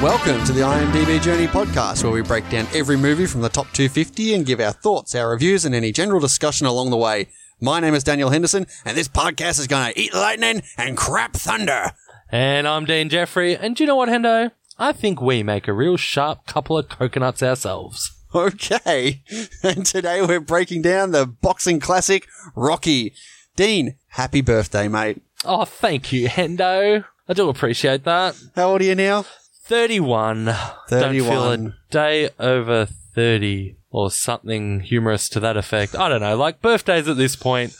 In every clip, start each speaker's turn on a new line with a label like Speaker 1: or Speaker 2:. Speaker 1: Welcome to the IMDb Journey podcast, where we break down every movie from the top 250 and give our thoughts, our reviews, and any general discussion along the way. My name is Daniel Henderson, and this podcast is going to eat lightning and crap thunder.
Speaker 2: And I'm Dean Jeffrey, and do you know what, Hendo? I think we make a real sharp couple of coconuts ourselves.
Speaker 1: Okay, and today we're breaking down the boxing classic Rocky. Dean, happy birthday, mate.
Speaker 2: Oh, thank you, Hendo. I do appreciate that.
Speaker 1: How old are you now?
Speaker 2: 31. Don't feel a
Speaker 1: 31.
Speaker 2: day over 30 or something humorous to that effect. I don't know. Like, birthdays at this point,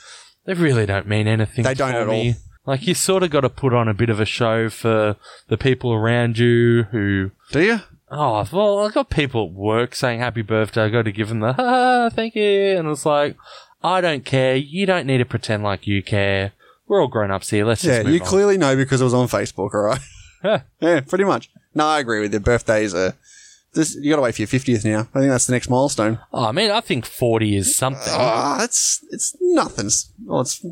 Speaker 2: they really don't mean anything.
Speaker 1: They don't
Speaker 2: for
Speaker 1: at
Speaker 2: me. Like, you sort of got to put on a bit of a show for the people around you who
Speaker 1: Do you?
Speaker 2: Oh, well, I got people at work saying happy birthday. I got to give them the, ah, thank you. And it's like, I don't care. You don't need to pretend like you care. We're all grown ups here. Let's
Speaker 1: Yeah,
Speaker 2: just move
Speaker 1: you
Speaker 2: on.
Speaker 1: clearly know because it was on Facebook, all right?
Speaker 2: Yeah.
Speaker 1: yeah, pretty much. No, I agree with you. Birthdays are. This, you gotta wait for your 50th now. I think that's the next milestone.
Speaker 2: oh, I mean, I think 40 is something.
Speaker 1: Ah, it's, it's nothing. Well, it's,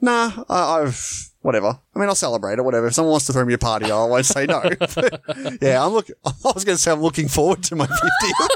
Speaker 1: nah, I, I've, whatever. I mean, I'll celebrate it, whatever. If someone wants to throw me a party, I won't say no. But, yeah, I'm look, I was gonna say I'm looking forward to my 50th.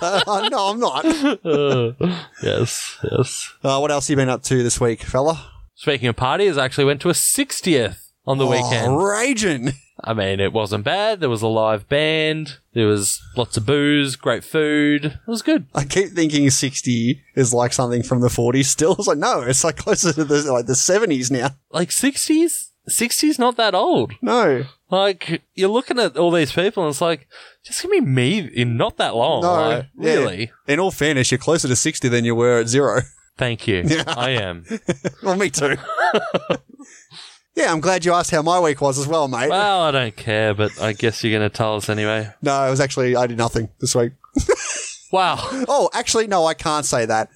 Speaker 1: uh, no, I'm not.
Speaker 2: yes, yes.
Speaker 1: Uh, what else you been up to this week, fella?
Speaker 2: Speaking of parties, I actually went to a 60th on the weekend.
Speaker 1: Oh, raging.
Speaker 2: I mean, it wasn't bad. There was a live band. There was lots of booze, great food. It was good.
Speaker 1: I keep thinking 60 is like something from the 40s still. It's like, no, it's like closer to the, like the 70s now.
Speaker 2: Like 60s? 60s not that old.
Speaker 1: No,
Speaker 2: Like you're looking at all these people, and it's like, just give me me in not that long.
Speaker 1: no.
Speaker 2: Like,
Speaker 1: Yeah.
Speaker 2: really?
Speaker 1: In all fairness, you're closer to 60 than you were at zero.
Speaker 2: Thank you. I am.
Speaker 1: well, me too. yeah, I'm glad you asked how my week was as well, mate.
Speaker 2: Well, I don't care, but I guess you're going to tell us anyway.
Speaker 1: no, it was actually, I did nothing this week.
Speaker 2: Wow.
Speaker 1: Oh, actually, no, I can't say that.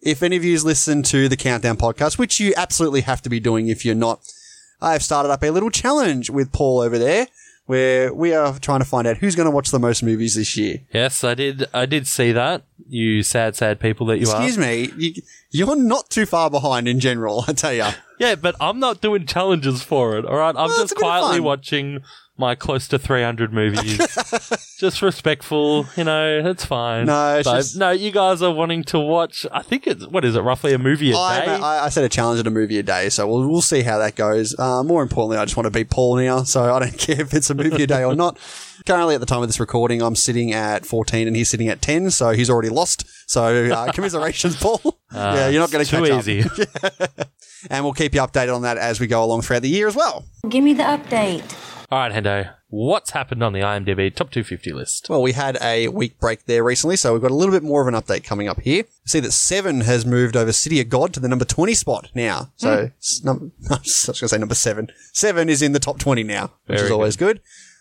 Speaker 1: If any of you listen to the Countdown podcast, which you absolutely have to be doing if you're not, I've started up a little challenge with Paul over there where we are trying to find out who's going to watch the most movies this year.
Speaker 2: Yes, I did. I did see that. You sad, sad people that you
Speaker 1: Excuse
Speaker 2: are.
Speaker 1: me, you, you're not too far behind in general, I tell you.
Speaker 2: Yeah, but I'm not doing challenges for it. All right, I'm
Speaker 1: it's a
Speaker 2: just
Speaker 1: bit of
Speaker 2: quietly
Speaker 1: fun.
Speaker 2: watching my close to 300 movies. just respectful, you know. It's fine.
Speaker 1: No, it's
Speaker 2: But-
Speaker 1: just-
Speaker 2: no. You guys are wanting to watch. I think it's what is it? Roughly a movie a
Speaker 1: I,
Speaker 2: day.
Speaker 1: I, I set a challenge at a movie a day, so we'll, we'll see how that goes. Uh, more importantly, I just want to beat Paul now, so I don't care if it's a movie a day or not. Currently, at the time of this recording, I'm sitting at 14 and he's sitting at 10, so he's already lost. So uh, commiserations, Paul.
Speaker 2: Uh,
Speaker 1: yeah, you're not going to
Speaker 2: it's too
Speaker 1: catch
Speaker 2: easy.
Speaker 1: up. And we'll keep you updated on that as we go along throughout the year as well.
Speaker 3: Give me the update.
Speaker 2: All right, Hendo, what's happened on the IMDb top 250 list?
Speaker 1: Well, we had a week break there recently, so we've got a little bit more of an update coming up here. See that Seven has moved over City of God to the number 20 spot now.
Speaker 2: Hmm.
Speaker 1: So, s num- I was going to say number seven. Seven is in the top 20 now, which
Speaker 2: Very
Speaker 1: is
Speaker 2: good.
Speaker 1: always good.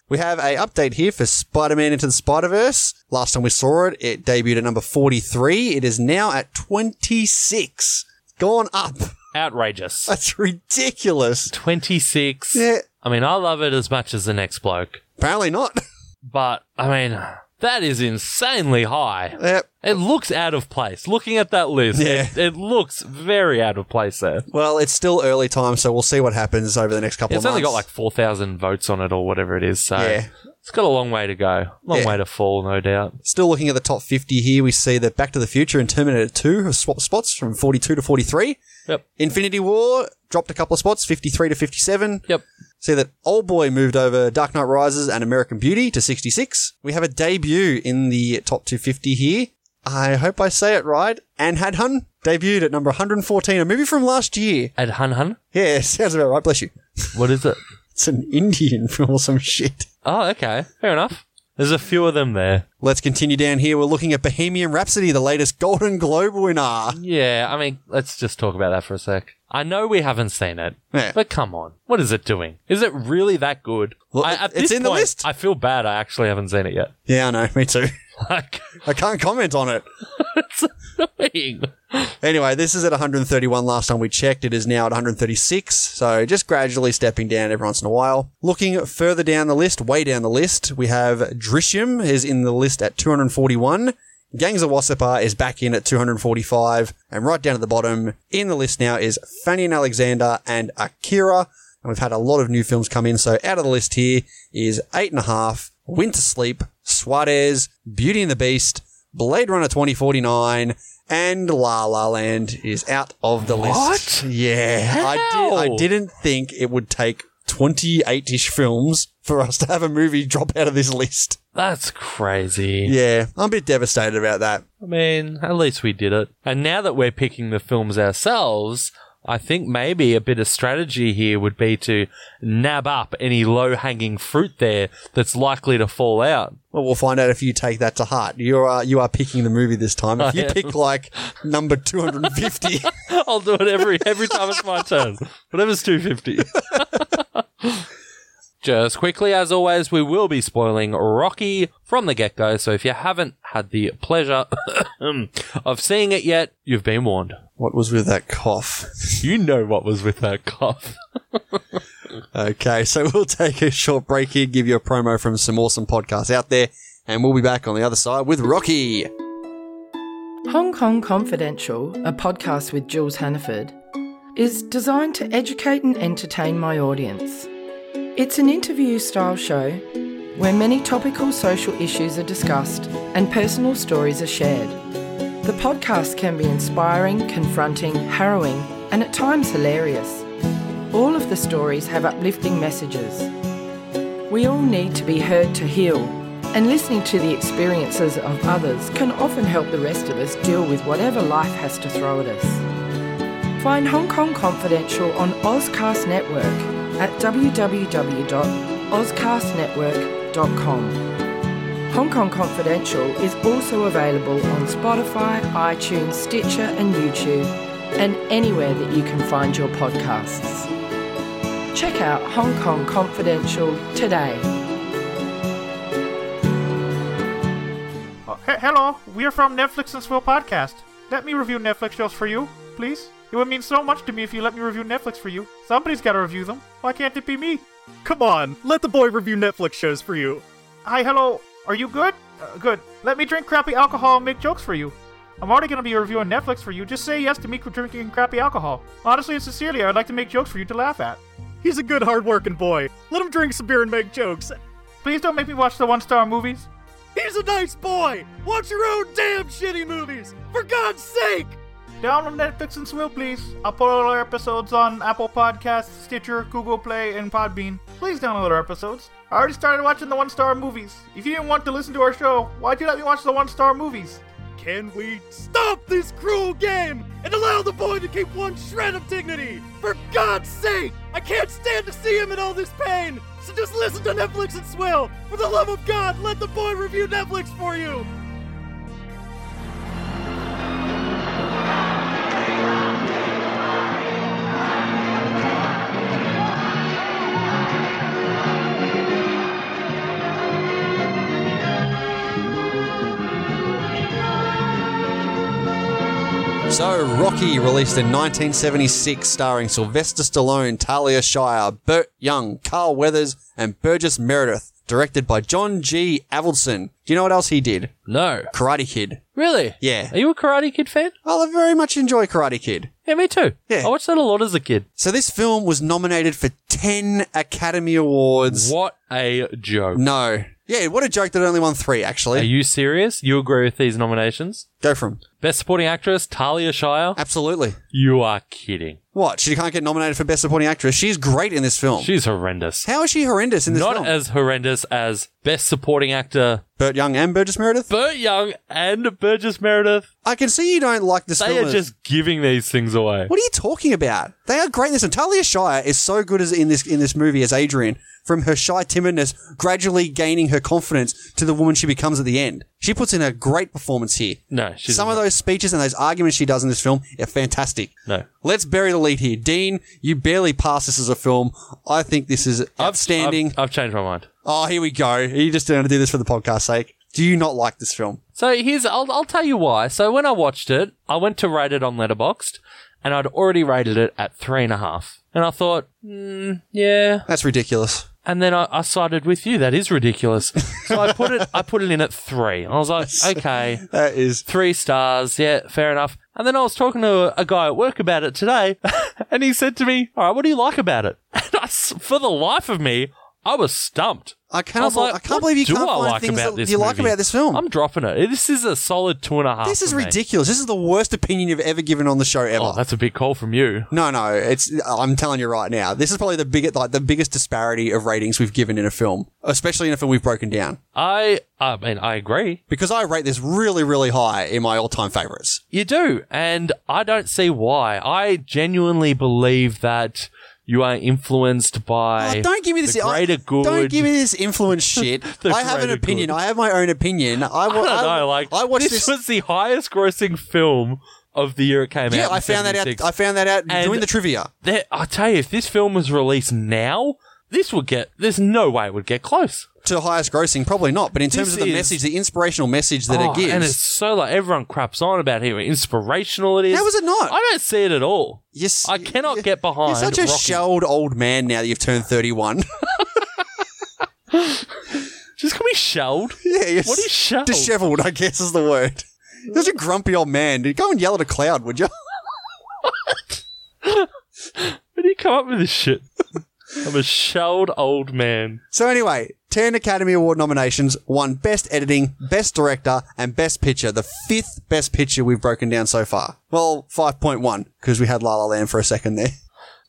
Speaker 1: We have a update here for Spider-Man Into the Spider-Verse. Last time we saw it, it debuted at number 43. It is now at 26. Gone up.
Speaker 2: Outrageous.
Speaker 1: That's ridiculous.
Speaker 2: 26.
Speaker 1: Yeah.
Speaker 2: I mean, I love it as much as the next bloke,
Speaker 1: Apparently not.
Speaker 2: but I mean, that is insanely high.
Speaker 1: Yep.
Speaker 2: It looks out of place. Looking at that list,
Speaker 1: Yeah.
Speaker 2: it, it looks very out of place there.
Speaker 1: Well, it's still early time, so we'll see what happens over the next couple
Speaker 2: It's
Speaker 1: of months.
Speaker 2: only got like 4,000 votes on it or whatever it is, so
Speaker 1: Yeah.
Speaker 2: it's got a long way to go. Long
Speaker 1: Yeah.
Speaker 2: way to fall, no doubt.
Speaker 1: Still looking at the top 50 here, we see that Back to the Future and Terminator 2 have swapped spots from 42 to 43.
Speaker 2: Yep.
Speaker 1: Infinity War dropped a couple of spots, 53 to 57.
Speaker 2: Yep.
Speaker 1: See that Old Boy moved over Dark Knight Rises and American Beauty to 66. We have a debut in the top 250 here. I hope I say it right. Anne Hadhun debuted at number 114, a movie from last year.
Speaker 2: At Hun Hun,
Speaker 1: Yeah, sounds about right. Bless you.
Speaker 2: what is it?
Speaker 1: It's an Indian film or some shit.
Speaker 2: Oh, okay. Fair enough. There's a few of them there.
Speaker 1: Let's continue down here. We're looking at Bohemian Rhapsody, the latest Golden Globe winner.
Speaker 2: Yeah, I mean, let's just talk about that for a sec. I know we haven't seen it,
Speaker 1: Yeah.
Speaker 2: but come on, what is it doing? Is it really that good?
Speaker 1: Well,
Speaker 2: I,
Speaker 1: it's in the list.
Speaker 2: I feel bad. I actually haven't seen it yet.
Speaker 1: Yeah, I know. Me too.
Speaker 2: Like,
Speaker 1: I can't comment on it.
Speaker 2: it's annoying.
Speaker 1: Anyway, this is at 131 last time we checked. It is now at 136. So just gradually stepping down every once in a while. Looking further down the list, way down the list, we have Drisham is in the list at 241. Gangs of Wassapa is back in at 245. And right down at the bottom in the list now is Fanny and Alexander and Akira. And we've had a lot of new films come in. So out of the list here is eight and a half Winter Sleep, Suarez, Beauty and the Beast, Blade Runner 2049, and La La Land is out of the list.
Speaker 2: What?
Speaker 1: Yeah.
Speaker 2: How?
Speaker 1: I, did, I didn't think it would take 28 ish films for us to have a movie drop out of this list.
Speaker 2: That's crazy.
Speaker 1: Yeah. I'm a bit devastated about that.
Speaker 2: I mean, at least we did it. And now that we're picking the films ourselves, I think maybe a bit of strategy here would be to nab up any low hanging fruit there that's likely to fall out.
Speaker 1: Well, we'll find out if you take that to heart. You are you are picking the movie this time. If you
Speaker 2: I am.
Speaker 1: pick like number two hundred and fifty,
Speaker 2: I'll do it every every time it's my turn. Whatever's two fifty. Just quickly, as always, we will be spoiling Rocky from the get go. So if you haven't had the pleasure of seeing it yet, you've been warned.
Speaker 1: what was with that cough?
Speaker 2: You know what was with that cough.
Speaker 1: Okay, so we'll take a short break here, give you a promo from some awesome podcasts out there, and we'll be back on the other side with Rocky.
Speaker 3: Hong Kong Confidential, a podcast with Jules Hannaford, is designed to educate and entertain my audience. It's an interview style show where many topical social issues are discussed and personal stories are shared. The podcast can be inspiring, confronting, harrowing, and at times hilarious. All of the stories have uplifting messages. We all need to be heard to heal, and listening to the experiences of others can often help the rest of us deal with whatever life has to throw at us. Find Hong Kong Confidential on Ozcast Network at www.ozcastnetwork.com. Hong Kong Confidential is also available on Spotify, iTunes, Stitcher, and YouTube, and anywhere that you can find your podcasts. Check out Hong Kong Confidential today.
Speaker 4: Oh, he- hello, we are from Netflix and Swill Podcast. Let me review Netflix shows for you, please. It would mean so much to me if you let me review Netflix for you. Somebody's gotta review them. Why can't it be me?
Speaker 5: Come on, let the boy review Netflix shows for you.
Speaker 4: Hi, hello, are you good? Uh, good. Let me drink crappy alcohol and make jokes for you. I'm already gonna be reviewing Netflix for you. Just say yes to me drinking crappy alcohol. Honestly and sincerely, I would like to make jokes for you to laugh at.
Speaker 5: He's a good, hard-working boy. Let him drink some beer and make jokes.
Speaker 4: Please don't make me watch the one star movies.
Speaker 5: He's a nice boy. Watch your own damn shitty movies, for God's sake.
Speaker 4: Download Netflix and Swill, please. I'll put all our episodes on Apple Podcasts, Stitcher, Google Play, and Podbean. Please download our episodes. I already started watching the one star movies. If you didn't want to listen to our show, why'd you let me watch the one star movies?
Speaker 5: Can we stop this cruel game and allow the boy to keep one shred of dignity? For God's sake! I can't stand to see him in all this pain. So just listen to Netflix and swill. For the love of God, let the boy review Netflix for you.
Speaker 1: So, Rocky, released in 1976, starring Sylvester Stallone, Talia Shire, Burt Young, Carl Weathers, and Burgess Meredith, directed by John G. Avildsen. Do you know what else he did?
Speaker 2: No.
Speaker 1: Karate Kid.
Speaker 2: Really?
Speaker 1: Yeah.
Speaker 2: Are you a Karate Kid fan?
Speaker 1: Well, I very much enjoy Karate Kid.
Speaker 2: Yeah, me too.
Speaker 1: Yeah.
Speaker 2: I watched that a lot as a kid.
Speaker 1: So, this film was nominated for 10 Academy Awards.
Speaker 2: What a joke.
Speaker 1: No. Yeah, what a joke that it only won three,
Speaker 2: Are
Speaker 1: actually.
Speaker 2: you serious? You agree with these nominations?
Speaker 1: Go from.
Speaker 2: Best Supporting Actress, Talia Shire?
Speaker 1: Uh, Absolutely.
Speaker 2: You are kidding.
Speaker 1: What? She can't get nominated for Best Supporting Actress. She's great in this film.
Speaker 2: She's horrendous.
Speaker 1: How is she horrendous in this
Speaker 2: Not
Speaker 1: film?
Speaker 2: as horrendous as Best Supporting Actor
Speaker 1: Burt Young and Burgess Meredith?
Speaker 2: Burt Young and Burgess Meredith.
Speaker 1: I can see you don't like this
Speaker 2: They
Speaker 1: film.
Speaker 2: are
Speaker 1: as-
Speaker 2: just giving these things away.
Speaker 1: What are you talking about? They are great in this. And Talia Shire is so good as in this in this movie as Adrian, from her shy timidness, gradually gaining her confidence to the woman she becomes at the end. She puts in a great performance here.
Speaker 2: No, she's
Speaker 1: Some of
Speaker 2: not.
Speaker 1: those speeches and those arguments she does in this film are fantastic.
Speaker 2: No.
Speaker 1: Let's bury the lead here. Dean, you barely pass this as a film. I think this is outstanding.
Speaker 2: I've, I've changed my mind.
Speaker 1: oh, here we go. You just going to do this for the podcast's sake. Do you not like this film?
Speaker 2: So here's I'll I'll tell you why. So when I watched it, I went to rate it on Letterboxd, and I'd already rated it at three and a half. And I thought, mm, yeah.
Speaker 1: That's ridiculous.
Speaker 2: And then I, I sided with you. That is ridiculous. So I put it I put it in at three. I was like, okay,
Speaker 1: That is.
Speaker 2: three stars. Yeah, fair enough. And then I was talking to a, a guy at work about it today, and he said to me, "All right, what do you like about it?" And I s for the life of me, I was stumped.
Speaker 1: I
Speaker 2: I
Speaker 1: cannot,
Speaker 2: was like,
Speaker 1: I
Speaker 2: what
Speaker 1: can't believe you
Speaker 2: do
Speaker 1: can't
Speaker 2: I
Speaker 1: find
Speaker 2: like
Speaker 1: things
Speaker 2: about
Speaker 1: that
Speaker 2: this
Speaker 1: you like
Speaker 2: movie?
Speaker 1: about this film.
Speaker 2: I'm dropping it. This is a solid two and a half.
Speaker 1: this is
Speaker 2: for me.
Speaker 1: ridiculous. This is the worst opinion you've ever given on the show ever.
Speaker 2: Oh, that's a big call from you.
Speaker 1: no, no, it's. I'm telling you right now, this is probably the biggest, like the biggest disparity of ratings we've given in a film, especially in a film we've broken down.
Speaker 2: I, I mean, I agree.
Speaker 1: Because I rate this really, really high in my all-time favorites.
Speaker 2: You do, and I don't see why. I genuinely believe that you are influenced by.
Speaker 1: Oh, don't give me this.
Speaker 2: the
Speaker 1: I-
Speaker 2: greater good.
Speaker 1: Don't give me this influence shit.
Speaker 2: The
Speaker 1: I have an
Speaker 2: greater
Speaker 1: opinion.
Speaker 2: good.
Speaker 1: I have my own opinion. I, wa-
Speaker 2: I don't
Speaker 1: I-
Speaker 2: know. Like,
Speaker 1: um, I watched
Speaker 2: this,
Speaker 1: this.
Speaker 2: was the highest grossing film of the year it came
Speaker 1: yeah,
Speaker 2: out. in
Speaker 1: I found that out.
Speaker 2: 76.
Speaker 1: I found that out
Speaker 2: And-
Speaker 1: doing the trivia.
Speaker 2: There- I tell you, if this film was released now, this would get. There's no way it would get close.
Speaker 1: To highest grossing, probably not. But in terms
Speaker 2: This
Speaker 1: of the
Speaker 2: is-
Speaker 1: message, the inspirational message that
Speaker 2: Oh,
Speaker 1: it gives,
Speaker 2: and it's so like everyone craps on about how inspirational it is.
Speaker 1: How is it not?
Speaker 2: I don't see it at all.
Speaker 1: Yes,
Speaker 2: I
Speaker 1: you-
Speaker 2: cannot
Speaker 1: you-
Speaker 2: get behind.
Speaker 1: You're such a
Speaker 2: Rocky.
Speaker 1: shelled old man now that you've turned 31.
Speaker 2: Just can we shelled?
Speaker 1: yeah, you're
Speaker 2: What is
Speaker 1: s-
Speaker 2: shelled?
Speaker 1: Disheveled, I guess, is the word. You're such a grumpy old man. Dude, go and yell at a cloud, would you?
Speaker 2: Where do you come up with this shit? I'm a shelled old man.
Speaker 1: So anyway, 10 Academy Award nominations, won Best Editing, Best Director, and Best Picture. The fifth Best Picture we've broken down so far. Well, 5.1, because we had La La Land for a second there.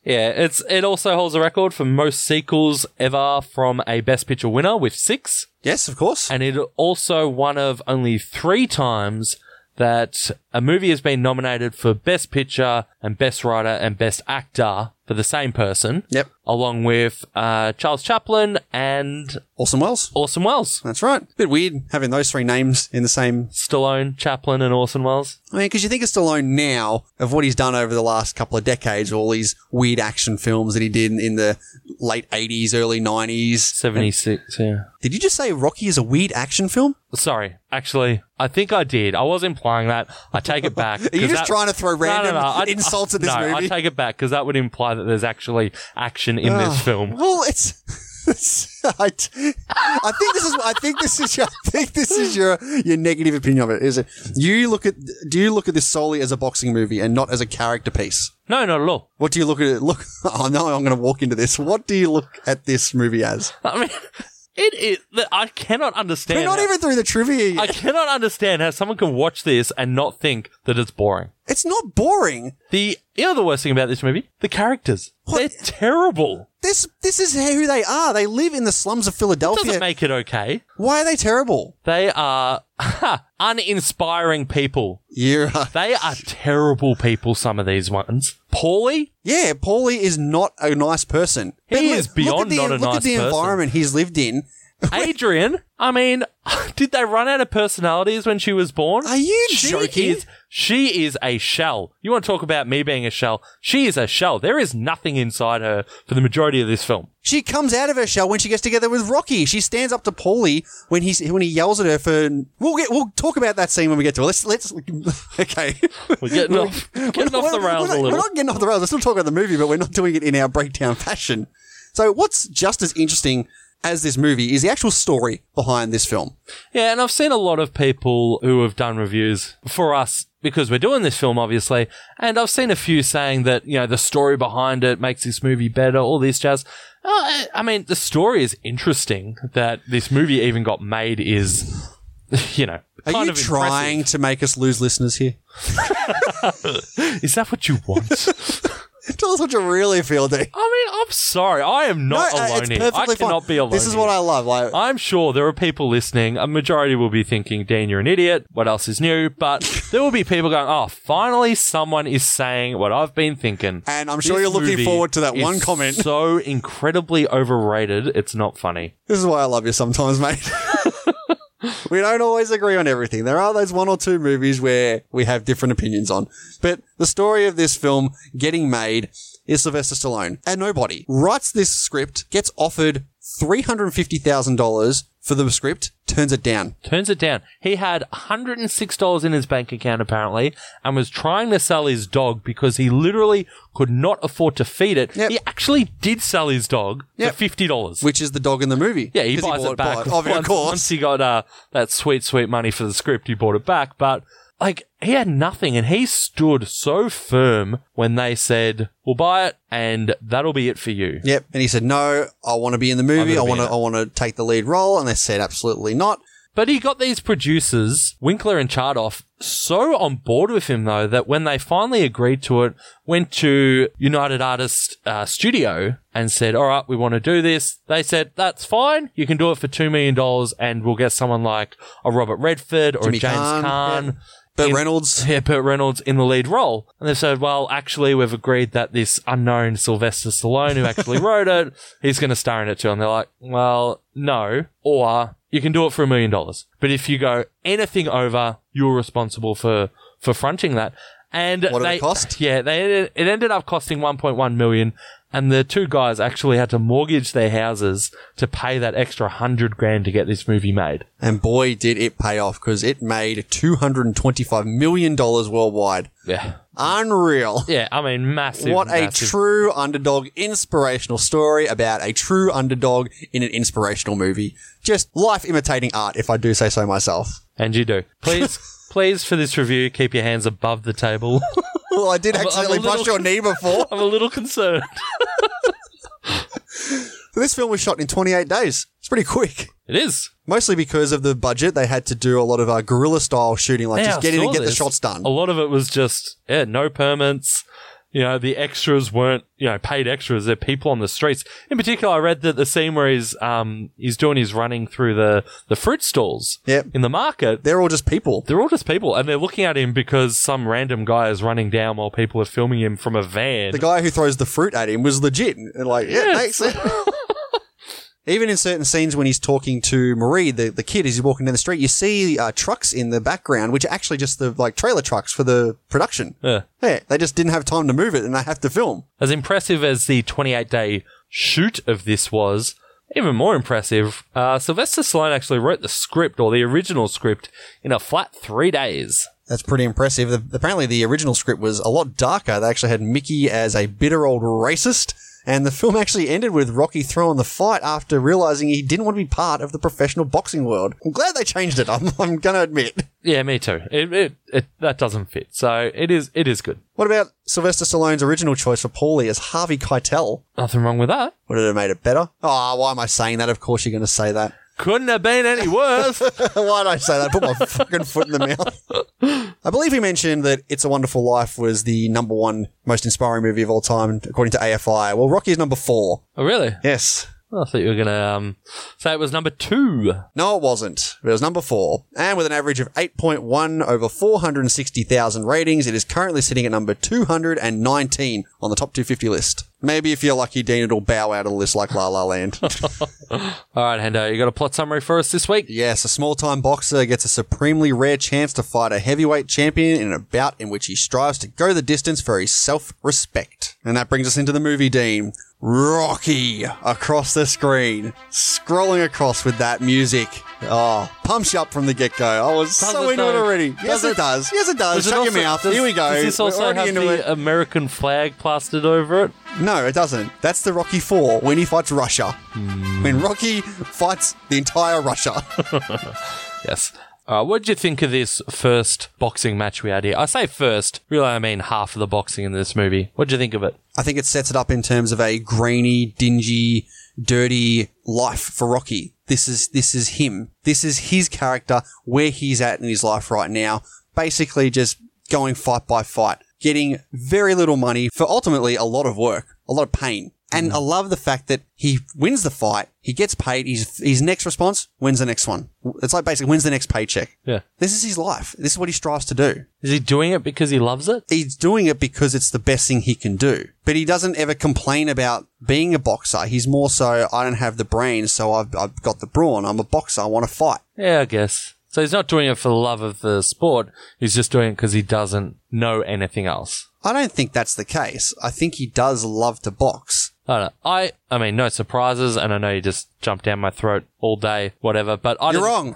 Speaker 2: Yeah, it's it also holds a record for most sequels ever from a Best Picture winner with six,
Speaker 1: Yes, of course.
Speaker 2: and it also one of only three times that a movie has been nominated for Best Picture and Best Writer and Best Actor for the same person.
Speaker 1: Yep.
Speaker 2: along with uh, Charles Chaplin and
Speaker 1: Orson Welles.
Speaker 2: Orson Welles.
Speaker 1: That's right. Bit weird having those three names in the same
Speaker 2: Stallone, Chaplin, and Orson Welles.
Speaker 1: I mean, because you think of Stallone now of what he's done over the last couple of decades, all these weird action films that he did in the late 80s, early 90s.
Speaker 2: 76, yeah.
Speaker 1: Did you just say Rocky is a weird action film?
Speaker 2: Sorry, actually, I think I did. I was implying that. I take it back.
Speaker 1: Are you
Speaker 2: 'cause
Speaker 1: just
Speaker 2: that-
Speaker 1: trying to throw random
Speaker 2: I-
Speaker 1: insults at this
Speaker 2: no, I
Speaker 1: movie?
Speaker 2: take it back because that would imply that there's actually action in this film.
Speaker 1: Ah, Well, it's. it's- I, I think this is. I think this is. Your, I think this is your your negative opinion of it. Is it you look at? Do you look at this solely as a boxing movie and not as a character piece?
Speaker 2: No, not at all.
Speaker 1: What do you look at it? Look. Oh no, I'm going to walk into this. What do you look at this movie as?
Speaker 2: I mean, it is. that I cannot understand.
Speaker 1: We're not
Speaker 2: how-
Speaker 1: even through the trivia. Yet.
Speaker 2: I cannot understand how someone can watch this and not think that it's boring.
Speaker 1: It's not boring.
Speaker 2: The you know the worst thing about this movie, the characters. They're terrible.
Speaker 1: This this is who they are. They live in the slums of Philadelphia.
Speaker 2: Doesn't make it okay.
Speaker 1: Why are they terrible?
Speaker 2: They are uninspiring people.
Speaker 1: Yeah,
Speaker 2: They are terrible people, some of these ones. Paulie?
Speaker 1: yeah. Paulie is not a nice person.
Speaker 2: He
Speaker 1: look-
Speaker 2: is
Speaker 1: look at
Speaker 2: beyond
Speaker 1: the-
Speaker 2: not a
Speaker 1: Look
Speaker 2: nice
Speaker 1: at the
Speaker 2: person.
Speaker 1: environment he's lived in.
Speaker 2: Adrian? I mean, did they run out of personalities when she was born?
Speaker 1: Are you
Speaker 2: she
Speaker 1: joking?
Speaker 2: Is, she is a shell. You want to talk about me being a shell? She is a shell. There is nothing inside her for the majority of this film.
Speaker 1: She comes out of her shell when she gets together with Rocky. She stands up to Paulie when he's when he yells at her for. We'll get we'll talk about that scene when we get to it. Let's let's okay.
Speaker 2: We're getting off,
Speaker 1: We're
Speaker 2: getting
Speaker 1: not-
Speaker 2: off the
Speaker 1: we're- we're not,
Speaker 2: rails a
Speaker 1: We're
Speaker 2: little.
Speaker 1: not getting off the rails. We're still talking about the movie, but we're not doing it in our breakdown fashion. So, what's just as interesting as this movie is the actual story behind this film.
Speaker 2: Yeah, and I've seen a lot of people who have done reviews for us because we're doing this film, obviously. And I've seen a few saying that, you know, the story behind it makes this movie better, all this jazz. Uh, I I mean, the story is interesting that this movie even got made is, you know,
Speaker 1: Are
Speaker 2: kind
Speaker 1: you
Speaker 2: of
Speaker 1: trying to make us lose listeners here?
Speaker 2: impressive. Is that what you want?
Speaker 1: Tell us what you really feel, D.
Speaker 2: I mean, I'm sorry. I am
Speaker 1: No, uh,
Speaker 2: not alone
Speaker 1: it's
Speaker 2: here. I
Speaker 1: perfectly fine.
Speaker 2: cannot be alone.
Speaker 1: This is
Speaker 2: here.
Speaker 1: what I love. Like,
Speaker 2: I'm sure there are people listening. A majority will be thinking, Dean, you're an idiot. What else is new? But there will be people going, oh, finally someone is saying what I've been thinking.
Speaker 1: And I'm sure
Speaker 2: This
Speaker 1: you're looking
Speaker 2: movie
Speaker 1: forward to that
Speaker 2: is
Speaker 1: one comment.
Speaker 2: so incredibly overrated, it's not funny.
Speaker 1: this is why I love you sometimes, mate. we don't always agree on everything. There are those one or two movies where we have different opinions on. But the story of this film getting made is Sylvester Stallone, and nobody writes this script, gets offered $350,000 for the script, turns it down.
Speaker 2: Turns it down. He had $106 in his bank account, apparently, and was trying to sell his dog because he literally could not afford to feed it.
Speaker 1: Yep.
Speaker 2: He actually did sell his dog
Speaker 1: Yep.
Speaker 2: for $50.
Speaker 1: Which is the dog in the movie.
Speaker 2: Yeah, he
Speaker 1: 'Cause
Speaker 2: buys
Speaker 1: bought
Speaker 2: it back.
Speaker 1: Of
Speaker 2: once,
Speaker 1: course.
Speaker 2: once he got uh, that sweet, sweet money for the script, he bought it back. But like he had nothing and he stood so firm when they said, We'll buy it and that'll be it for you.
Speaker 1: Yep. And he said, "No, I want to be in the movie.
Speaker 2: I'm
Speaker 1: I
Speaker 2: gonna be
Speaker 1: want to.
Speaker 2: in it."
Speaker 1: I want to take the lead role." And they said, "Absolutely not."
Speaker 2: But he got these producers, Winkler and Chardoff, so on board with him though that when they finally agreed to it, went to United Artists uh, Studio and said, "All right, we want to do this." They said, "That's fine. You can do it for two million dollars, and we'll get someone like a Robert Redford or
Speaker 1: Jimmy
Speaker 2: a James
Speaker 1: Caan,
Speaker 2: Caan."
Speaker 1: yeah. But
Speaker 2: In-
Speaker 1: Reynolds,
Speaker 2: Yeah, Burt Reynolds in the lead role. And they said, well, actually, we've agreed that this unknown Sylvester Stallone, who actually wrote it, he's going to star in it too. And they're like, well, no. Or you can do it for a million dollars. But if you go anything over, you're responsible for, for fronting that. And
Speaker 1: What did it
Speaker 2: they,
Speaker 1: cost?
Speaker 2: Yeah, they, it ended up costing 1.1 million. And the two guys actually had to mortgage their houses to pay that extra hundred grand to get this movie made.
Speaker 1: and boy, did it pay off because it made two hundred and twenty-five million dollars worldwide.
Speaker 2: Yeah.
Speaker 1: Unreal.
Speaker 2: Yeah, I mean, massive.
Speaker 1: What a
Speaker 2: massive
Speaker 1: true underdog inspirational story about a true underdog in an inspirational movie. Just life imitating art, if I do say so myself.
Speaker 2: And you do. Please, please, for this review, keep your hands above the table.
Speaker 1: Well, I did
Speaker 2: I'm a
Speaker 1: accidentally
Speaker 2: little-
Speaker 1: bust your knee before.
Speaker 2: I'm a little concerned.
Speaker 1: this film was shot in 28 days. It's pretty quick.
Speaker 2: It is.
Speaker 1: Mostly because of the budget, they had to do a lot of uh, guerrilla style shooting, like
Speaker 2: Yeah, I
Speaker 1: just get in
Speaker 2: saw
Speaker 1: and get the
Speaker 2: this. Oh.
Speaker 1: shots done.
Speaker 2: A lot of it was just, yeah, no permits. You know, the extras weren't, you know, paid extras. They're people on the streets. In particular, I read that the scene where he's, um, he's doing his running through the, the fruit stalls
Speaker 1: Yep.
Speaker 2: in the market.
Speaker 1: They're all just people.
Speaker 2: They're all just people and they're looking at him because some random guy is running down while people are filming him from a van.
Speaker 1: The guy who throws the fruit at him was legit. And like, yeah,
Speaker 2: Yes.
Speaker 1: thanks. Even in certain scenes when he's talking to Marie, the, the kid, as he's walking down the street, you see uh, trucks in the background, which are actually just the like trailer trucks for the production.
Speaker 2: Yeah.
Speaker 1: Yeah, they just didn't have time to move it, and they have to film.
Speaker 2: As impressive as the 28 day shoot of this was, even more impressive, uh, Sylvester Stallone actually wrote the script or the original script in a flat three days.
Speaker 1: That's pretty impressive. The, apparently, the original script was a lot darker. They actually had Mickey as a bitter old racist, and the film actually ended with Rocky throwing the fight after realizing he didn't want to be part of the professional boxing world. I'm glad they changed it. I'm, I'm going to admit.
Speaker 2: Yeah, me too. It, it, it, that doesn't fit. So it is it is good.
Speaker 1: What about Sylvester Stallone's original choice for Paulie as Harvey Keitel?
Speaker 2: Nothing wrong with that.
Speaker 1: Would it have made it better? Oh, why am I saying that? Of course, you're going to say that.
Speaker 2: Couldn't have been any worse.
Speaker 1: Why did I say that? Put my fucking foot in the mouth. I believe he mentioned that It's a Wonderful Life was the number one most inspiring movie of all time, according to AFI. Well, Rocky is number four.
Speaker 2: oh, really?
Speaker 1: Yes.
Speaker 2: I thought you were going to um, say it was number two.
Speaker 1: No, it wasn't. It was number four. And with an average of 8.1 over 460,000 ratings, it is currently sitting at number 219 on the top 250 list. Maybe if you're lucky, Dean, it'll bow out of the list like La La Land.
Speaker 2: All right, Hendo, you got a plot summary for us this week?
Speaker 1: Yes, a small time boxer gets a supremely rare chance to fight a heavyweight champion in a bout in which he strives to go the distance for his self respect. And that brings us into the movie, Dean. Rocky across the screen, scrolling across with that music. Oh, pumps you up from the get go. I was
Speaker 2: Does
Speaker 1: so
Speaker 2: it
Speaker 1: into it
Speaker 2: though?
Speaker 1: already.
Speaker 2: Does
Speaker 1: yes, it,
Speaker 2: it-
Speaker 1: does. Yes, it does.
Speaker 2: Does it
Speaker 1: Shut
Speaker 2: also-
Speaker 1: your mouth.
Speaker 2: does-
Speaker 1: Here we go.
Speaker 2: Does this
Speaker 1: We're
Speaker 2: also
Speaker 1: already
Speaker 2: have
Speaker 1: into
Speaker 2: the
Speaker 1: it.
Speaker 2: uh, American flag plastered over it?
Speaker 1: No, it doesn't. That's the Rocky Four when he fights Russia.
Speaker 2: Hmm.
Speaker 1: When Rocky fights the entire Russia.
Speaker 2: Yes. Uh, what did you think of this first boxing match we had here? I say first, really I mean half of the boxing in this movie. What did you think of it?
Speaker 1: I think it sets it up in terms of a grainy, dingy, dirty life for Rocky. This is this is him. This is his character, where he's at in his life right now. Basically just going fight by fight, getting very little money for ultimately a lot of work, a lot of pain. And I love the fact that he wins the fight, he gets paid, his, his next response, wins the next one. It's like basically wins the next paycheck.
Speaker 2: Yeah.
Speaker 1: This is his life. This is what he strives to do
Speaker 2: Is he doing it because he loves it?
Speaker 1: he's doing it because it's the best thing he can do. But he doesn't ever complain about being a boxer. He's more so, I don't have the brain, so I've, I've got the brawn. I'm a boxer. I want to fight.
Speaker 2: Yeah, I guess. So he's not doing it for the love of the sport. He's just doing it because he doesn't know anything else.
Speaker 1: I don't think that's the case. I think he does love to box.
Speaker 2: I don't know. I, I mean, no surprises, and I know you just jump down my throat all day, whatever. But I
Speaker 1: You're wrong.
Speaker 2: didn't-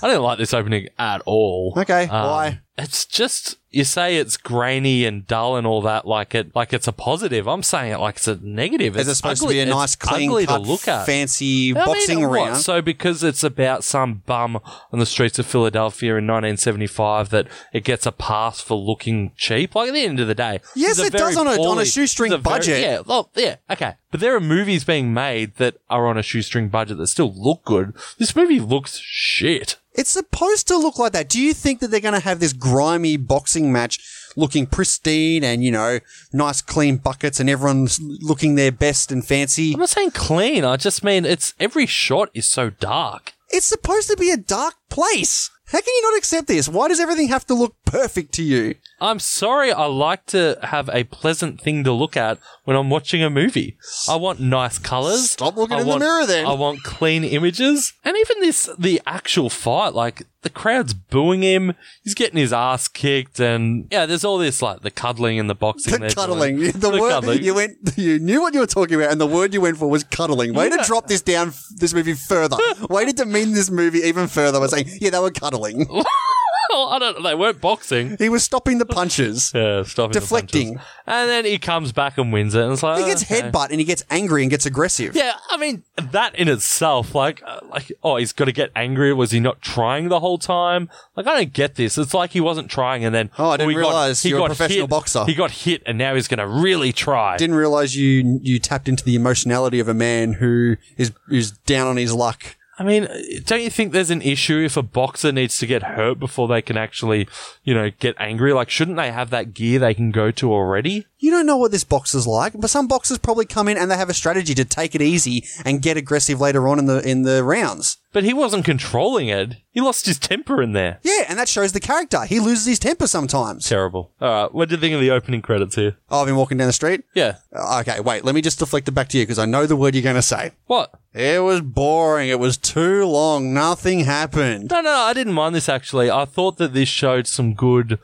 Speaker 2: I didn't like this opening at all.
Speaker 1: Okay,
Speaker 2: Um,
Speaker 1: why?
Speaker 2: It's just you say it's grainy and dull and all that, like it, like it's a positive. I'm saying it like it's a negative.
Speaker 1: Is it
Speaker 2: It's
Speaker 1: supposed to
Speaker 2: ugly-
Speaker 1: be a
Speaker 2: it's
Speaker 1: nice, clean,
Speaker 2: ugly
Speaker 1: cut,
Speaker 2: to look at.
Speaker 1: fancy
Speaker 2: I mean,
Speaker 1: boxing
Speaker 2: what?
Speaker 1: round?
Speaker 2: So because it's about some bum on the streets of Philadelphia in 1975 that it gets a pass for looking cheap. Like at the end of the day,
Speaker 1: Yes,
Speaker 2: these are
Speaker 1: it does on
Speaker 2: very
Speaker 1: a- on a
Speaker 2: poorly-
Speaker 1: shoestring
Speaker 2: these are very-
Speaker 1: budget.
Speaker 2: yeah, well, yeah, okay. But there are movies being made that are on a shoestring budget that still look good. This movie looks shit.
Speaker 1: It's supposed to look like that. Do you think that they're going to have this grimy boxing match looking pristine and, you know, nice clean buckets and everyone's looking their best and fancy?
Speaker 2: I'm not saying clean. I just mean it's every shot is so dark.
Speaker 1: It's supposed to be a dark place. How can you not accept this? Why does everything have to look perfect to you?
Speaker 2: I'm sorry. I like to have a pleasant thing to look at when I'm watching a movie. I want nice colors.
Speaker 1: Stop looking
Speaker 2: I
Speaker 1: in the
Speaker 2: want-
Speaker 1: mirror then.
Speaker 2: I want clean images. And even this, the actual fight, like the crowd's booing him. He's getting his ass kicked, and yeah, there's all this like the cuddling and the boxing.
Speaker 1: The
Speaker 2: they're doing.
Speaker 1: cuddling. The word
Speaker 2: cuddling.
Speaker 1: you went, you knew what you were talking about, and the word you went for was cuddling. Way to drop this down, this movie further. Way to demean this movie even further by saying, yeah, they were cuddling.
Speaker 2: Well, I don't. They weren't boxing.
Speaker 1: He was stopping the punches.
Speaker 2: Yeah, stopping the punches.
Speaker 1: Deflecting.
Speaker 2: and then he comes back and wins it. And it's like
Speaker 1: He gets
Speaker 2: okay.
Speaker 1: headbutt and he gets angry and gets aggressive.
Speaker 2: Yeah, I mean that in itself, like, uh, like, oh, he's got to get angry. Was he not trying the whole time? Like, I don't get this. It's like he wasn't trying, and then
Speaker 1: Oh, I didn't
Speaker 2: he got-
Speaker 1: realise
Speaker 2: he
Speaker 1: you're a
Speaker 2: got
Speaker 1: professional
Speaker 2: hit-
Speaker 1: boxer.
Speaker 2: He got hit, and now he's going to really try.
Speaker 1: didn't realize you you tapped into the emotionality of a man who is is down on his luck.
Speaker 2: I mean, uh, don't you think there's an issue if a boxer needs to get hurt before they can actually, you know, get angry? Like, shouldn't they have that gear they can go to already?
Speaker 1: You don't know what this boxer's like, but some boxers probably come in and they have a strategy to take it easy and get aggressive later on in the in the rounds.
Speaker 2: But he wasn't controlling it. He lost his temper in there.
Speaker 1: Yeah, and that shows the character. He loses his temper sometimes.
Speaker 2: Terrible. All right, what do you think of the opening credits here?
Speaker 1: Oh, I've been walking down the street.
Speaker 2: Yeah.
Speaker 1: Uh, Okay, wait. Let me just deflect it back to you because I know the word you're going to say.
Speaker 2: What?
Speaker 1: It was boring. It was too long. Nothing happened.
Speaker 2: No, no, I didn't mind this actually. I thought that this showed some good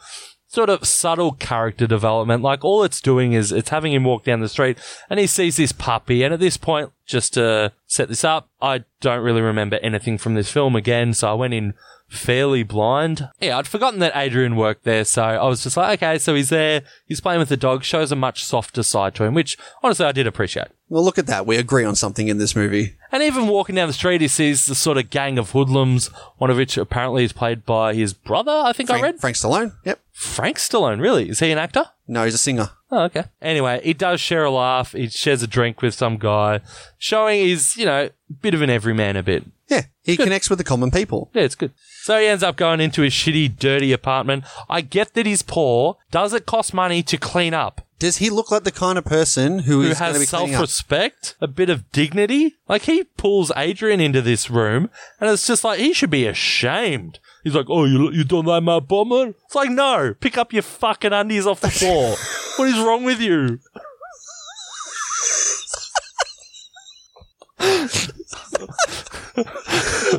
Speaker 2: sort of subtle character development. Like all it's doing is it's having him walk down the street and he sees this puppy. And at this point, just to set this up, I don't really remember anything from this film again. So I went in fairly blind. Yeah, I'd forgotten that Adrian worked there. So I was just like, okay, so he's there. He's playing with the dog, shows a much softer side to him, which honestly I did appreciate.
Speaker 1: Well, look at that. We agree on something in this movie.
Speaker 2: And even walking down the street, he sees the sort of gang of hoodlums, one of which apparently is played by his brother, I think I read.
Speaker 1: Frank, Frank Stallone. Yep.
Speaker 2: Frank Stallone, really? Is he an actor?
Speaker 1: No, he's a singer.
Speaker 2: Oh, okay. Anyway, he does share a laugh. He shares a drink with some guy, showing he's, you know, bit of an everyman a bit.
Speaker 1: Yeah, he connects with the common people.
Speaker 2: Yeah, it's good. So he ends up going into his shitty, dirty apartment. I get that he's poor. Does it cost money to clean up?
Speaker 1: Does he look like the kind of person who
Speaker 2: who
Speaker 1: is going to be
Speaker 2: has
Speaker 1: cleaning
Speaker 2: self
Speaker 1: up?
Speaker 2: respect, a bit of dignity. Like he pulls Adrian into this room, and it's just like he should be ashamed. He's like, "Oh, you you don't like my bomber?" It's like, no, pick up your fucking undies off the floor. what is wrong with you?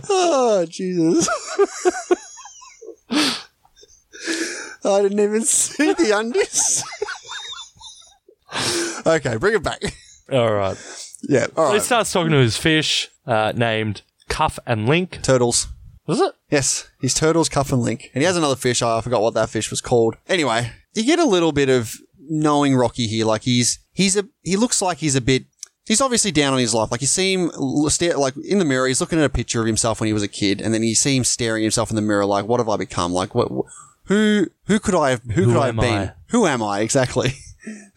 Speaker 1: Oh Jesus! I didn't even see the undies. okay, bring it back.
Speaker 2: All right.
Speaker 1: Yeah, all
Speaker 2: He
Speaker 1: right.
Speaker 2: starts talking to his fish, uh, named Cuff and Link.
Speaker 1: turtles.
Speaker 2: Was it?
Speaker 1: Yes, he's turtles, cuff and link, and he has another fish. I forgot what that fish was called. Anyway, you get a little bit of knowing Rocky here. Like he's he's a he looks like he's a bit. He's obviously down on his life. Like you see him l- stare, like in the mirror, he's looking at a picture of himself when he was a kid, and then you see him staring at himself in the mirror, like, "What have I become? Like, what? wh- Who? Who could I have? Who,
Speaker 2: Who
Speaker 1: could I have
Speaker 2: am
Speaker 1: been?
Speaker 2: I?"
Speaker 1: Who am I exactly?"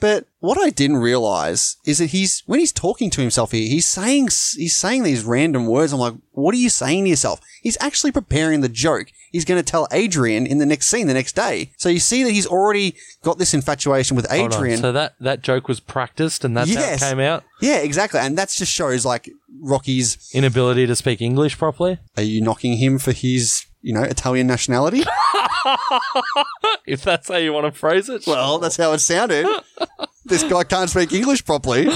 Speaker 1: But what I didn't realize is that he's when he's talking to himself here, he's saying s- he's saying these random words. I'm like, what are you saying to yourself? He's actually preparing the joke. He's going to tell Adrian in the next scene the next day. So you see that he's already got this infatuation with
Speaker 2: Hold on.
Speaker 1: Adrian.
Speaker 2: So that that joke was practiced, and that's
Speaker 1: Yes.
Speaker 2: how it came out.
Speaker 1: yeah, exactly. And that just shows like Rocky's.
Speaker 2: Inability to speak English properly.
Speaker 1: Are you knocking him for his you know Italian nationality?
Speaker 2: If that's how you want to phrase it.
Speaker 1: well, that's how it sounded. this guy can't speak English properly.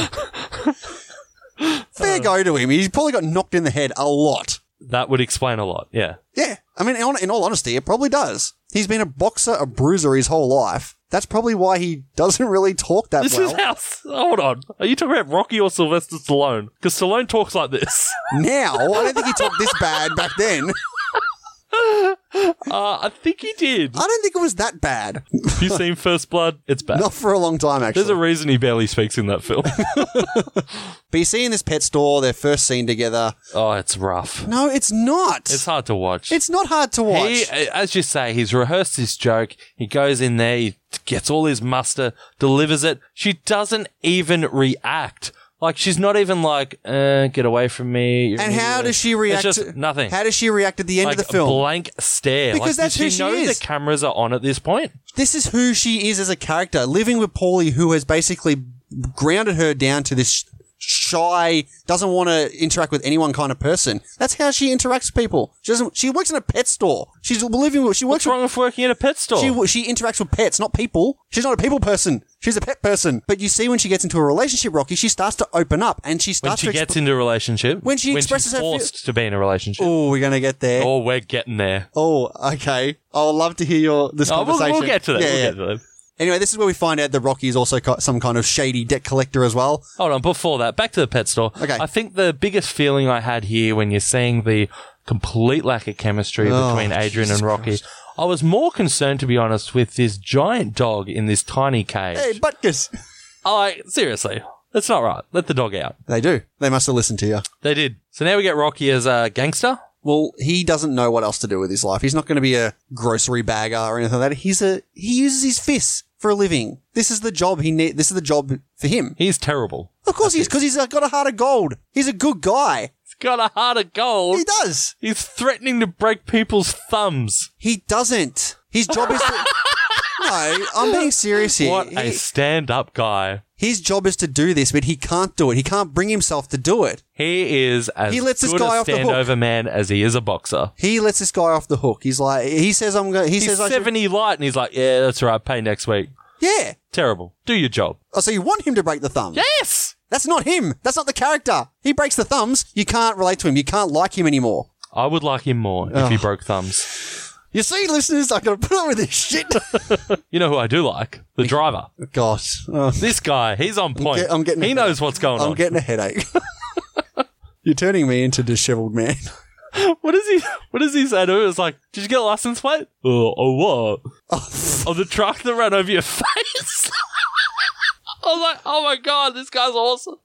Speaker 1: Fair go to him. He's probably got knocked in the head a lot.
Speaker 2: that would explain a lot. Yeah.
Speaker 1: Yeah. I mean, in in all honesty, it probably does. He's been a boxer, a bruiser his whole life. That's probably why he doesn't really talk that
Speaker 2: This
Speaker 1: well.
Speaker 2: is how. Hold on. Are you talking about Rocky or Sylvester Stallone? Because Stallone talks like this.
Speaker 1: now, I don't think he talked this bad back then.
Speaker 2: Uh, I think he did.
Speaker 1: I don't think it was that bad.
Speaker 2: Have you seen First Blood? It's bad.
Speaker 1: Not for a long time, actually.
Speaker 2: There's a reason he barely speaks in that film.
Speaker 1: but you see in this pet store, their first scene together.
Speaker 2: oh, it's rough.
Speaker 1: No, it's not.
Speaker 2: It's hard to watch.
Speaker 1: It's not hard to watch.
Speaker 2: He, uh, as you say, he's rehearsed his joke. He goes in there, he t- gets all his muster, delivers it. She doesn't even react. Like she's not even like, uh, get away from me. you're an
Speaker 1: and how
Speaker 2: idiot."
Speaker 1: does she react?
Speaker 2: It's
Speaker 1: to-
Speaker 2: just nothing.
Speaker 1: How does she react at the end
Speaker 2: like
Speaker 1: of the film?
Speaker 2: a blank stare.
Speaker 1: Because
Speaker 2: like,
Speaker 1: that's
Speaker 2: does
Speaker 1: who
Speaker 2: she
Speaker 1: she
Speaker 2: know
Speaker 1: is.
Speaker 2: The cameras are on at this point.
Speaker 1: this is who she is as a character, living with Paulie, who has basically grounded her down to this sh- shy, doesn't want to interact with anyone kind of person. That's how she interacts with people. She doesn't. She works in a pet store. She's living with. She
Speaker 2: What's
Speaker 1: works.
Speaker 2: wrong with working at a pet store?
Speaker 1: With, she she interacts with pets, not people. She's not a people person. She's a pet person. But you see, when she gets into a relationship, Rocky, she starts to open up and she
Speaker 2: when
Speaker 1: starts
Speaker 2: she
Speaker 1: to. exp-
Speaker 2: gets into a relationship,
Speaker 1: When she
Speaker 2: she's
Speaker 1: expresses her feel-
Speaker 2: forced to be in a relationship.
Speaker 1: oh, we're gonna get there.
Speaker 2: Oh, we're getting there.
Speaker 1: Oh, okay. I'll love to hear your this
Speaker 2: Oh, we'll,
Speaker 1: conversation.
Speaker 2: we'll get to that.
Speaker 1: Yeah,
Speaker 2: we'll
Speaker 1: yeah.
Speaker 2: get to that.
Speaker 1: Anyway, this is where we find out that Rocky is also co- some kind of shady debt collector as well.
Speaker 2: Hold on, before that, back to the pet store.
Speaker 1: Okay.
Speaker 2: I think the biggest feeling I had here when you're seeing the complete lack of chemistry
Speaker 1: Oh,
Speaker 2: between Adrian and Rocky, I was more concerned, to be honest, with this giant dog in this tiny cage.
Speaker 1: Hey, Butkus.
Speaker 2: I like, seriously, that's not right. Let the dog out.
Speaker 1: They do. They must have listened to you.
Speaker 2: They did. So now we get Rocky as a gangster.
Speaker 1: Well, he doesn't know what else to do with his life. He's not going to be a grocery bagger or anything like that. He's a he uses his fists for a living. This is the job he need. This is the job for him.
Speaker 2: He's terrible.
Speaker 1: Of course, he's because he's uh, got a heart of gold. He's a good guy.
Speaker 2: He's got a heart of gold.
Speaker 1: He does.
Speaker 2: He's threatening to break people's thumbs.
Speaker 1: He doesn't. His job is. to... No, I'm being serious here.
Speaker 2: What a
Speaker 1: He-
Speaker 2: stand up guy.
Speaker 1: his job is to do this, but he can't do it. He can't bring himself to do it.
Speaker 2: He is as
Speaker 1: He lets this
Speaker 2: good
Speaker 1: guy
Speaker 2: a
Speaker 1: off the hook.
Speaker 2: standover man as he is a boxer.
Speaker 1: He lets this guy off the hook. He's like, he says, "I'm going." He
Speaker 2: He's
Speaker 1: says, "I should-"
Speaker 2: 70 light, and he's like, yeah, that's right, pay next week.
Speaker 1: "Yeah."
Speaker 2: Terrible. Do your job.
Speaker 1: Oh, so you want him to break the thumb?
Speaker 2: Yes!
Speaker 1: That's not him. That's not the character. He breaks the thumbs. You can't relate to him. You can't like him anymore.
Speaker 2: I would like him more if he broke thumbs.
Speaker 1: You see, listeners, I gotta put up with this shit.
Speaker 2: You know who I do like? The driver.
Speaker 1: Gosh, uh,
Speaker 2: This guy, he's on point.
Speaker 1: get- I'm getting-
Speaker 2: he knows what's going
Speaker 1: I'm
Speaker 2: on.
Speaker 1: getting a headache. You're turning me into disheveled man.
Speaker 2: what is he what does he say to him? It's like, did you get a license plate? Oh, oh what? oh, the truck that ran over your face. I was like, oh my god, this guy's awesome.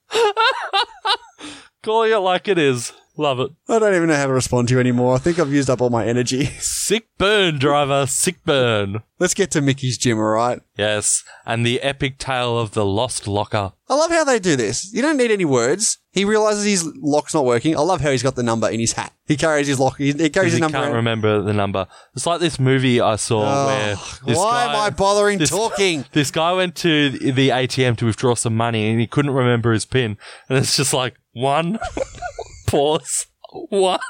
Speaker 2: Call you like it is. Love it.
Speaker 1: I don't even know how to respond to you anymore. I think I've used up all my energy.
Speaker 2: Sick burn, driver. Sick burn.
Speaker 1: Let's get to Mickey's gym, all right?
Speaker 2: Yes, and the epic tale of the lost locker.
Speaker 1: I love how they do this. You don't need any words. He realizes his lock's not working. I love how he's got the number in his hat. He carries his lock. He, he carries
Speaker 2: Because
Speaker 1: his
Speaker 2: I
Speaker 1: number. eh?
Speaker 2: can't
Speaker 1: around.
Speaker 2: remember the number. It's like this movie I saw where this
Speaker 1: why
Speaker 2: guy,
Speaker 1: am I bothering
Speaker 2: this-
Speaker 1: talking?
Speaker 2: This guy went to the ATM to withdraw some money and he couldn't remember his pin, and it's just like one pause, one.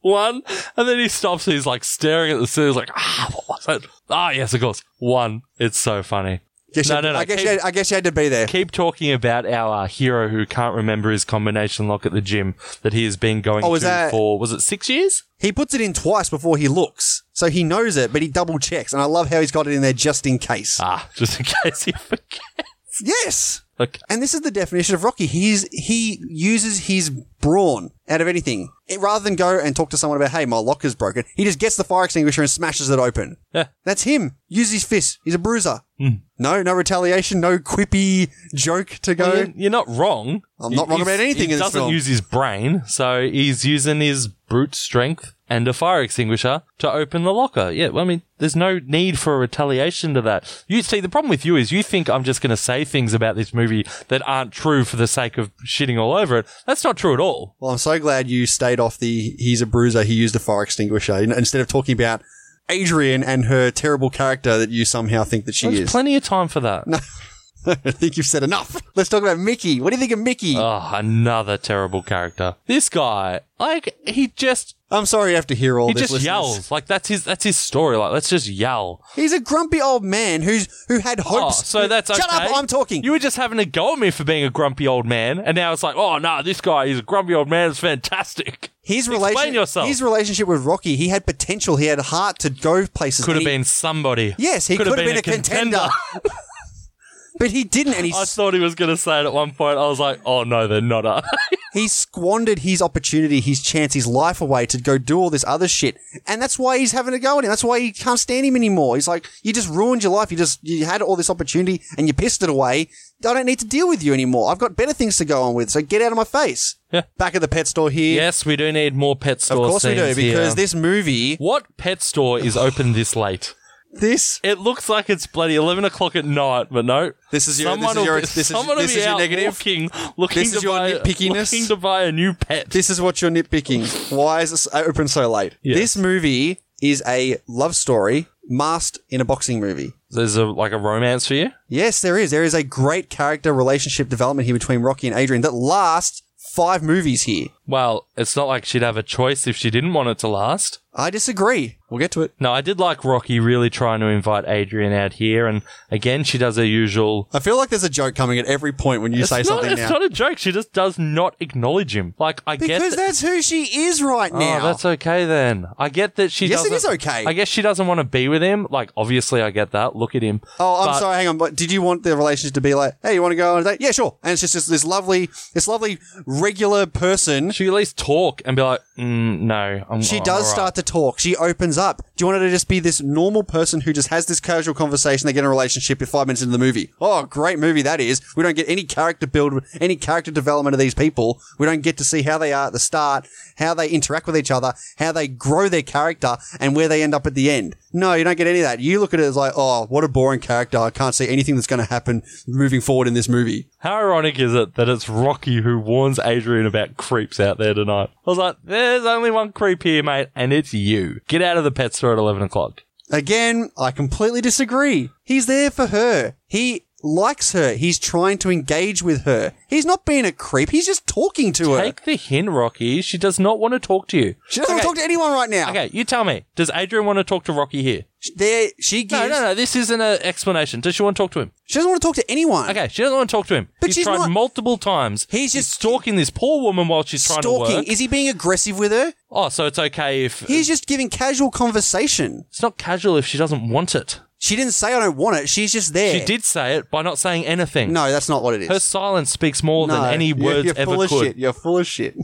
Speaker 2: One, and then he stops. And he's like staring at the scene. He's like, "Ah, what was it? Ah, yes, of course. One. It's so funny.
Speaker 1: Guess you-
Speaker 2: No, no, no,
Speaker 1: I guess,
Speaker 2: keep-
Speaker 1: you had, I guess you had to be there.
Speaker 2: keep talking about our uh, hero who can't remember his combination lock at the gym that he has been going
Speaker 1: Oh, was
Speaker 2: to
Speaker 1: that-
Speaker 2: for was it six years?
Speaker 1: He puts it in twice before he looks, so he knows it, but he double checks. And I love how he's got it in there just in case.
Speaker 2: Ah, just in case you forget.
Speaker 1: yes.
Speaker 2: Like,
Speaker 1: And this is the definition of Rocky. He's he uses his brawn out of anything. It- rather than go and talk to someone about, hey, my locker's broken, he just gets the fire extinguisher and smashes it open.
Speaker 2: Yeah. Hmm.
Speaker 1: That's him. Use his fist. He's a bruiser. No, no retaliation, no quippy joke to go.
Speaker 2: well, you're, you're not wrong.
Speaker 1: I'm not wrong
Speaker 2: He's-
Speaker 1: about anything
Speaker 2: He
Speaker 1: in this
Speaker 2: doesn't
Speaker 1: film.
Speaker 2: use his brain, so he's using his brute strength and a fire extinguisher to open the locker. Yeah, well, I mean, there's no need for a retaliation to that. You see, the problem with you is you think I'm just going to say things about this movie that aren't true for the sake of shitting all over it. That's not true at all.
Speaker 1: Well, I'm so glad you stayed off the he's a bruiser, he used a fire extinguisher, you know, instead of talking about Adrian and her terrible character that you somehow think that she
Speaker 2: There's
Speaker 1: is.
Speaker 2: plenty of time for that.
Speaker 1: I think you've said enough. Let's talk about Mickey. What do you think of Mickey?
Speaker 2: Oh, another terrible character. This guy, like, he just
Speaker 1: I'm sorry you have to hear all
Speaker 2: he
Speaker 1: this.
Speaker 2: just
Speaker 1: listeners.
Speaker 2: yells. Like that's his that's his story. Like let's just yell.
Speaker 1: He's a grumpy old man who's who had
Speaker 2: Oh,
Speaker 1: hopes.
Speaker 2: so that's
Speaker 1: Shut
Speaker 2: okay.
Speaker 1: up, I'm talking.
Speaker 2: You were just having a go at me for being a grumpy old man, and now it's like, oh no, this guy he's a grumpy old man. It's fantastic.
Speaker 1: His
Speaker 2: Explain
Speaker 1: relation-
Speaker 2: yourself.
Speaker 1: His relationship with Rocky, he had potential. He had heart to go places.
Speaker 2: Could have
Speaker 1: and he-
Speaker 2: been somebody.
Speaker 1: Yes, he could have been, a contender. but he didn't, and he,
Speaker 2: I thought he was going to say it at one point. I was like, oh no, they're not. Are.
Speaker 1: he squandered his opportunity, his chance, his life away to go do all this other shit. And that's why he's having a go at him. That's why he can't stand him anymore. He's like, you just ruined your life. You just, you had all this opportunity and you pissed it away. I don't need to deal with you anymore. I've got better things to go on with. So get out of my face.
Speaker 2: Yeah.
Speaker 1: Back at the pet store here.
Speaker 2: yes, we do need more pet
Speaker 1: Of
Speaker 2: store
Speaker 1: course we do,
Speaker 2: scenes here.
Speaker 1: because this movie,
Speaker 2: What pet store is open this late?
Speaker 1: this,
Speaker 2: It looks like it's bloody eleven o'clock at night, but no.
Speaker 1: This is your- this
Speaker 2: someone
Speaker 1: is
Speaker 2: will
Speaker 1: your-
Speaker 2: be-
Speaker 1: this is-
Speaker 2: someone will
Speaker 1: this
Speaker 2: be
Speaker 1: is your
Speaker 2: out
Speaker 1: negative?
Speaker 2: Walking, looking
Speaker 1: This
Speaker 2: to
Speaker 1: is your
Speaker 2: buy,
Speaker 1: nitpickiness?
Speaker 2: Looking to buy a new pet.
Speaker 1: this is what you're nitpicking. Why is it open so late?
Speaker 2: Yes.
Speaker 1: This movie is a love story masked in a boxing movie.
Speaker 2: There's a like a romance for you.
Speaker 1: Yes, there is. There is a great character relationship development here between Rocky and Adrian that lasts five movies here.
Speaker 2: Well, it's not like she'd have a choice if she didn't want it to last.
Speaker 1: I disagree. We'll get to it.
Speaker 2: No, I did like Rocky really trying to invite Adrian out here, and again, she does her usual.
Speaker 1: I feel like there's a joke coming at every point when you say
Speaker 2: it's not,
Speaker 1: something
Speaker 2: it's
Speaker 1: now.
Speaker 2: not a joke. She just does not acknowledge him. Like I get
Speaker 1: because
Speaker 2: that-
Speaker 1: that's who she is right now.
Speaker 2: Oh, that's okay then. I get that she.
Speaker 1: Yes, it
Speaker 2: doesn't,
Speaker 1: is okay.
Speaker 2: I guess she doesn't want to be with him. Like, obviously, I get that. Look at him.
Speaker 1: Oh, I'm
Speaker 2: But-
Speaker 1: sorry. Hang on. But did you want the relationship to be like, hey, you want to go on a date? Yeah, sure. And it's just this, this lovely, this lovely regular person.
Speaker 2: She at least talk and be like, mm, no. I'm,
Speaker 1: She
Speaker 2: I'm
Speaker 1: does
Speaker 2: all right."
Speaker 1: start to talk. She opens up. Do you want her to just be this normal person who just has this casual conversation? They get in a relationship at five minutes into the movie. Oh, great movie that is. We don't get any character build, any character development of these people. We don't get to see how they are at the start, how they interact with each other, how they grow their character, and where they end up at the end. No, you don't get any of that. You look at it as like, oh, what a boring character. I can't see anything that's going to happen moving forward in this movie.
Speaker 2: How ironic is it that it's Rocky who warns Adrian about creeps out there tonight? I was like, there's only one creep here, mate, and it's you. Get out of the pet store at 11 o'clock.
Speaker 1: Again, I completely disagree. He's there for her. He likes her. He's trying to engage with her. He's not being a creep. He's just talking to her.
Speaker 2: Take the hint, Rocky. She does not want to talk to you.
Speaker 1: She doesn't want to talk to anyone right now.
Speaker 2: Okay, you tell me. Does Adrian want to talk to Rocky here?
Speaker 1: There, she gives.
Speaker 2: No, no, no. This isn't an explanation. Does she want to talk to him?
Speaker 1: She doesn't want to talk to anyone.
Speaker 2: Okay, she doesn't want to talk to him.
Speaker 1: But
Speaker 2: he's
Speaker 1: she's
Speaker 2: tried
Speaker 1: not-
Speaker 2: multiple times.
Speaker 1: He's just-
Speaker 2: stalking this poor woman while she's trying to
Speaker 1: Stalking.
Speaker 2: work.
Speaker 1: Is he being aggressive with her?
Speaker 2: oh, so it's okay if
Speaker 1: He's just giving casual conversation.
Speaker 2: it's not casual if she doesn't want it.
Speaker 1: She didn't say I don't want it. She's just there.
Speaker 2: She did say it by not saying anything.
Speaker 1: No, that's not what it is.
Speaker 2: Her silence speaks more
Speaker 1: no,
Speaker 2: than any
Speaker 1: You're-
Speaker 2: words
Speaker 1: you're
Speaker 2: ever
Speaker 1: full
Speaker 2: could.
Speaker 1: Of shit. You're full of shit.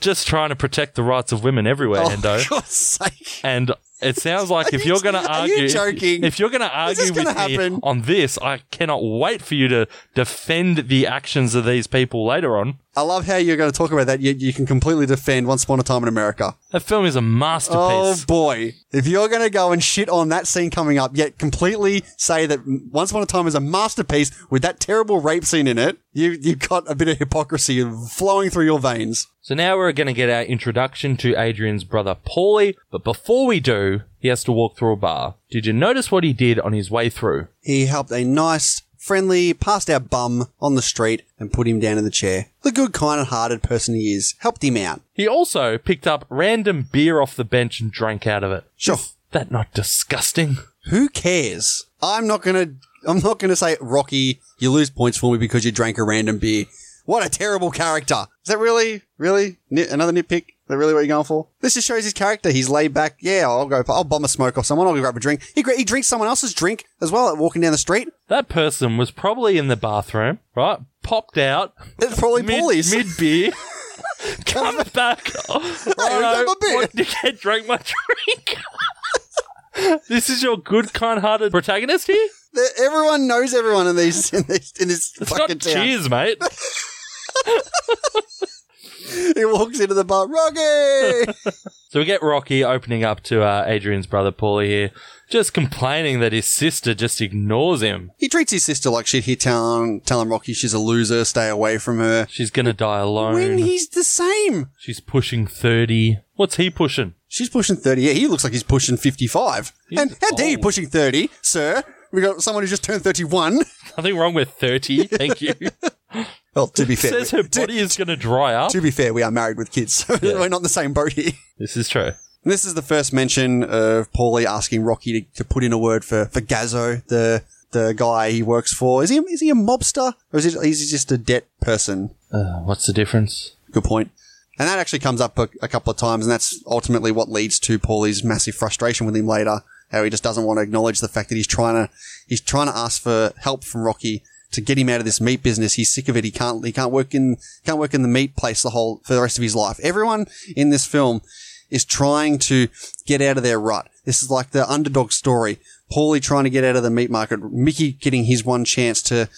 Speaker 2: Just trying to protect the rights of women everywhere,
Speaker 1: Oh,
Speaker 2: Hendo.
Speaker 1: for God's sake.
Speaker 2: And it sounds like
Speaker 1: Are
Speaker 2: if
Speaker 1: you-
Speaker 2: you're going to
Speaker 1: are you
Speaker 2: argue, if-
Speaker 1: joking?
Speaker 2: If, you're going to
Speaker 1: Is this
Speaker 2: argue with
Speaker 1: gonna
Speaker 2: me
Speaker 1: happen?
Speaker 2: on this, I cannot wait for you to defend the actions of these people later on.
Speaker 1: I love how you're going to talk about that. You, you can completely defend Once Upon a Time in America.
Speaker 2: That film is a masterpiece.
Speaker 1: Oh boy! If you're going to go and shit on that scene coming up, yet completely say that Once Upon a Time is a masterpiece with that terrible rape scene in it, you you got a bit of hypocrisy flowing through your veins.
Speaker 2: So now we're going to get our introduction to Adrian's brother Paulie, but before we do, he has to walk through a bar. Did you notice what he did on his way through?
Speaker 1: He helped a nice, friendly, passed out bum on the street and put him down in the chair. The good, kind-hearted person he is helped him out.
Speaker 2: He also picked up random beer off the bench and drank out of it.
Speaker 1: Sure.
Speaker 2: That not disgusting?
Speaker 1: Who cares? I'm not gonna. I'm not gonna say Rocky. You lose points for me because you drank a random beer. What a terrible character! Is that really, really nit, another nitpick? Is that really what you're going for? This just shows his character. He's laid back. Yeah, I'll go. I'll bomb a smoke off someone. I'll go grab a drink. He, gra- he drinks someone else's drink as well. Like walking down the street.
Speaker 2: That person was probably in the bathroom, right? Popped out,
Speaker 1: It's probably
Speaker 2: mid,
Speaker 1: Paulie's.
Speaker 2: mid beer, comes back. Oh,
Speaker 1: grab a beer.
Speaker 2: what- You can't drink my drink. this is your good, kind-hearted protagonist here.
Speaker 1: The- everyone knows everyone in these in this, in this
Speaker 2: It's
Speaker 1: fucking
Speaker 2: not
Speaker 1: town.
Speaker 2: cheers, mate.
Speaker 1: He walks into the bar. Rocky.
Speaker 2: So we get Rocky opening up to uh, Adrian's brother Paulie here, just complaining that his sister just ignores him.
Speaker 1: he treats his sister like shit. He telling telling Rocky she's a loser. Stay away from her.
Speaker 2: She's gonna die alone.
Speaker 1: When he's the same.
Speaker 2: She's pushing thirty. What's he pushing?
Speaker 1: She's pushing 30. Yeah, he looks like he's pushing 55. and how dare you
Speaker 2: old.
Speaker 1: pushing 30, sir? We got someone who just turned 31.
Speaker 2: Nothing wrong with thirty. Thank you.
Speaker 1: Well, to be fair,
Speaker 2: Says her
Speaker 1: we- to,
Speaker 2: body is gonna dry up.
Speaker 1: to be fair, we are married with kids, so we're not in the same boat here.
Speaker 2: This is true.
Speaker 1: And this is the first mention of Paulie asking Rocky to, to put in a word for, for Gazzo, the the guy he works for. Is he is he a mobster or is he, is he just a debt person?
Speaker 2: Uh, what's the difference?
Speaker 1: Good point. And that actually comes up a, a couple of times, and that's ultimately what leads to Paulie's massive frustration with him later. How he just doesn't want to acknowledge the fact that he's trying to he's trying to ask for help from Rocky to get him out of this meat business. He's sick of it. He can't he can't work in can't work in the meat place the whole for the rest of his life. Everyone in this film is trying to get out of their rut. This is like the underdog story. Paulie trying to get out of the meat market. Mickey getting his one chance to,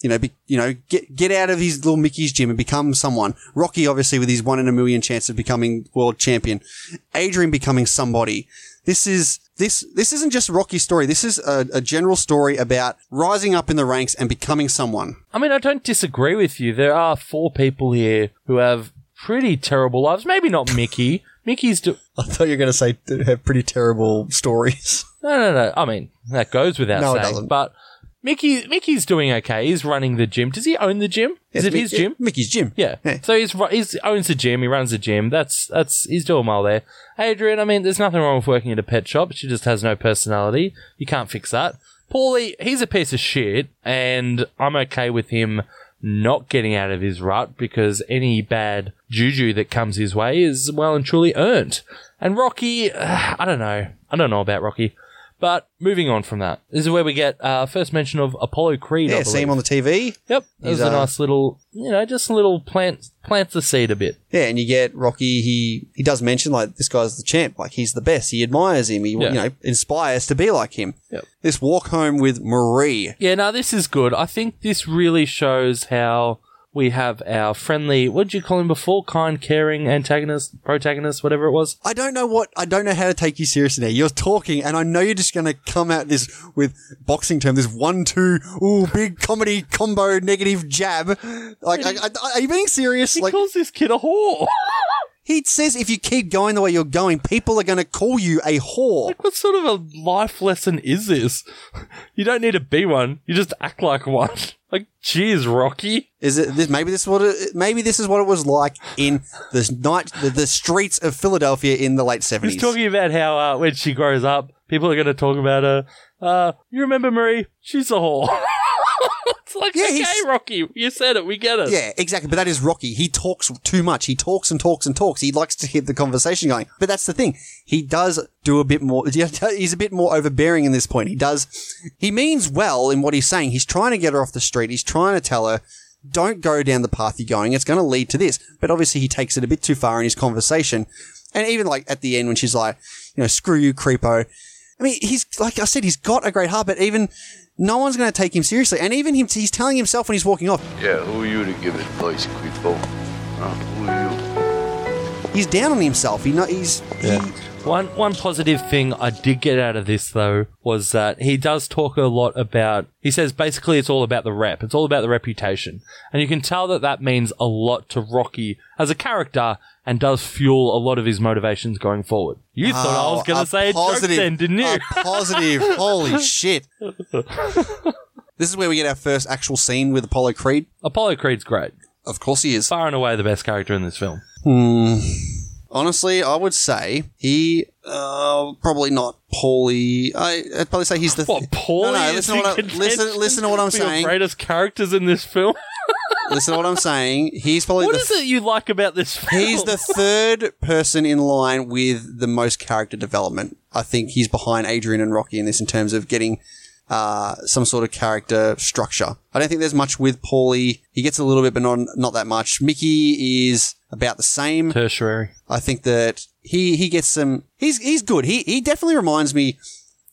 Speaker 1: you know, be, you know, get get out of his little Mickey's gym and become someone. Rocky obviously with his one in a million chance of becoming world champion. Adrian becoming somebody. This is this this isn't just Rocky's story. This is a, a general story about rising up in the ranks and becoming someone.
Speaker 2: I mean, I don't disagree with you. There are four people here who have pretty terrible lives. Maybe not Mickey. Mickey's do-
Speaker 1: I thought you were going to say have pretty terrible stories.
Speaker 2: no, no, no. I mean, that goes without
Speaker 1: No, it
Speaker 2: saying.
Speaker 1: doesn't.
Speaker 2: But Mickey, Mickey's doing okay. He's running the gym. Does he own the gym? Is it his gym?
Speaker 1: Mickey's gym.
Speaker 2: Yeah. So he's ru- he's owns a gym. He runs a gym. That's that's he's doing well there. Adrian, I mean, there's nothing wrong with working at a pet shop. She just has no personality. You can't fix that. Paulie, he's a piece of shit, and I'm okay with him not getting out of his rut because any bad juju that comes his way is well and truly earned. And Rocky, uh, I don't know. I don't know about Rocky. But moving on from that, this is where we get uh, first mention of Apollo Creed. I
Speaker 1: Yeah,
Speaker 2: believe.
Speaker 1: see him on the TV.
Speaker 2: Yep, it was
Speaker 1: He's,
Speaker 2: a
Speaker 1: uh,
Speaker 2: nice little, you know, just a little plant plants the seed a bit.
Speaker 1: Yeah, and you get Rocky. He he does mention like this guy's the champ. Like he's the best. He admires him. He
Speaker 2: Yeah.
Speaker 1: you know inspires to be like him.
Speaker 2: Yep.
Speaker 1: This walk home with Marie.
Speaker 2: Yeah, no, this is good. I think this really shows how we have our friendly, what did you call him before? Kind, caring antagonist, protagonist, whatever it was.
Speaker 1: I don't know what I don't know how to take you seriously now. You're talking, and I know you're just going to come at this with boxing term. This one two ooh big comedy combo negative jab. Like, I, I, I- are you being serious?
Speaker 2: He
Speaker 1: Like
Speaker 2: calls this kid a whore.
Speaker 1: he says, if you keep going the way you're going, people are going to call you a whore.
Speaker 2: like, what sort of a life lesson is this? You don't need to be one. You just act like one. Like, cheers, Rocky.
Speaker 1: Is it this? Maybe this is what it, maybe this is what it was like in the night the, the streets of Philadelphia in the late
Speaker 2: He's
Speaker 1: seventies.
Speaker 2: talking about how uh, when she grows up, people are going to talk about her. Uh, you remember Marie? She's a whore. it's like,
Speaker 1: Yeah,
Speaker 2: okay,
Speaker 1: he's-
Speaker 2: Rocky, you said it. We get it.
Speaker 1: Yeah, exactly. But that is Rocky. He talks too much. He talks and talks and talks. He likes to keep the conversation going. But that's the thing. He does do a bit more. He's a bit more overbearing in this point. He does. He means well in what he's saying. He's trying to get her off the street. He's trying to tell her, don't go down the path you're going. It's going to lead to this. But obviously, he takes it a bit too far in his conversation. And even like at the end when she's like, you know, screw you, creepo. I mean, he's like I said, he's got a great heart, but even no one's going to take him seriously. And even him, he's telling himself when he's walking off,
Speaker 6: Yeah, who are you to give advice, creepo?
Speaker 7: Uh,
Speaker 6: Huh? Who are you?
Speaker 1: he's down on himself. He not he's he,
Speaker 2: One one positive thing I did get out of this though was that he does talk a lot about. He says basically it's all about the rep. It's all about the reputation, and you can tell that that means a lot to Rocky as a character and does fuel a lot of his motivations going forward. You thought I was going
Speaker 1: Oh, a
Speaker 2: to say a joke then, didn't you?
Speaker 1: a positive. Holy shit! This is where we get our first actual scene with Apollo Creed.
Speaker 2: Apollo Creed's great,
Speaker 1: Of course, he is.
Speaker 2: far and away the best character in this film.
Speaker 1: Honestly, I would say he uh, probably not Paulie. I, I'd probably say he's the
Speaker 2: What
Speaker 1: No,
Speaker 2: Paul
Speaker 1: no,
Speaker 2: is
Speaker 1: listen to
Speaker 2: in
Speaker 1: what I,
Speaker 2: contention
Speaker 1: listen, listen to what I'm
Speaker 2: for your
Speaker 1: saying.
Speaker 2: Greatest characters in this film.
Speaker 1: Listen to what I'm saying. He's probably
Speaker 2: What
Speaker 1: the
Speaker 2: is it you like about this film?
Speaker 1: He's the third person in line with the most character development. I think he's behind Adrian and Rocky in this in terms of getting uh, some sort of character structure. I don't think there's much with Paulie. He gets a little bit, but not not that much. Mickey is about the same.
Speaker 2: tertiary.
Speaker 1: I think that he he gets some. He's he's good. He he definitely reminds me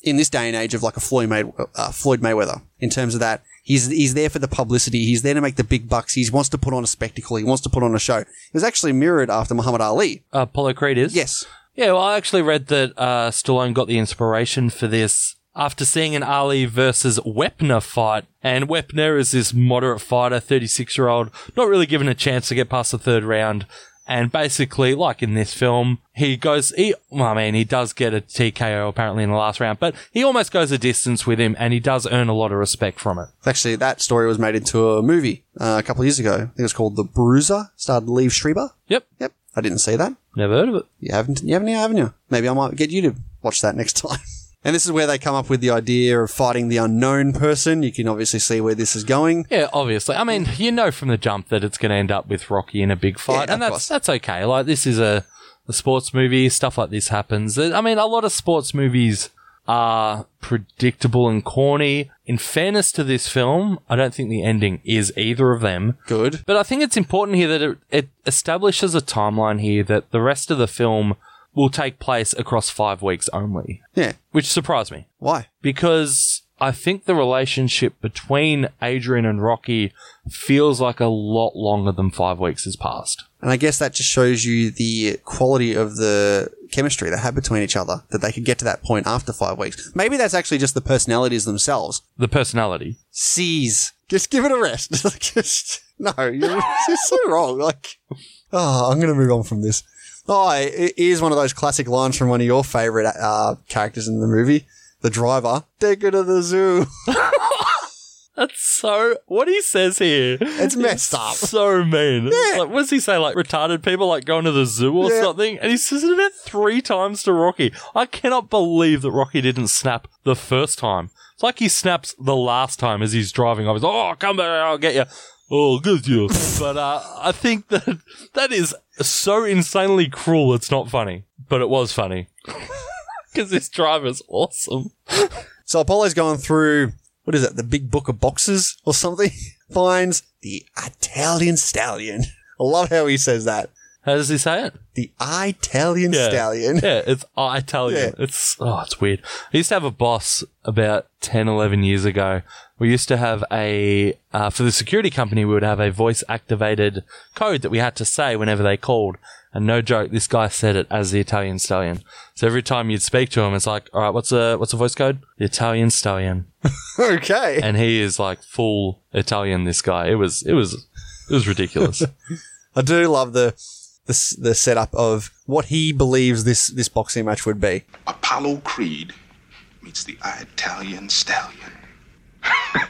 Speaker 1: in this day and age of like a Floyd May, uh, Floyd Mayweather in terms of that. He's he's there for the publicity. He's there to make the big bucks. He wants to put on a spectacle. He wants to put on a show. It was actually mirrored after Muhammad Ali.
Speaker 2: Apollo Uh, Creed is.
Speaker 1: Yes.
Speaker 2: Yeah, well, I actually read that uh, Stallone got the inspiration for this after seeing an Ali versus Wepner fight. And Wepner is this moderate fighter, 36 year old, not really given a chance to get past the third round. And basically, like in this film, he goes, he, well, I mean, he does get a TKO apparently in the last round, but he almost goes a distance with him and he does earn a lot of respect from it.
Speaker 1: Actually, that story was made into a movie uh, a couple of years ago. I think it was called The Bruiser. Starred Liev Schreiber.
Speaker 2: Yep.
Speaker 1: Yep. I didn't see that.
Speaker 2: Never heard of it.
Speaker 1: You haven't, you haven't, you haven't you? Maybe I might get you to watch that next time. And this is where they come up with the idea of fighting the unknown person. You can obviously see where this is going.
Speaker 2: Yeah, obviously. I mean, you know from the jump that it's going to end up with Rocky in a big fight,
Speaker 1: Yeah, of
Speaker 2: and that's
Speaker 1: course.
Speaker 2: that's okay. Like this is a, a sports movie. Stuff like this happens. I mean, a lot of sports movies are predictable and corny. In fairness to this film, I don't think the ending is either of them.
Speaker 1: Good.
Speaker 2: But I think it's important here that it, it establishes a timeline here that the rest of the film will take place across five weeks only,
Speaker 1: Yeah.
Speaker 2: which surprised me
Speaker 1: Why?
Speaker 2: because I think the relationship between Adrian and Rocky feels like a lot longer than five weeks has passed.
Speaker 1: And I guess that just shows you the quality of the chemistry they had between each other, that they could get to that point after five weeks. Maybe that's actually just the personalities themselves.
Speaker 2: The personality.
Speaker 1: Seize. Just give it a rest. just, no, you're, you're so wrong. Like, oh, I'm going to move on from this. Oh, it is one of those classic lines from one of your favorite uh, characters in the movie, the driver. Take her to the zoo.
Speaker 2: That's so. What he says here.
Speaker 1: It's messed up.
Speaker 2: So mean.
Speaker 1: Yeah.
Speaker 2: Like, what does he say? Like retarded people like going to the zoo or
Speaker 1: Yeah.
Speaker 2: something? And he says it about three times to Rocky. I cannot believe that Rocky didn't snap the first time. It's like he snaps the last time as he's driving off. He's oh, come back, I'll get you. Oh, good you. but uh, I think that that is so insanely cruel. It's not funny, but it was funny because this driver's awesome.
Speaker 1: So Apollo's going through what is it, the big book of boxes or something? Finds the Italian stallion. I love how he says that.
Speaker 2: How does he say it?
Speaker 1: The Italian stallion.
Speaker 2: Yeah, it's I Italian. It's oh, it's weird. I used to have a boss about 10, 11 years ago. We used to have a uh, for the security company. We would have a voice activated code that we had to say whenever they called. And no joke, this guy said it as the Italian stallion. So every time you'd speak to him, it's like, all right, what's a what's a voice code? The Italian stallion.
Speaker 1: Okay.
Speaker 2: And he is like full Italian. This guy. It was it was it was ridiculous.
Speaker 1: I do love the, the s- the setup of what he believes this this boxing match would be.
Speaker 8: Apollo Creed meets the Italian stallion.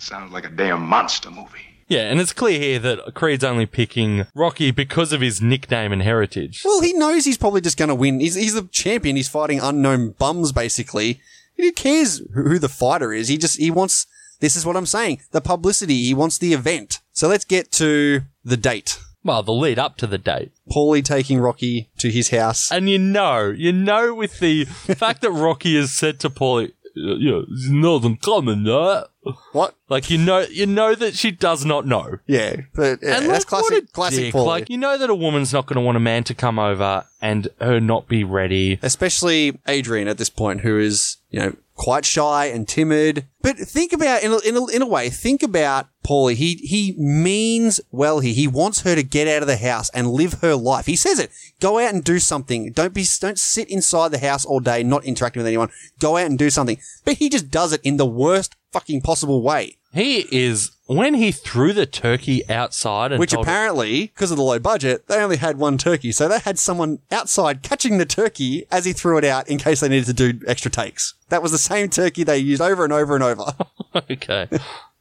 Speaker 8: Sounds like a damn monster movie.
Speaker 2: Yeah, and it's clear here that Creed's only picking Rocky because of his nickname and heritage.
Speaker 1: Well, he knows he's probably just going to win. He's, he's the champion. He's fighting unknown bums, basically. Who cares who who the fighter is? He just, he wants, this is what I'm saying, the publicity. He wants the event. So let's get to the date.
Speaker 2: Well, the lead up to the date.
Speaker 1: Paulie taking Rocky to his house.
Speaker 2: And you know, you know, with the fact that Rocky has said to Paulie, you know, it's not uncommon, right?
Speaker 1: What?
Speaker 2: Like, you know, you know that she does not know.
Speaker 1: Yeah, but yeah,
Speaker 2: And
Speaker 1: that's
Speaker 2: look, what
Speaker 1: classic,
Speaker 2: a
Speaker 1: classic
Speaker 2: dick.
Speaker 1: Paulie.
Speaker 2: Like, you know that a woman's not going to want a man to come over and her not be ready.
Speaker 1: Especially Adrian at this point, who is you know quite shy and timid. But think about in a, in a, in a way, think about Paulie. He he means well here. He wants her to get out of the house and live her life. He says it. Go out and do something. Don't be don't sit inside the house all day not interacting with anyone. Go out and do something. But he just does it in the worst fucking possible way.
Speaker 2: He is when he threw the turkey outside and
Speaker 1: Which
Speaker 2: told
Speaker 1: apparently, because of the low budget, they only had one turkey. So they had someone outside catching the turkey as he threw it out in case they needed to do extra takes. That was the same turkey they used over and over and over.
Speaker 2: okay,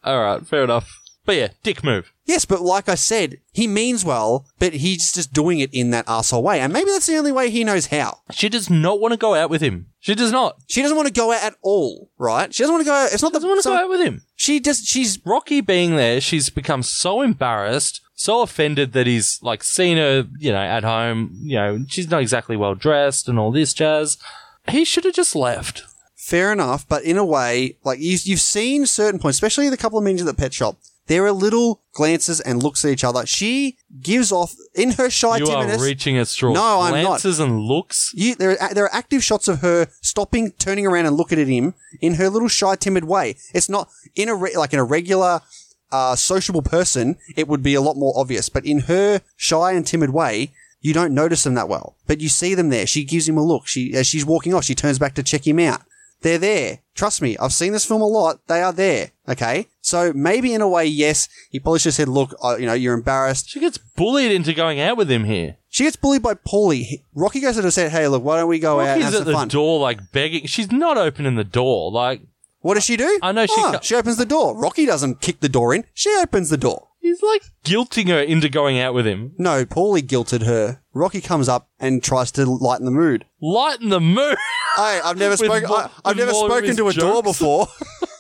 Speaker 2: all right, fair enough. But yeah, dick move.
Speaker 1: yes, but like I said, he means well, but he's just doing it in that arsehole way. And maybe that's the only way he knows how.
Speaker 2: She does not want to go out with him. She does not.
Speaker 1: She doesn't want to go out at all, right? She doesn't want to go out. It's not the.
Speaker 2: Doesn't want to go
Speaker 1: so-
Speaker 2: out with him.
Speaker 1: She just, she's.
Speaker 2: Rocky being there, she's become so embarrassed, so offended that he's like seen her, you know, at home. You know, she's not exactly well dressed and all this jazz. He should have just left.
Speaker 1: Fair enough, but in a way, like you, you've seen certain points, especially the couple of meetings at the pet shop. There are little glances and looks at each other. She gives off in her shy
Speaker 2: you are
Speaker 1: timidness.
Speaker 2: reaching at straws.
Speaker 1: No, I'm not.
Speaker 2: Glances and looks.
Speaker 1: you, there, are, there are active shots of her stopping, turning around, and looking at him in her little shy, timid way. It's not in a re- like in a regular, uh, sociable person. It would be a lot more obvious, but in her shy and timid way, you don't notice them that well. But you see them there. She gives him a look. She as she's walking off, she turns back to check him out. They're there. Trust me, I've seen this film a lot. They are there. Okay, so maybe in a way, yes, he probably should have said, "Look, uh, you know, you're embarrassed."
Speaker 2: She gets bullied into going out with him here.
Speaker 1: She gets bullied by Paulie. He- Rocky goes to her and said, "Hey, look, why don't we go out and
Speaker 2: Rocky's
Speaker 1: have
Speaker 2: at
Speaker 1: some
Speaker 2: the
Speaker 1: fun?"
Speaker 2: door, like begging. She's not opening the door. Like
Speaker 1: What does she do?
Speaker 2: I know she
Speaker 1: Oh,
Speaker 2: co-
Speaker 1: she opens the door. Rocky doesn't kick the door in. She opens the door.
Speaker 2: he's like guilting her into going out with him.
Speaker 1: No, Paulie guilted her. Rocky comes up and tries to lighten the mood.
Speaker 2: Lighten the mood.
Speaker 1: Hey, I've never
Speaker 2: With
Speaker 1: spoken.
Speaker 2: more-
Speaker 1: I, I've
Speaker 2: with
Speaker 1: never
Speaker 2: more of
Speaker 1: spoken
Speaker 2: his
Speaker 1: to a door
Speaker 2: jokes.
Speaker 1: before.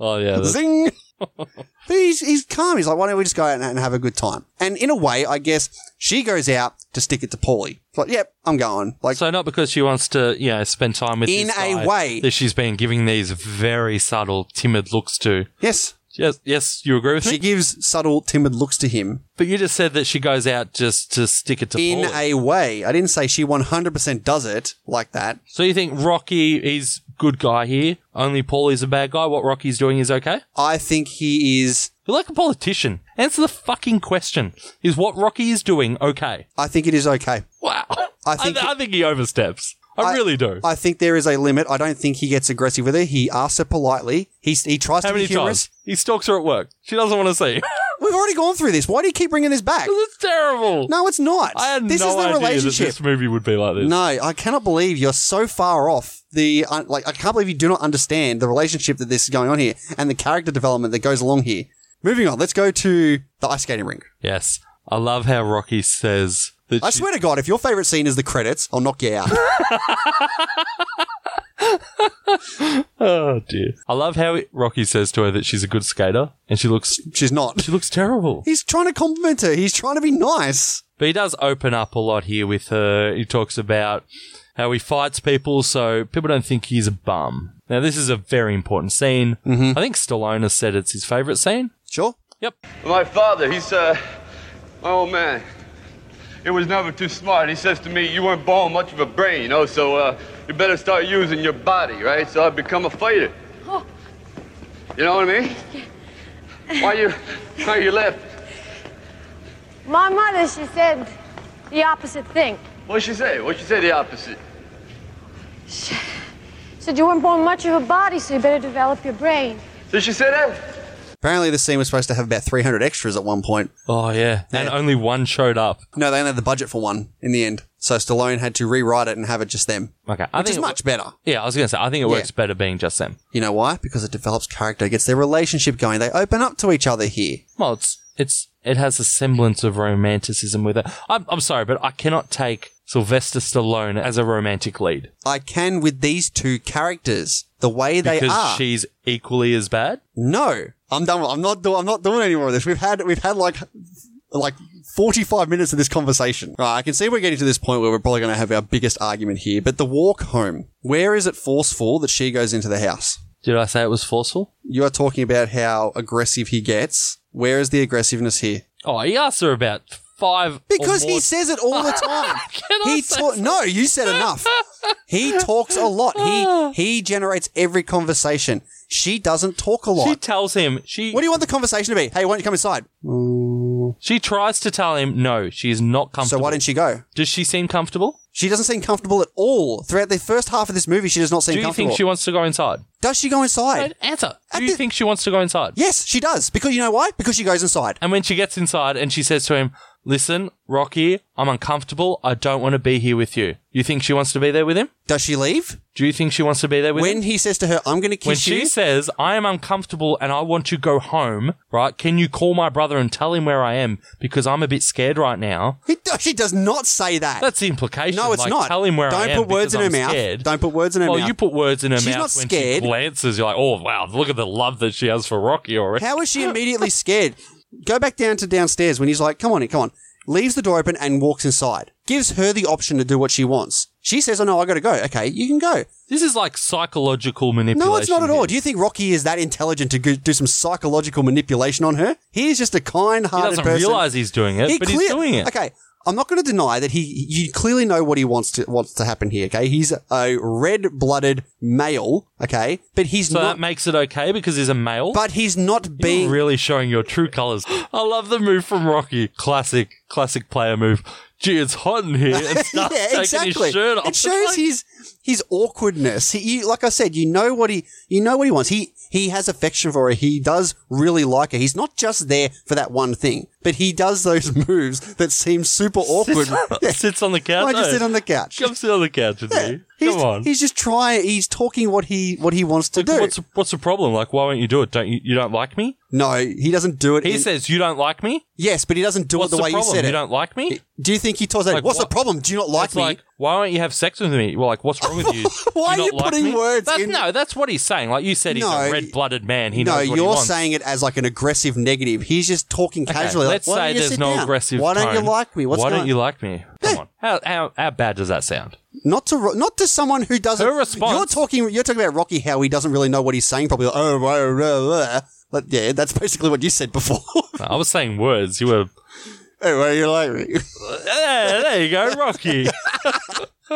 Speaker 2: Oh yeah, that's-
Speaker 1: Zing. But he's, he's calm. He's like, why don't we just go out and, and have a good time? And in a way, I guess she goes out to stick it to Paulie. It's like, yep, I'm going. Like,
Speaker 2: So not because she wants to, you know, spend time with
Speaker 1: In
Speaker 2: this
Speaker 1: a
Speaker 2: guy
Speaker 1: way.
Speaker 2: that she's been giving these very subtle, timid looks to.
Speaker 1: yes,
Speaker 2: Yes, yes, you agree with
Speaker 1: she
Speaker 2: me.
Speaker 1: gives subtle, timid looks to him.
Speaker 2: But you just said that she goes out just to stick it to
Speaker 1: In
Speaker 2: Paul.
Speaker 1: a way, I didn't say she 100% does it like that.
Speaker 2: so you think Rocky is good guy here? Only Paul is a bad guy. What Rocky's doing is okay.
Speaker 1: I think he is.
Speaker 2: You're like a politician. Answer the fucking question. Is what Rocky is doing okay?
Speaker 1: I think it is okay.
Speaker 2: Wow.
Speaker 1: I think-
Speaker 2: I, think he oversteps. I, really do.
Speaker 1: I think there is a limit. I don't think he gets aggressive with her. He asks her politely. He he tries
Speaker 2: How
Speaker 1: to be
Speaker 2: many
Speaker 1: humorous.
Speaker 2: times? He stalks her at work. She doesn't want to see him.
Speaker 1: We've already gone through this. Why do you keep bringing this back?
Speaker 2: this is terrible.
Speaker 1: No, it's not.
Speaker 2: I had
Speaker 1: this
Speaker 2: no
Speaker 1: is the
Speaker 2: idea that
Speaker 1: relationship.
Speaker 2: this movie would be like this.
Speaker 1: No, I cannot believe you're so far off the uh, like. I can't believe you do not understand the relationship that this is going on here and the character development that goes along here. Moving on, let's go to the ice skating rink.
Speaker 2: Yes, I love how Rocky says that.
Speaker 1: I
Speaker 2: she-
Speaker 1: swear to God, if your favorite scene is the credits, I'll knock you out.
Speaker 2: oh dear, I love how Rocky says to her that she's a good skater, and she looks
Speaker 1: She's not.
Speaker 2: she looks terrible.
Speaker 1: He's trying to compliment her. He's trying to be nice.
Speaker 2: But he does open up a lot here with her. He talks about how he fights people so people don't think he's a bum. Now this is a very important scene. I think Stallone has said it's his favorite scene.
Speaker 1: Sure.
Speaker 2: Yep.
Speaker 7: My father, he's uh, my old man. He was never too smart. He says to me, "You weren't born much of a brain, you know. So uh, you better start using your body, right? So I become a fighter. You know what I mean? Why you, why you left?
Speaker 9: My mother, she said the opposite thing.
Speaker 7: What'd she say? What'd she say? The opposite.
Speaker 9: She said you weren't born much of a body, so you better develop your brain.
Speaker 7: Did she say that?
Speaker 1: Apparently, this scene was supposed to have about 300 extras at one point.
Speaker 2: Oh yeah, and only one showed up.
Speaker 1: No, they only had the budget for one in the end. So Stallone had to rewrite it and have it just them.
Speaker 2: Okay, I
Speaker 1: Which
Speaker 2: think
Speaker 1: is
Speaker 2: it-
Speaker 1: much better.
Speaker 2: Yeah, I was gonna say I think it works better being just them.
Speaker 1: You know why? Because it develops character, gets their relationship going. They open up to each other here.
Speaker 2: Well, it's it's it has a semblance of romanticism with it. I'm, I'm sorry, but I cannot take Sylvester Stallone as a romantic lead
Speaker 1: I can with these two characters. The way they
Speaker 2: because
Speaker 1: are.
Speaker 2: she's equally as bad.
Speaker 1: no, I'm done. with- I'm not. Do- I'm not doing any more of this. We've had. We've had like, like 45 minutes of this conversation. Right. I can see we're getting to this point where we're probably going to have our biggest argument here. But the walk home. Where is it forceful that she goes into the house?
Speaker 2: Did I say it was forceful?
Speaker 1: You are talking about how aggressive he gets. Where is the aggressiveness here?
Speaker 2: Oh, he asked her about five. or
Speaker 1: Because he
Speaker 2: more-
Speaker 1: says it all the time.
Speaker 2: Can I
Speaker 1: he
Speaker 2: say
Speaker 1: ta- no, you said enough. He talks a lot. He he generates every conversation. She doesn't talk a lot.
Speaker 2: She tells him she
Speaker 1: what do you want the conversation to be? Hey, why don't you come inside?
Speaker 2: she tries to tell him no, she is not
Speaker 1: So
Speaker 2: comfortable.
Speaker 1: why didn't she go?
Speaker 2: Does she seem comfortable?
Speaker 1: She doesn't seem comfortable at all. Throughout the first half of this movie, she does not seem
Speaker 2: Do you
Speaker 1: comfortable.
Speaker 2: think she wants to go inside?
Speaker 1: does she go inside?
Speaker 2: Answer.
Speaker 1: At
Speaker 2: Do you
Speaker 1: the-
Speaker 2: think she wants to go inside?
Speaker 1: Yes, she does. Because you know why? Because she goes inside.
Speaker 2: And when she gets inside and she says to him, Listen, Rocky, I'm uncomfortable. I don't want to be here with you. You think she wants to be there with him?
Speaker 1: Does she leave?
Speaker 2: Do you think she wants to be there with
Speaker 1: When
Speaker 2: him?
Speaker 1: he says to her, "I'm going to kiss
Speaker 2: When
Speaker 1: you,"
Speaker 2: she says, I am uncomfortable and I want to go home, right? Can you call my brother and tell him where I am because I'm a bit scared right now?
Speaker 1: he do- she does not say that.
Speaker 2: That's the implication.
Speaker 1: no, it's
Speaker 2: like,
Speaker 1: not.
Speaker 2: Tell him where
Speaker 1: Don't
Speaker 2: I am.
Speaker 1: put words in her
Speaker 2: because I'm
Speaker 1: mouth.
Speaker 2: scared.
Speaker 1: Don't put words in her
Speaker 2: Well,
Speaker 1: mouth.
Speaker 2: you put words in her
Speaker 1: She's
Speaker 2: mouth
Speaker 1: not
Speaker 2: when
Speaker 1: scared.
Speaker 2: she glances. You're like, oh, wow, look at the love that she has for Rocky already.
Speaker 1: How is she immediately scared? Go back down to downstairs when he's like, come on in, come on. Leaves the door open and walks inside. Gives her the option to do what she wants. She says, oh no, I gotta go. Okay, you can go.
Speaker 2: This is like psychological manipulation.
Speaker 1: No, it's not at
Speaker 2: here.
Speaker 1: all. Do you think Rocky is that intelligent to go- do some psychological manipulation on her? He's just a kind
Speaker 2: He
Speaker 1: hearted
Speaker 2: doesn't
Speaker 1: person.
Speaker 2: realize he's doing it,
Speaker 1: He
Speaker 2: but
Speaker 1: clear-
Speaker 2: he's doing it.
Speaker 1: Okay. I'm not going to deny that he. You clearly know what he wants to wants to happen here. Okay, he's a red-blooded male. Okay, but he's
Speaker 2: So
Speaker 1: not.
Speaker 2: that makes it okay because he's a male.
Speaker 1: but he's not being
Speaker 2: You're really showing your true colors. I love the move from Rocky. Classic, classic player move. Gee, it's hot in here. And starts taking His shirt off.
Speaker 1: It shows
Speaker 2: It's like-
Speaker 1: his his awkwardness. He, you, like I said, you know what he you know what he wants. He he has affection for her. He does really like her. He's not just there for that one thing. but he does those moves that seem super awkward.
Speaker 2: Sits, sits on the couch.
Speaker 1: Why just
Speaker 2: no.
Speaker 1: sit on the couch?
Speaker 2: Come sit on the couch with me.
Speaker 1: He's,
Speaker 2: Come on.
Speaker 1: he's just trying. He's talking what he what he wants to do.
Speaker 2: what's what's the problem? Like, why won't you do it? Don't you? You don't like me?
Speaker 1: no, he doesn't do it.
Speaker 2: He
Speaker 1: in-
Speaker 2: says you don't like me.
Speaker 1: yes, but he doesn't do it
Speaker 2: What's
Speaker 1: the,
Speaker 2: the,
Speaker 1: way you
Speaker 2: problem?
Speaker 1: said it.
Speaker 2: don't like me?
Speaker 1: do you think he talks like,
Speaker 2: Like,
Speaker 1: "What's
Speaker 2: what-
Speaker 1: the problem? Do you not like
Speaker 2: It's
Speaker 1: me?"
Speaker 2: like, why won't you have sex with me? Well, like, what's wrong with you?
Speaker 1: Why
Speaker 2: Do
Speaker 1: are
Speaker 2: not
Speaker 1: you putting
Speaker 2: me?
Speaker 1: words
Speaker 2: That-
Speaker 1: in-
Speaker 2: No, that's what he's saying. Like you said, he's
Speaker 1: No,
Speaker 2: a red-blooded man. He
Speaker 1: no,
Speaker 2: knows what
Speaker 1: you're
Speaker 2: he wants.
Speaker 1: saying it as like an aggressive negative. He's just talking
Speaker 2: Okay,
Speaker 1: casually.
Speaker 2: let's
Speaker 1: like, "Why don't
Speaker 2: say
Speaker 1: you
Speaker 2: there's
Speaker 1: sit
Speaker 2: no
Speaker 1: down?
Speaker 2: aggressive.
Speaker 1: Why don't you
Speaker 2: tone.
Speaker 1: like me? What's
Speaker 2: why
Speaker 1: going-
Speaker 2: don't you like me? Come on. How, how how bad does that sound?
Speaker 1: Not to Ro- not to someone who doesn't.
Speaker 2: Her response-
Speaker 1: You're talking. You're talking about Rocky. How he doesn't really know what he's saying. Probably. Like, oh, blah, blah, blah." But yeah, that's basically what you said before.
Speaker 2: No, I was saying words. You were.
Speaker 1: anyway, you're like,
Speaker 2: Yeah, there you go, Rocky.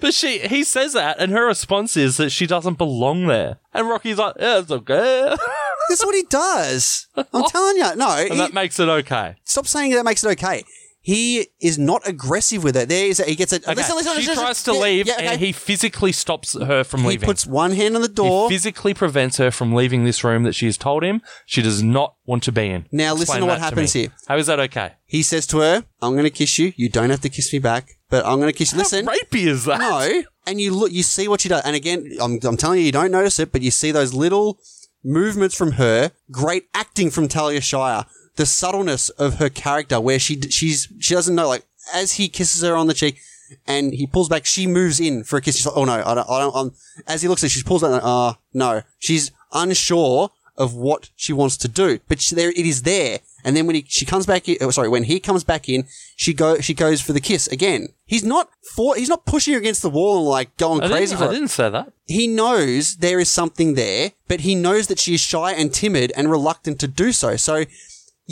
Speaker 2: but she, he says that, and her response is that she doesn't belong there. And Rocky's like, "Yeah, it's okay,"
Speaker 1: that's what he does. I'm telling you. No, he-
Speaker 2: and that makes it okay.
Speaker 1: stop saying that makes it okay. He is not aggressive with it. There is. He gets it.
Speaker 2: Okay,
Speaker 1: Listen, listen,
Speaker 2: she
Speaker 1: listen,
Speaker 2: tries to
Speaker 1: yeah,
Speaker 2: leave,
Speaker 1: yeah, okay.
Speaker 2: and he physically stops her from
Speaker 1: He
Speaker 2: leaving.
Speaker 1: puts one hand on the
Speaker 2: he
Speaker 1: door.
Speaker 2: physically prevents her from leaving this room that she has told him she does not want to be in.
Speaker 1: Now listen to what
Speaker 2: that
Speaker 1: happens
Speaker 2: me.
Speaker 1: here.
Speaker 2: How is that okay?
Speaker 1: He says to her, "I'm going to kiss you. You don't have to kiss me back, but I'm going to kiss you." Listen,
Speaker 2: How rapey is that?
Speaker 1: no. And you look, you see what she does. And again, I'm, I'm telling you, you don't notice it, but you see those little movements from her. Great acting from Talia Shire. The subtleness of her character, where she d- she's she doesn't know. Like as he kisses her on the cheek, and he pulls back, she moves in for a kiss. She's like, "Oh no, I don't." I don't um, as he looks at, her, she pulls back. Ah, no. She's unsure of what she wants to do, but she, there it is there. And then when he, she comes back in, oh, sorry, when he comes back in, she go she goes for the kiss again. He's not for he's not pushing her against the wall and like going
Speaker 2: I didn't,
Speaker 1: crazy
Speaker 2: I
Speaker 1: for it.
Speaker 2: didn't say that.
Speaker 1: He knows there is something there, but he knows that she is shy and timid and reluctant to do so. So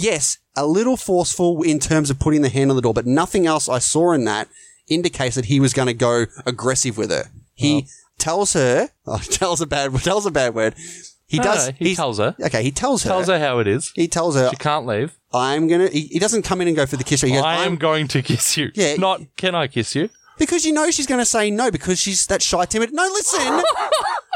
Speaker 1: yes, a little forceful in terms of putting the hand on the door, but nothing else I saw in that indicates that he was going to go aggressive with her. He tells her, oh, tells a bad, tells a bad word. He
Speaker 2: No,
Speaker 1: does.
Speaker 2: no, he
Speaker 1: he's-
Speaker 2: tells her.
Speaker 1: Okay, he tells her.
Speaker 2: Tells her how it is.
Speaker 1: He tells her,
Speaker 2: She can't leave.
Speaker 1: "I'm gonna." He, he doesn't come in and go for the kiss. He goes,
Speaker 2: I
Speaker 1: "I'm
Speaker 2: am going to kiss you.
Speaker 1: Yeah.
Speaker 2: Not can I kiss you?
Speaker 1: Because you know she's going to say no because she's that shy, timid. No, listen.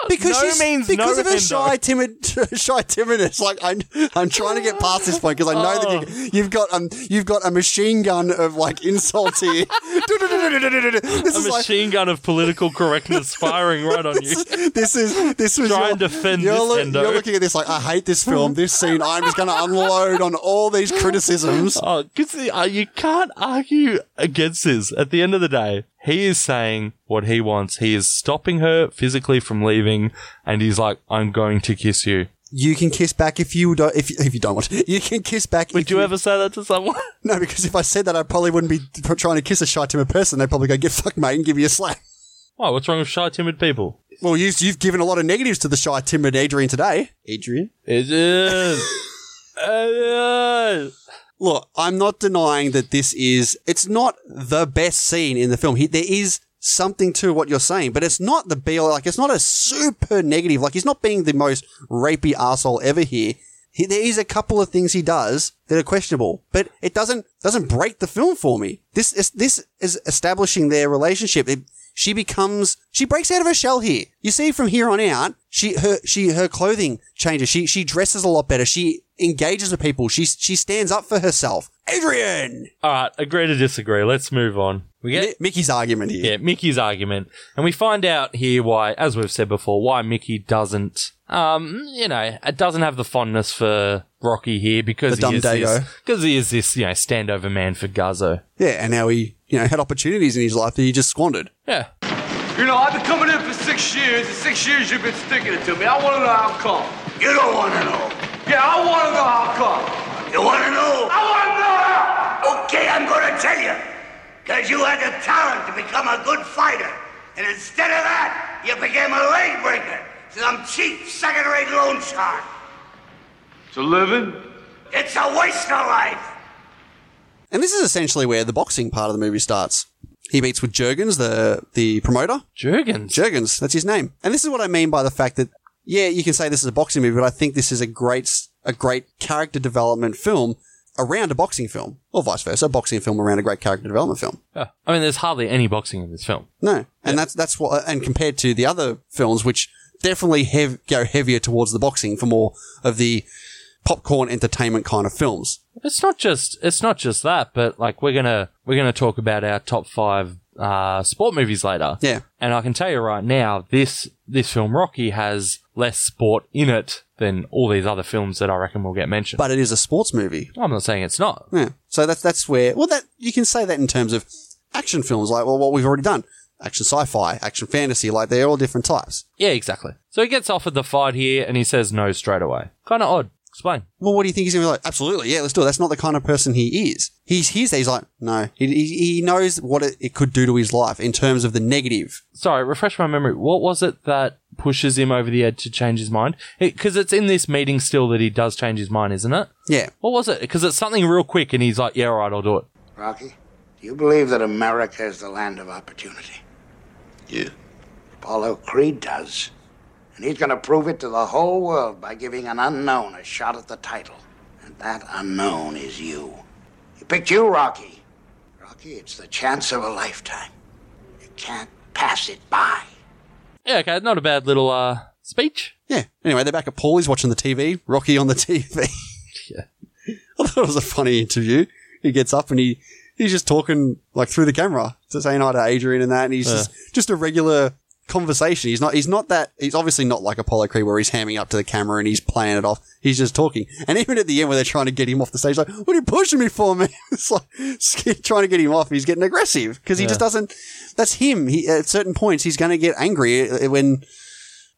Speaker 1: Because
Speaker 2: No
Speaker 1: she's,
Speaker 2: means no
Speaker 1: because of her
Speaker 2: window.
Speaker 1: shy, timid, shy timidness. Like I'm, I'm trying to get past this point because I know
Speaker 2: Oh.
Speaker 1: that you, you've got um, you've got a machine gun of like insults here. this
Speaker 2: A
Speaker 1: is like.
Speaker 2: machine gun of political correctness firing right on you.
Speaker 1: This is this was
Speaker 2: Try
Speaker 1: your-
Speaker 2: and defend
Speaker 1: you're,
Speaker 2: this
Speaker 1: loo-
Speaker 2: endo.
Speaker 1: you're looking at this like I hate this film, this scene. I'm just going to unload on all these criticisms.
Speaker 2: Oh, because uh, you can't argue against this. At the end of the day, he is saying what he wants. He is stopping her physically from leaving, and he's like, "I'm going to kiss you."
Speaker 1: You can kiss back if you don't if, if you don't want. to. You can kiss back.
Speaker 2: Would
Speaker 1: if
Speaker 2: you ever say that to someone?
Speaker 1: No, because if I said that, I probably wouldn't be t- trying to kiss a shy, timid person. They'd probably go, get fucked, mate, and give you a slap.
Speaker 2: Why? What's wrong with shy, timid people?
Speaker 1: Well, you've, you've given a lot of negatives to the shy, timid Adrian today. Adrian?
Speaker 2: It is. It is.
Speaker 1: Look, I'm not denying that this is, it's not the best scene in the film. He, there is something to what you're saying, but it's not the be all, like, it's not a super negative. Like, he's not being the most rapey arsehole ever here. He, there is a couple of things he does that are questionable, but it doesn't, doesn't break the film for me. This is, this is establishing their relationship. It, she becomes she breaks out of her shell here. You see from here on out, she her she her clothing changes. She she dresses a lot better. She engages with people. She she stands up for herself. Adrian,
Speaker 2: All right, agree to disagree. Let's move on. We get
Speaker 1: Mi- Mickey's argument here.
Speaker 2: Yeah, Mickey's argument. And we find out here why, as we've said before, why Mickey doesn't, um, you know, doesn't have the fondness for Rocky here because
Speaker 1: The dumb
Speaker 2: he is
Speaker 1: dago.
Speaker 2: this, because he is this, you know, standover man for Guzzo.
Speaker 1: Yeah, and how he you know had opportunities in his life that he just squandered.
Speaker 2: Yeah.
Speaker 7: You know, I've been coming in for six years, and six years you've been sticking it to me. I want to know how come. You don't want to know. Yeah, I want to know how come. You want to know? I want to know how. Okay, I'm going to tell you. Because you had the talent to become a good fighter. And instead of that, you became a leg breaker. Some cheap, second-rate loan shark. It's a living? It's a waste of life.
Speaker 1: And this is essentially where the boxing part of the movie starts. He meets with Jurgens, the the promoter.
Speaker 2: Jurgens.
Speaker 1: Jurgens, that's his name. And this is what I mean by the fact that, yeah, you can say this is a boxing movie, but I think this is a great, a great character development film around a boxing film, or vice versa, a boxing film around a great character development film.
Speaker 2: Yeah. Uh, I mean, there's hardly any boxing in this film.
Speaker 1: No, and that's that's what, uh, and compared to the other films, which definitely hev- go heavier towards the boxing for more of the popcorn entertainment kind of films.
Speaker 2: It's not just it's not just that, but like we're gonna we're gonna talk about our top five uh, sport movies later.
Speaker 1: Yeah.
Speaker 2: and I can tell you right now, this this film Rocky has less sport in it than all these other films that I reckon will get mentioned.
Speaker 1: But it is a sports movie.
Speaker 2: I'm not saying it's not.
Speaker 1: Yeah. So that's that's where well that you can say that in terms of action films like well what we've already done. Action sci-fi, action fantasy, like they're all different types.
Speaker 2: Yeah, exactly. So he gets offered the fight here, and he says no straight away. Kind of odd. Explain.
Speaker 1: Well, what do you think he's going to be like? Absolutely, yeah, let's do it. That's not the kind of person he is. He's he's he's like no. He, he, he knows what it, it could do to his life in terms of the negative.
Speaker 2: Sorry, refresh my memory. What was it that pushes him over the edge to change his mind? Because it's in this meeting still that he does change his mind, isn't it?
Speaker 1: Yeah.
Speaker 2: What was it? Because it's something real quick, and he's like, "Yeah, all right, I'll do it."
Speaker 10: Rocky, do you believe that America is the land of opportunity?
Speaker 11: Yeah.
Speaker 10: Apollo Creed does. And he's going to prove it to the whole world by giving an unknown a shot at the title. And that unknown is you. He picked you, Rocky. Rocky, it's the chance of a lifetime. You can't pass it by.
Speaker 2: Yeah, okay, not a bad little uh speech.
Speaker 1: Yeah. Anyway, they're back at Paul. He's watching the TV. Rocky on the TV.
Speaker 2: Yeah.
Speaker 1: I thought it was a funny interview. He gets up and he he's just talking like through the camera, to saying hi to Adrian and that, and he's just just a regular conversation. He's not he's not that he's obviously not like Apollo Creed where he's hamming up to the camera and he's playing it off. He's just talking. And even at the end where they're trying to get him off the stage, like, what are you pushing me for, man? It's like sk- trying to get him off. He's getting aggressive because he just doesn't. That's him. He at certain points he's going to get angry uh, when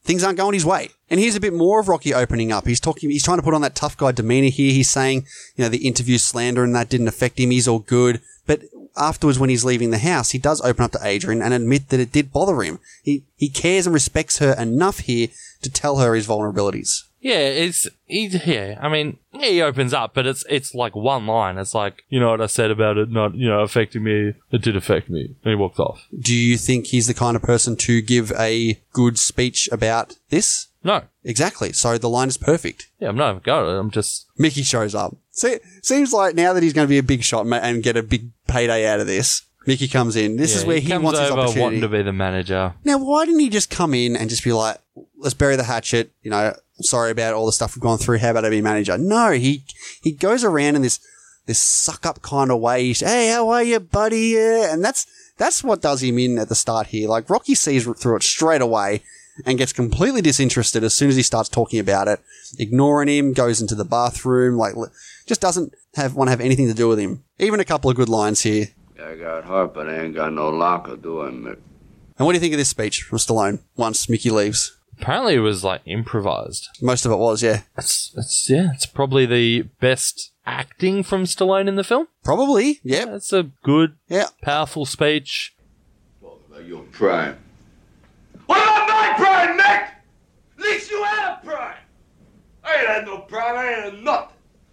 Speaker 1: things aren't going his way. And here's a bit more of Rocky opening up. He's talking, he's trying to put on that tough guy demeanor here. He's saying, you know, the interview slander and that didn't affect him. He's all good. But afterwards, when he's leaving the house, he does open up to Adrian and admit that it did bother him. He, he cares and respects her enough here to tell her his vulnerabilities.
Speaker 2: Yeah, it's he, yeah. I mean, yeah, he opens up, but it's it's like one line. It's like you know what I said about it not you know affecting me. It did affect me. And he walked off.
Speaker 1: Do you think he's the kind of person to give a good speech about this?
Speaker 2: No,
Speaker 1: Exactly. So the line is perfect.
Speaker 2: yeah, I'm not even going. I'm just
Speaker 1: Mickey shows up. See, seems like now that he's going to be a big shot ma- and get a big payday out of this, Mickey comes in. This
Speaker 2: yeah,
Speaker 1: is where he,
Speaker 2: comes
Speaker 1: wants his
Speaker 2: over
Speaker 1: opportunity.
Speaker 2: wanting to be the manager.
Speaker 1: now, why didn't he just come in and just be like, "Let's bury the hatchet"? You know, sorry about all the stuff we've gone through. How about I be manager? No, he he goes around in this this suck up kind of way. He's, hey, how are you, buddy? Yeah, and that's that's what does him in at the start here. Like Rocky sees through it straight away and gets completely disinterested as soon as he starts talking about it, ignoring him, goes into the bathroom, like li- just doesn't have want to have anything to do with him. Even a couple of good lines here.
Speaker 6: I got heart, but I ain't got no locker, do I, Mick?
Speaker 1: And what do you think of this speech from Stallone once Mickey leaves?
Speaker 2: Apparently, it was like improvised.
Speaker 1: Most of it was, yeah.
Speaker 2: It's it's yeah. It's probably the best acting from Stallone in the film.
Speaker 1: Probably, yeah.
Speaker 2: That's a good,
Speaker 1: Yeah.
Speaker 2: powerful speech.
Speaker 6: About your prime. What about my prime, Mick? At least you had a prime. I ain't had no prime. I ain't had nothing.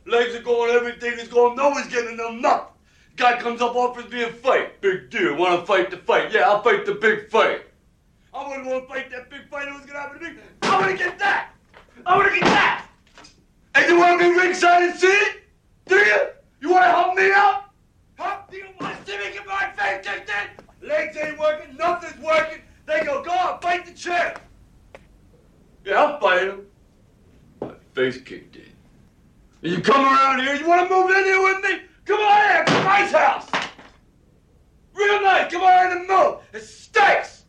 Speaker 6: Legs are going, everything is going. No one's getting no nothing. Guy comes up, offers me a fight. Big deal. Want to fight the fight? Yeah, I'll fight the big fight. I wouldn't want to fight that big fight. It was gonna happen to me. I want to get that. I want to get that. And you want me ringside and see it? Do you? You want to help me out? Help? Do you want to see me get my face kicked in? Legs ain't working. Nothing's working. They go, go on, fight the chair. Yeah, I'll fight him. My face kicked in. And you come around here. You want to move in here with me? Come on in. It's my house. Real nice. Come on in and move. It stinks.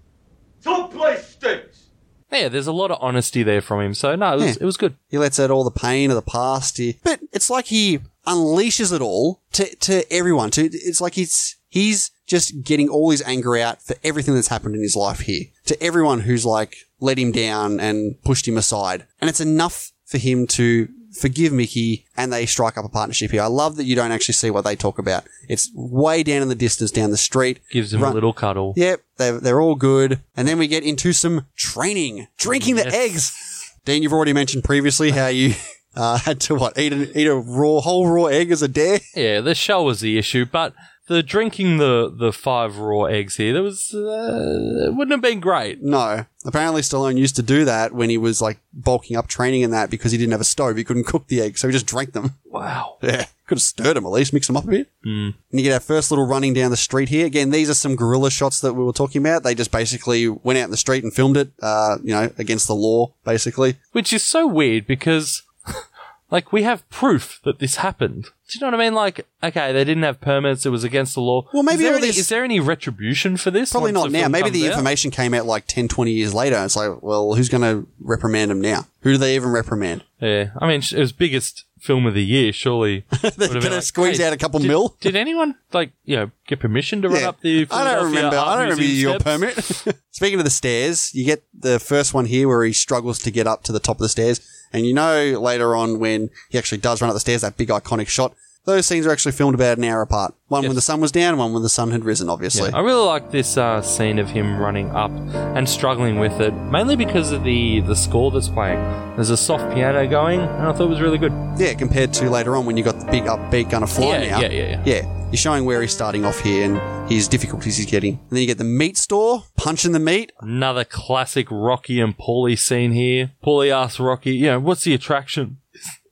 Speaker 6: This whole place stinks.
Speaker 2: Yeah, there's a lot of honesty there from him. So no, it was
Speaker 1: Yeah.
Speaker 2: it was good.
Speaker 1: He lets out all the pain of the past. He, but it's like he unleashes it all to, to everyone. To, it's like he's, he's just getting all his anger out for everything that's happened in his life here. To everyone who's like let him down and pushed him aside. And it's enough for him to forgive Mickey and they strike up a partnership here. I love that you don't actually see what they talk about. It's way down in the distance down the street.
Speaker 2: Gives him
Speaker 1: Run-
Speaker 2: a little cuddle.
Speaker 1: Yep, they're, they're all good. And then we get into some training, drinking the
Speaker 2: Yes.
Speaker 1: eggs. Dean, you've already mentioned previously how you uh, had to what eat a, eat a raw whole raw egg as a dare.
Speaker 2: Yeah, the shell was the issue, but the drinking the the five raw eggs here, that was uh, it wouldn't have been great.
Speaker 1: No, apparently Stallone used to do that when he was like bulking up training and that because he didn't have a stove, he couldn't cook the eggs, so he just drank them.
Speaker 2: Wow.
Speaker 1: Yeah, could have stirred them at least, mixed them up a bit. And you get our first little running down the street here. Again, these are some guerrilla shots that we were talking about. They just basically went out in the street and filmed it, uh, you know, against the law, basically.
Speaker 2: Which is so weird because Like, we have proof that this happened. Do you know what I mean? Like, okay, they didn't have permits; it was against the law.
Speaker 1: Well, maybe
Speaker 2: is there,
Speaker 1: all
Speaker 2: any,
Speaker 1: this-
Speaker 2: is there any retribution for this?
Speaker 1: Probably
Speaker 2: once
Speaker 1: not
Speaker 2: the
Speaker 1: now.
Speaker 2: film
Speaker 1: Maybe
Speaker 2: comes
Speaker 1: the
Speaker 2: out?
Speaker 1: information came out like 10, 20 years later. It's like, well, who's going to reprimand him now? Who do they even reprimand?
Speaker 2: Yeah, I mean, sh- it was biggest film of the year. Surely they're
Speaker 1: gonna squeeze out a couple
Speaker 2: did,
Speaker 1: mil."
Speaker 2: Did anyone like you know get permission to run
Speaker 1: Yeah.
Speaker 2: up the?
Speaker 1: I don't
Speaker 2: Philadelphia
Speaker 1: remember.
Speaker 2: Art
Speaker 1: I don't remember
Speaker 2: Museum
Speaker 1: your
Speaker 2: steps?
Speaker 1: permit. Speaking of the stairs, you get the first one here where he struggles to get up to the top of the stairs, and you know later on when he actually does run up the stairs, that big iconic shot. Those scenes are actually filmed about an hour apart. One when the sun was down, one when the sun had risen. Obviously,
Speaker 2: Yeah, I really like this uh, scene of him running up and struggling with it, mainly because of the the score that's playing. There's a soft piano going, and I thought it was really good.
Speaker 1: Yeah, compared to later on when you got the big upbeat kind of fly
Speaker 2: Yeah,
Speaker 1: now.
Speaker 2: yeah, yeah,
Speaker 1: yeah. you're showing where he's starting off here and his difficulties he's getting. And then you get the meat store, punching the meat.
Speaker 2: Another classic Rocky and Paulie scene here. Paulie asks Rocky, you know, what's the attraction?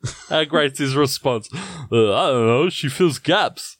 Speaker 2: How great's his response? "Uh, I don't know. She fills gaps.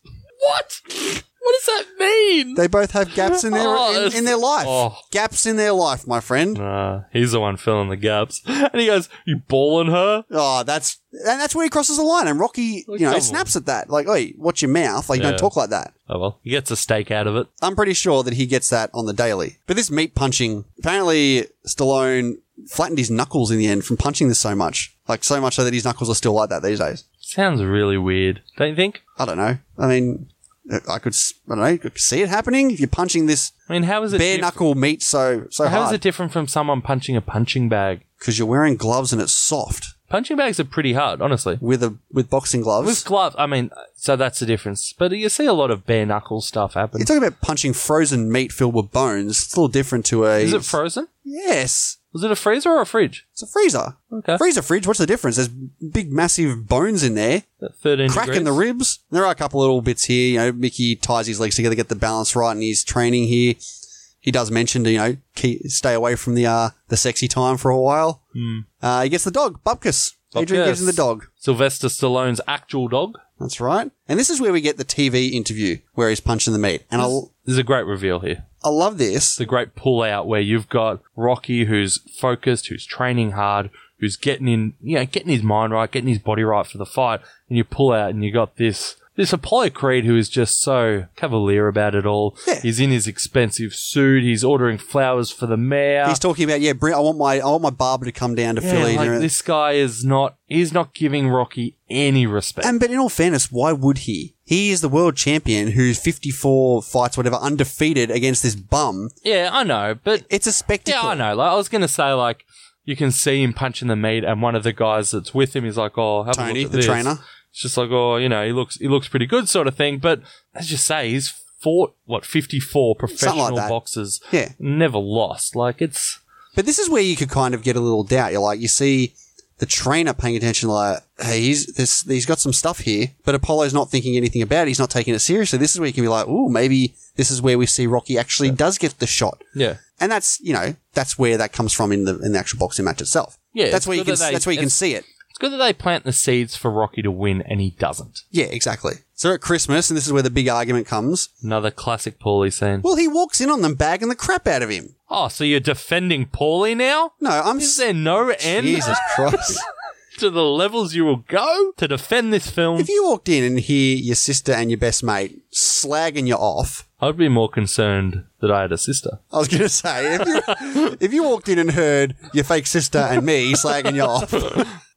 Speaker 2: What? What does that mean?
Speaker 1: They both have gaps in their
Speaker 2: Oh,
Speaker 1: in, in their life.
Speaker 2: oh.
Speaker 1: Gaps in their life, my friend.
Speaker 2: Nah, Uh, he's the one filling the gaps. And he goes, You balling her?
Speaker 1: Oh, that's and that's where he crosses the line. And Rocky, you know,
Speaker 2: come
Speaker 1: he snaps at that. Like, oi, watch your mouth. Like,
Speaker 2: Yeah.
Speaker 1: don't talk like that.
Speaker 2: Oh, well, he gets a steak out of it.
Speaker 1: I'm pretty sure that he gets that on the daily. But this meat punching, apparently Stallone flattened his knuckles in the end from punching this so much. Like, so much so that his knuckles are still like that these days.
Speaker 2: Sounds really weird, don't you think?
Speaker 1: I don't know. I mean, I could, s- I don't know, I could see it happening if you're punching this
Speaker 2: I mean, how is it
Speaker 1: bare
Speaker 2: diff-
Speaker 1: knuckle meat so, so
Speaker 2: How is
Speaker 1: hard.
Speaker 2: it different from someone punching a punching bag?
Speaker 1: Because you're wearing gloves and it's soft
Speaker 2: Punching bags are pretty hard, honestly.
Speaker 1: with a, with boxing gloves.
Speaker 2: With gloves, I mean, so that's the difference. But you see a lot of bare knuckle stuff happen.
Speaker 1: You're talking about punching frozen meat filled with bones. It's a little different to a.
Speaker 2: Is it frozen?
Speaker 1: yes.
Speaker 2: Was it a freezer or a fridge?
Speaker 1: It's a freezer.
Speaker 2: Okay.
Speaker 1: Freezer fridge. What's the difference? There's big, massive bones in there.
Speaker 2: At 13
Speaker 1: Crack in the
Speaker 2: degrees?
Speaker 1: ribs. There are a couple little bits here. You know, Mickey ties his legs together, get the balance right, and he's training here. He does mention to, you know, keep, stay away from the uh, the sexy time for a while.
Speaker 2: Hmm.
Speaker 1: Uh, he gets the dog, Bupkus. Adrian gives him the
Speaker 2: Bupkis.
Speaker 1: dog.
Speaker 2: Sylvester Stallone's actual dog.
Speaker 1: That's right. And this is where we get the TV interview where he's punching the meat. And I, l-
Speaker 2: There's a great reveal here.
Speaker 1: I love this.
Speaker 2: It's a great pull out where you've got Rocky who's focused, who's training hard, who's getting in, you know, getting his mind right, getting his body right for the fight, and you pull out and you got this this Apollo Creed who is just so cavalier about it all. He's in his expensive suit. He's ordering flowers for the mayor.
Speaker 1: He's talking about yeah. Bring, I want my I want my barber to come down to
Speaker 2: Yeah,
Speaker 1: Philly.
Speaker 2: like
Speaker 1: and,
Speaker 2: this guy is not. He's not giving Rocky any respect.
Speaker 1: and but in all fairness, why would he? He is the world champion who's fifty four fights whatever undefeated against this bum.
Speaker 2: yeah, I know, but
Speaker 1: It's a spectacle.
Speaker 2: Yeah, I know. Like I was gonna say, like you can see him punching the meat, and one of the guys that's with him is like, "Oh, have
Speaker 1: Tony,
Speaker 2: a look at
Speaker 1: the
Speaker 2: this."
Speaker 1: trainer.
Speaker 2: It's just like, "Oh, you know, he looks he looks pretty good," sort of thing. But as you say, he's fought what fifty four professional
Speaker 1: that.
Speaker 2: boxers,
Speaker 1: Yeah.
Speaker 2: never lost. Like it's
Speaker 1: But this is where you could kind of get a little doubt. You're like, you see the trainer paying attention, like, hey, he's this, he's got some stuff here, but Apollo's not thinking anything about it. He's not taking it seriously. This is where you can be like, ooh, maybe this is where we see Rocky actually does get the shot.
Speaker 2: yeah,
Speaker 1: And that's you know that's where that comes from in the in the actual boxing match itself.
Speaker 2: Yeah,
Speaker 1: that's
Speaker 2: it's
Speaker 1: where you
Speaker 2: good
Speaker 1: can
Speaker 2: that they-
Speaker 1: that's where you can
Speaker 2: it's-
Speaker 1: see it.
Speaker 2: it's good that they plant the seeds for Rocky to win, and he doesn't.
Speaker 1: Yeah, exactly. So at Christmas, and this is where the big argument comes.
Speaker 2: Another classic Paulie scene.
Speaker 1: Well, he walks in on them, bagging the crap out of him.
Speaker 2: Oh, so you're defending Paulie now?
Speaker 1: No, I'm
Speaker 2: Is
Speaker 1: s-
Speaker 2: there no end
Speaker 1: Jesus Christ.
Speaker 2: to the levels you will go to defend this film?
Speaker 1: If you walked in and hear your sister and your best mate slagging you off,
Speaker 2: I'd be more concerned that I had a sister.
Speaker 1: I was going to say, if you, if you walked in and heard your fake sister and me slagging you off.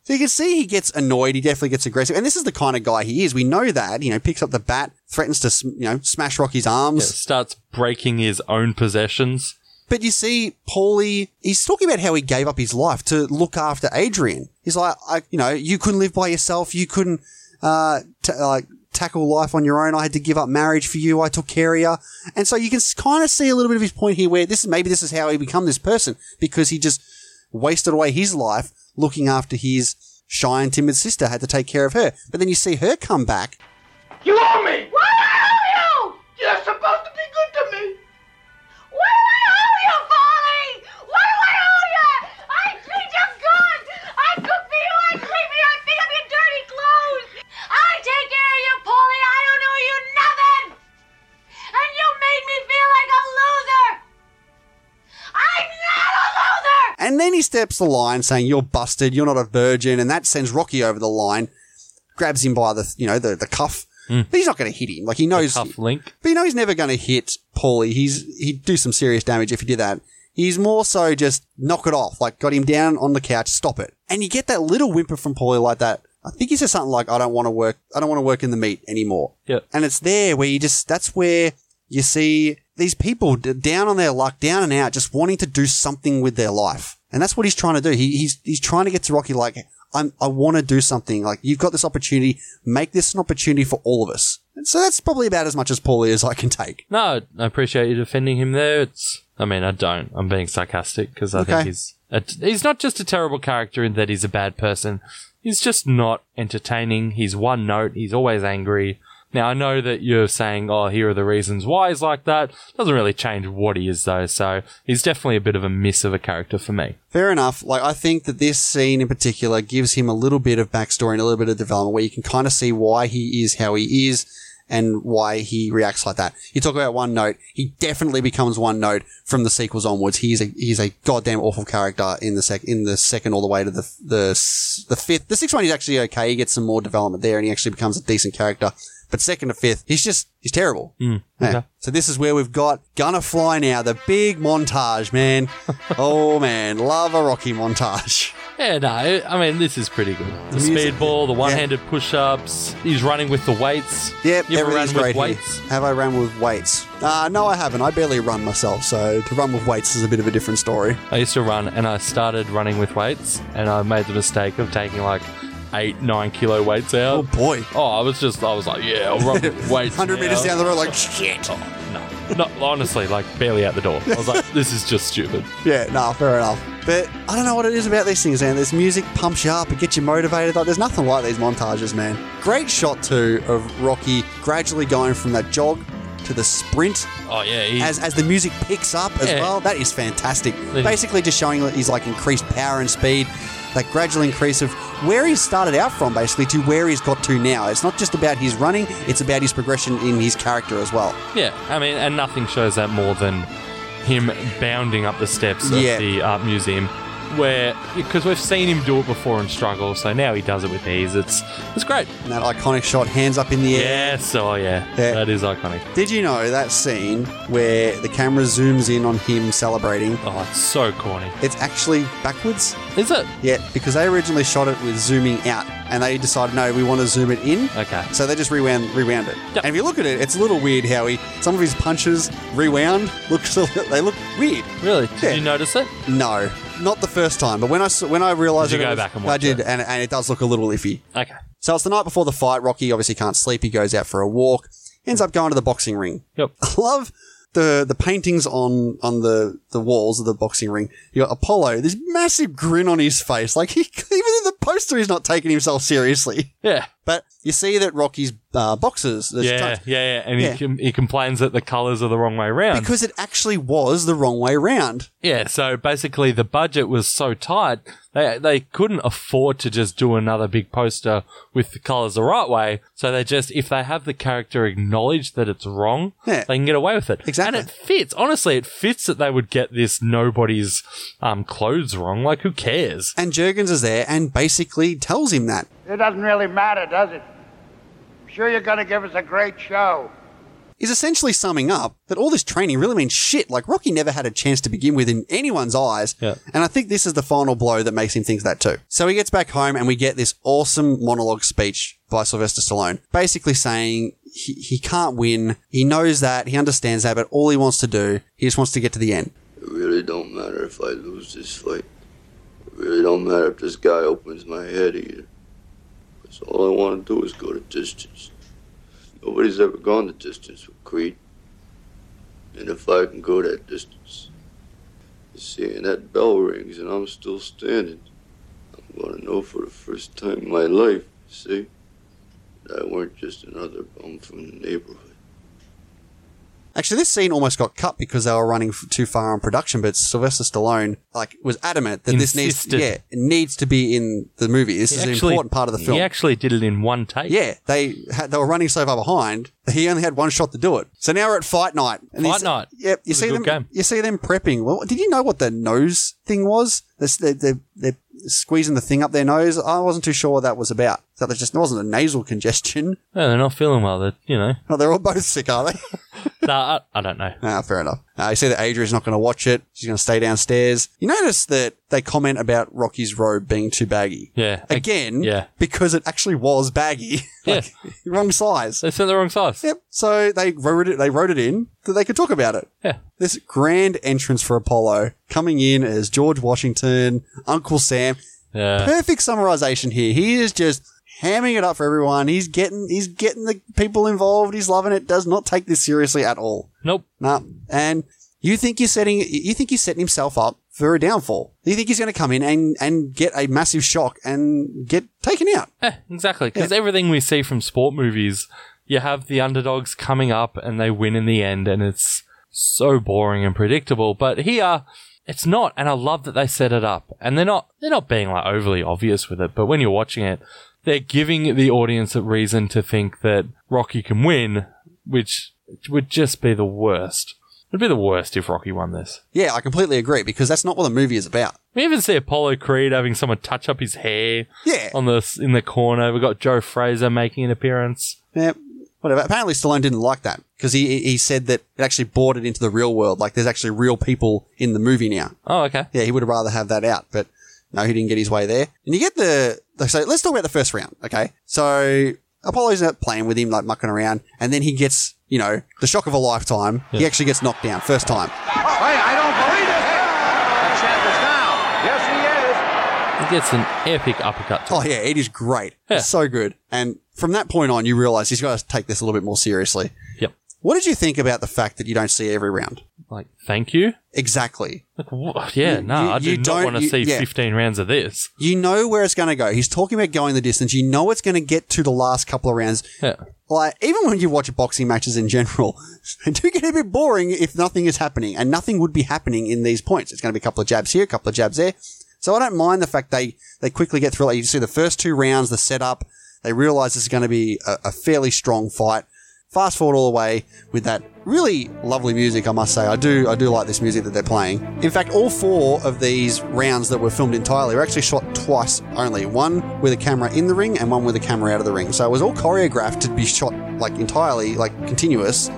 Speaker 1: So you can see he gets annoyed. He definitely gets aggressive. And this is the kind of guy he is. We know that. You know, picks up the bat, threatens to, sm- you know, smash Rocky's arms.
Speaker 2: starts breaking his own possessions.
Speaker 1: But you see, Paulie, he's talking about how he gave up his life to look after Adrian. He's like, I, you know, you couldn't live by yourself. You couldn't, uh, ta like tackle life on your own. I had to give up marriage for you. I took care of you. And so you can kind of see a little bit of his point here where this is, maybe this is how he become this person because he just wasted away his life looking after his shy and timid sister, had to take care of her. But then you see her come back
Speaker 12: You owe me! What I owe you? You're supposed to be good to me.
Speaker 13: What do I owe you, Folly? What do I owe you? I treat you good. I cook for you. I clean for you. I pick up your dirty clothes. I take care of you, Polly. I don't owe you nothing. And you made me feel like a loser. I'm not a loser.
Speaker 1: and And then he steps the line, saying, "You're busted. You're not a virgin," and that sends Rocky over the line. Grabs him by the you know the the cuff. But he's not going to hit him. Like he knows
Speaker 2: Cuff link.
Speaker 1: but you know he's never going to hit Paulie. He's he'd do some serious damage if he did that. He's more so just knock it off, like got him down on the couch, stop it. And you get that little whimper from Paulie like that. I think he says something like, "I don't want to work. I don't want to work in the meat anymore."
Speaker 2: Yep.
Speaker 1: And it's there where you just that's where you see these people d- down on their luck, down and out, just wanting to do something with their life. And that's what he's trying to do. He, he's he's trying to get to Rocky like, I'm, I want to do something. Like you've got this opportunity, make this an opportunity for all of us. And so that's probably about as much as Paulie as I can take.
Speaker 2: No, I appreciate you defending him there. It's, I mean, I don't. I'm being sarcastic because I
Speaker 1: Okay.
Speaker 2: think he's a, he's not just a terrible character in that he's a bad person. He's just not entertaining. He's one note. He's always angry. Now I know that you're saying, "Oh, here are the reasons why he's like that." Doesn't really change what he is though. So he's definitely a bit of a miss of a character for me.
Speaker 1: Fair enough. Like I think that this scene in particular gives him a little bit of backstory and a little bit of development where you can kind of see why he is how he is and why he reacts like that. You talk about one note. He definitely becomes one note from the sequels onwards. He's a he's a goddamn awful character in the sec in the second all the way to the the s- the fifth. The sixth one is actually okay. He gets some more development there and he actually becomes a decent character. But second to fifth, he's just he's terrible. Yeah. So this is where we've got Gonna Fly Now, the big montage, man. oh man, love a Rocky montage.
Speaker 2: Yeah, no, I mean this is pretty good. The, speedball, the one-handed push-ups. He's running with the weights.
Speaker 1: Yep,
Speaker 2: you ever run
Speaker 1: everything's
Speaker 2: with
Speaker 1: great. here.
Speaker 2: weights?
Speaker 1: Have I run with weights? Uh, no, I haven't. I barely run myself, so to run with weights is a bit of a different story.
Speaker 2: I used to run and I started running with weights and I made the mistake of taking like eight, nine kilo weights out. Oh
Speaker 1: boy.
Speaker 2: Oh, I was just, I was like, yeah, I'll run with weights.
Speaker 1: 100 meters
Speaker 2: now. Oh,
Speaker 1: down the road, like, shit.
Speaker 2: No, not, honestly, like barely out the door. I was like, this is just stupid.
Speaker 1: Yeah, no, fair enough. But I don't know what it is about these things, man. This music pumps you up, it gets you motivated. Like, there's nothing like these montages, man. Great shot, too, of Rocky gradually going from that jog to the sprint
Speaker 2: Oh, yeah. He,
Speaker 1: as, as the music picks up as
Speaker 2: Yeah.
Speaker 1: well. That is fantastic.
Speaker 2: is.
Speaker 1: Basically, just showing that he's like increased power and speed, that gradual increase of where he started out from, basically, to where he's got to now. It's not just about his running, it's about his progression in his character as well.
Speaker 2: yeah, I mean, and nothing shows that more than him bounding up the steps of
Speaker 1: Yeah.
Speaker 2: the art museum. Where, because we've seen him do it before and struggle, so now he does it with ease. It's it's great.
Speaker 1: And that iconic shot, hands up in the air.
Speaker 2: Yes, oh yeah,
Speaker 1: Yeah.
Speaker 2: that is iconic.
Speaker 1: Did you know that scene where the camera zooms in on him celebrating?
Speaker 2: Oh, it's so corny.
Speaker 1: It's actually backwards.
Speaker 2: Is it?
Speaker 1: Yeah, because they originally shot it with zooming out, and they decided no, we want to zoom it in.
Speaker 2: Okay.
Speaker 1: So they just rewound, rewound it. And if you look at it, it's a little weird how he some of his punches rewound looks. a li- They look weird.
Speaker 2: Really? Did
Speaker 1: Yeah.
Speaker 2: you notice it?
Speaker 1: No, not the first time, but when I s- when I realized
Speaker 2: Did you
Speaker 1: it,
Speaker 2: go
Speaker 1: it was-
Speaker 2: back and
Speaker 1: I
Speaker 2: watch
Speaker 1: did, and and it does look a little iffy.
Speaker 2: Okay.
Speaker 1: So it's the night before the fight. Rocky obviously can't sleep. He goes out for a walk. Ends up going to the boxing ring.
Speaker 2: Yep.
Speaker 1: I love the the paintings on on the the walls of the boxing ring. You got Apollo, this massive grin on his face, like he, even in the poster, he's not taking himself seriously.
Speaker 2: Yeah.
Speaker 1: But you see that Rocky's uh, boxes, there's
Speaker 2: Yeah, yeah,
Speaker 1: tons-
Speaker 2: yeah. And
Speaker 1: Yeah.
Speaker 2: He, com- he complains that the colours are the wrong way round.
Speaker 1: because it actually was the wrong way round.
Speaker 2: yeah, so basically the budget was so tight, they, they couldn't afford to just do another big poster with the colours the right way. So they just, if they have the character acknowledge that it's wrong,
Speaker 1: Yeah.
Speaker 2: they can get away with it.
Speaker 1: Exactly.
Speaker 2: And it fits. Honestly, it fits that they would get this nobody's um, clothes wrong. Like, who cares?
Speaker 1: And Jurgens is there and basically tells him that.
Speaker 14: It doesn't really matter, does it? I'm sure you're going to give us a great show.
Speaker 1: is essentially summing up that all this training really means shit. Like Rocky never had a chance to begin with in anyone's eyes.
Speaker 2: Yeah.
Speaker 1: And I think this is the final blow that makes him think that too. So he gets back home and we get this awesome monologue speech by Sylvester Stallone, basically saying he, he can't win. He knows that. He understands that, but all he wants to do, he just wants to get to the end.
Speaker 10: It really don't matter if I lose this fight. It really don't matter if this guy opens my head either. 'Cause all I want to do is go the distance. Nobody's ever gone the distance with Creed. And if I can go that distance, you see, and that bell rings and I'm still standing, I'm going to know for the first time in my life, you see, that I weren't just another bum from the neighborhood.
Speaker 1: Actually, this scene almost got cut because they were running f- too far on production. But Sylvester Stallone like was adamant that this
Speaker 2: Insisted.
Speaker 1: needs, yeah, it needs to be in the movie. This
Speaker 2: He
Speaker 1: is
Speaker 2: actually-
Speaker 1: an important part of the film.
Speaker 2: He actually did it in one take.
Speaker 1: Yeah, they had, they were running so far behind. He only had one shot to do it. So now we're at fight night. And you
Speaker 2: Fight
Speaker 1: see-
Speaker 2: night.
Speaker 1: Yep, you
Speaker 2: It was a
Speaker 1: see
Speaker 2: good
Speaker 1: them.
Speaker 2: game.
Speaker 1: You see them prepping. Well, did you know what the nose thing was? This- They they they're squeezing the thing up their nose. I wasn't too sure what that was about. So that just it wasn't a nasal congestion.
Speaker 2: No, they're not feeling well. They're, you know.
Speaker 1: Oh, they're all both sick, are they?
Speaker 2: no, I, I don't know.
Speaker 1: Ah, fair enough. Uh, you see that Adria's not going to watch it. She's going to stay downstairs. You notice that they comment about Rocky's robe being too baggy.
Speaker 2: Yeah.
Speaker 1: Again,
Speaker 2: Yeah.
Speaker 1: because it actually was baggy. like, Wrong size.
Speaker 2: They sent the wrong size.
Speaker 1: Yep. So they wrote it. They wrote it in that they could talk about it.
Speaker 2: Yeah.
Speaker 1: This grand entrance for Apollo coming in as George Washington, Uncle Sam.
Speaker 2: Yeah.
Speaker 1: Perfect summarization here. He is just hamming it up for everyone. He's getting. He's getting the people involved. He's loving it. Does not take this seriously at all.
Speaker 2: Nope.
Speaker 1: No. And you think you're setting. You think he's setting himself up for a downfall. You think he's going to come in and and get a massive shock and get taken out.
Speaker 2: Eh, exactly. Because everything we see from sport movies, you have the underdogs coming up and they win in the end, and it's so boring and predictable. But here, it's not, and I love that they set it up. And they're not they're not being like overly obvious with it, but when you're watching it, they're giving the audience a reason to think that Rocky can win, which would just be the worst. It'd be the worst if Rocky won this.
Speaker 1: Yeah, I completely agree because that's not what the movie is about.
Speaker 2: We even see Apollo Creed having someone touch up his hair.
Speaker 1: Yeah.
Speaker 2: On the in the corner, we have got Joe Fraser making an appearance.
Speaker 1: Yeah, whatever. Apparently, Stallone didn't like that because he he said that it actually brought it into the real world. Like, there's actually real people in the movie now.
Speaker 2: Oh, okay.
Speaker 1: Yeah, he would have rather have that out, but no, he didn't get his way there. And you get the like, so let's talk about the first round, okay? So Apollo's not playing with him, like mucking around, and then he gets you know the shock of a lifetime. He actually gets knocked down first time.
Speaker 15: Wait, I don't believe it. The champ is down. Yes, he is.
Speaker 2: He gets an epic uppercut. To
Speaker 1: Oh
Speaker 2: him.
Speaker 1: yeah, it is great. It's so good. And from that point on, you realize he's got to take this a little bit more seriously.
Speaker 2: Yep.
Speaker 1: What did you think about the fact that you don't see every round?
Speaker 2: Like, thank you.
Speaker 1: Exactly.
Speaker 2: Like, what? Yeah,
Speaker 1: You-
Speaker 2: no,
Speaker 1: you-
Speaker 2: I
Speaker 1: you
Speaker 2: do not
Speaker 1: don't-
Speaker 2: want to
Speaker 1: you-
Speaker 2: see
Speaker 1: yeah.
Speaker 2: 15 rounds of this.
Speaker 1: You know where it's going to go. He's talking about going the distance. You know it's going to get to the last couple of rounds.
Speaker 2: Yeah.
Speaker 1: Like, even when you watch boxing matches in general, they do get a bit boring if nothing is happening, and nothing would be happening in these points. It's going to be a couple of jabs here, a couple of jabs there. So I don't mind the fact they, they quickly get through. Like, you see the first two rounds, the setup, they realize it's going to be a, a fairly strong fight. Fast forward all the way with that really lovely music, I must say. I do I do like this music that they're playing. In fact, all four of these rounds that were filmed entirely were actually shot twice only. One with a camera in the ring and one with a camera out of the ring. So it was all choreographed to be shot like entirely, like continuous.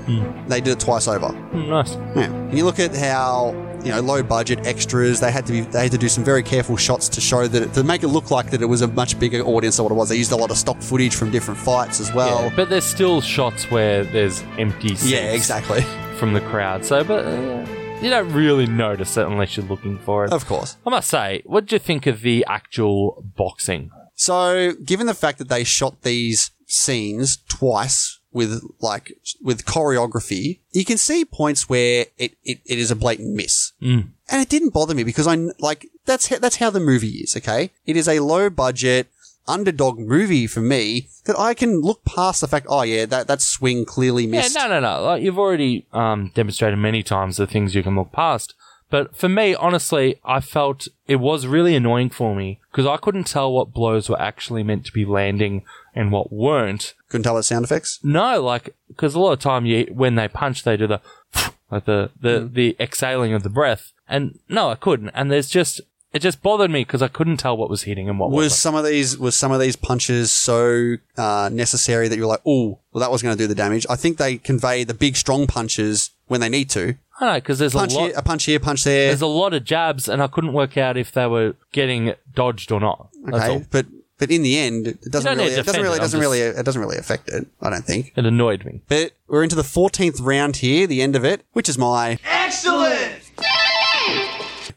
Speaker 1: They did it twice over.
Speaker 2: Hmm, Nice.
Speaker 1: Yeah. And you look at how you know low budget extras. They had to be they had to do some very careful shots to show that it, to make it look like that it was a much bigger audience than what it was. They used a lot of stock footage from different fights as well.
Speaker 2: But there's still shots where there's empty seats
Speaker 1: Yeah, exactly.
Speaker 2: from the crowd. So, but uh, you don't really notice it unless you're looking for it.
Speaker 1: Of course.
Speaker 2: I must say, what do you think of the actual boxing?
Speaker 1: So, given the fact that they shot these scenes twice with like with choreography, you can see points where it, it, it is a blatant miss.
Speaker 2: Mm.
Speaker 1: And it didn't bother me because I kn- like that's how, that's how the movie is, okay? It is a low budget underdog movie for me that I can look past the fact, oh yeah, that that swing clearly missed.
Speaker 2: Yeah, no, no, no. Like, you've already um, demonstrated many times the things you can look past. But for me, honestly, I felt it was really annoying for me because I couldn't tell what blows were actually meant to be landing and what weren't.
Speaker 1: Couldn't tell the sound effects?
Speaker 2: No, like because a lot of time you when they punch, they do the like the the
Speaker 1: Mm-hmm.
Speaker 2: the exhaling of the breath, and no, I couldn't. And there's just it just bothered me because I couldn't tell what was hitting and what
Speaker 1: was
Speaker 2: wasn't.
Speaker 1: some of these was some of these punches so uh, necessary that you were like, oh, well, that was going to do the damage. I think they convey the big strong punches when they need to.
Speaker 2: I know because there's
Speaker 1: punch
Speaker 2: a lot.
Speaker 1: here, a punch here, punch there.
Speaker 2: there's a lot of jabs, and I couldn't work out if they were getting dodged or not. That's all.
Speaker 1: okay, but but in the end, it doesn't
Speaker 2: don't need
Speaker 1: really,
Speaker 2: to
Speaker 1: it doesn't
Speaker 2: defend
Speaker 1: really,
Speaker 2: it,
Speaker 1: it doesn't
Speaker 2: I'm
Speaker 1: really, it doesn't really affect it. I don't think.
Speaker 2: It annoyed me.
Speaker 1: But we're into the fourteenth round here, the end of it, which is my
Speaker 15: Excellent.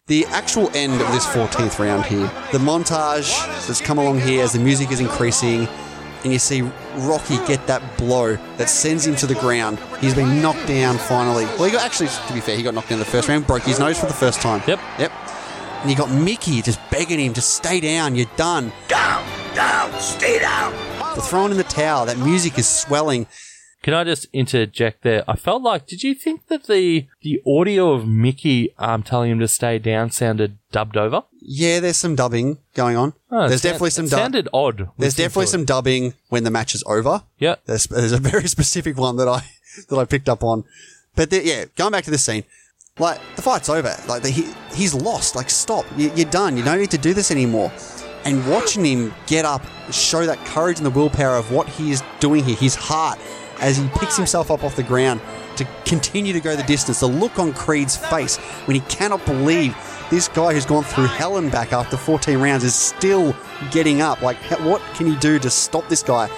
Speaker 1: the actual end of this 14th round here. The montage that's come along here as the music is increasing, and you see Rocky get that blow that sends him to the ground. He's been knocked down finally. Well, he got actually, to be fair, he got knocked down the first round, broke his nose for the first time.
Speaker 2: Yep.
Speaker 1: Yep. And you got Mickey just begging him to stay down, you're done.
Speaker 15: Down, down, stay down.
Speaker 1: They're throwing in the towel. That music is swelling.
Speaker 2: Can I just interject there? I felt like, did you think that the the audio of Mickey um, telling him to stay down sounded dubbed over?
Speaker 1: Yeah, there's some dubbing going on.
Speaker 2: Oh, it
Speaker 1: there's
Speaker 2: sound-
Speaker 1: definitely some
Speaker 2: it
Speaker 1: dub-
Speaker 2: sounded odd. when
Speaker 1: There's
Speaker 2: listening
Speaker 1: definitely
Speaker 2: to it.
Speaker 1: some dubbing when the match is over.
Speaker 2: Yeah.
Speaker 1: There's, there's a very specific one that I that I picked up on. But the, yeah, going back to this scene, like the fight's over. Like the, he he's lost. Like stop. You, you're done. You don't need to do this anymore. And watching him get up, show that courage and the willpower of what he is doing here, his heart, as he picks himself up off the ground to continue to go the distance. The look on Creed's face when he cannot believe this guy who's gone through hell and back after 14 rounds is still getting up. Like, h- what can he do to stop this guy?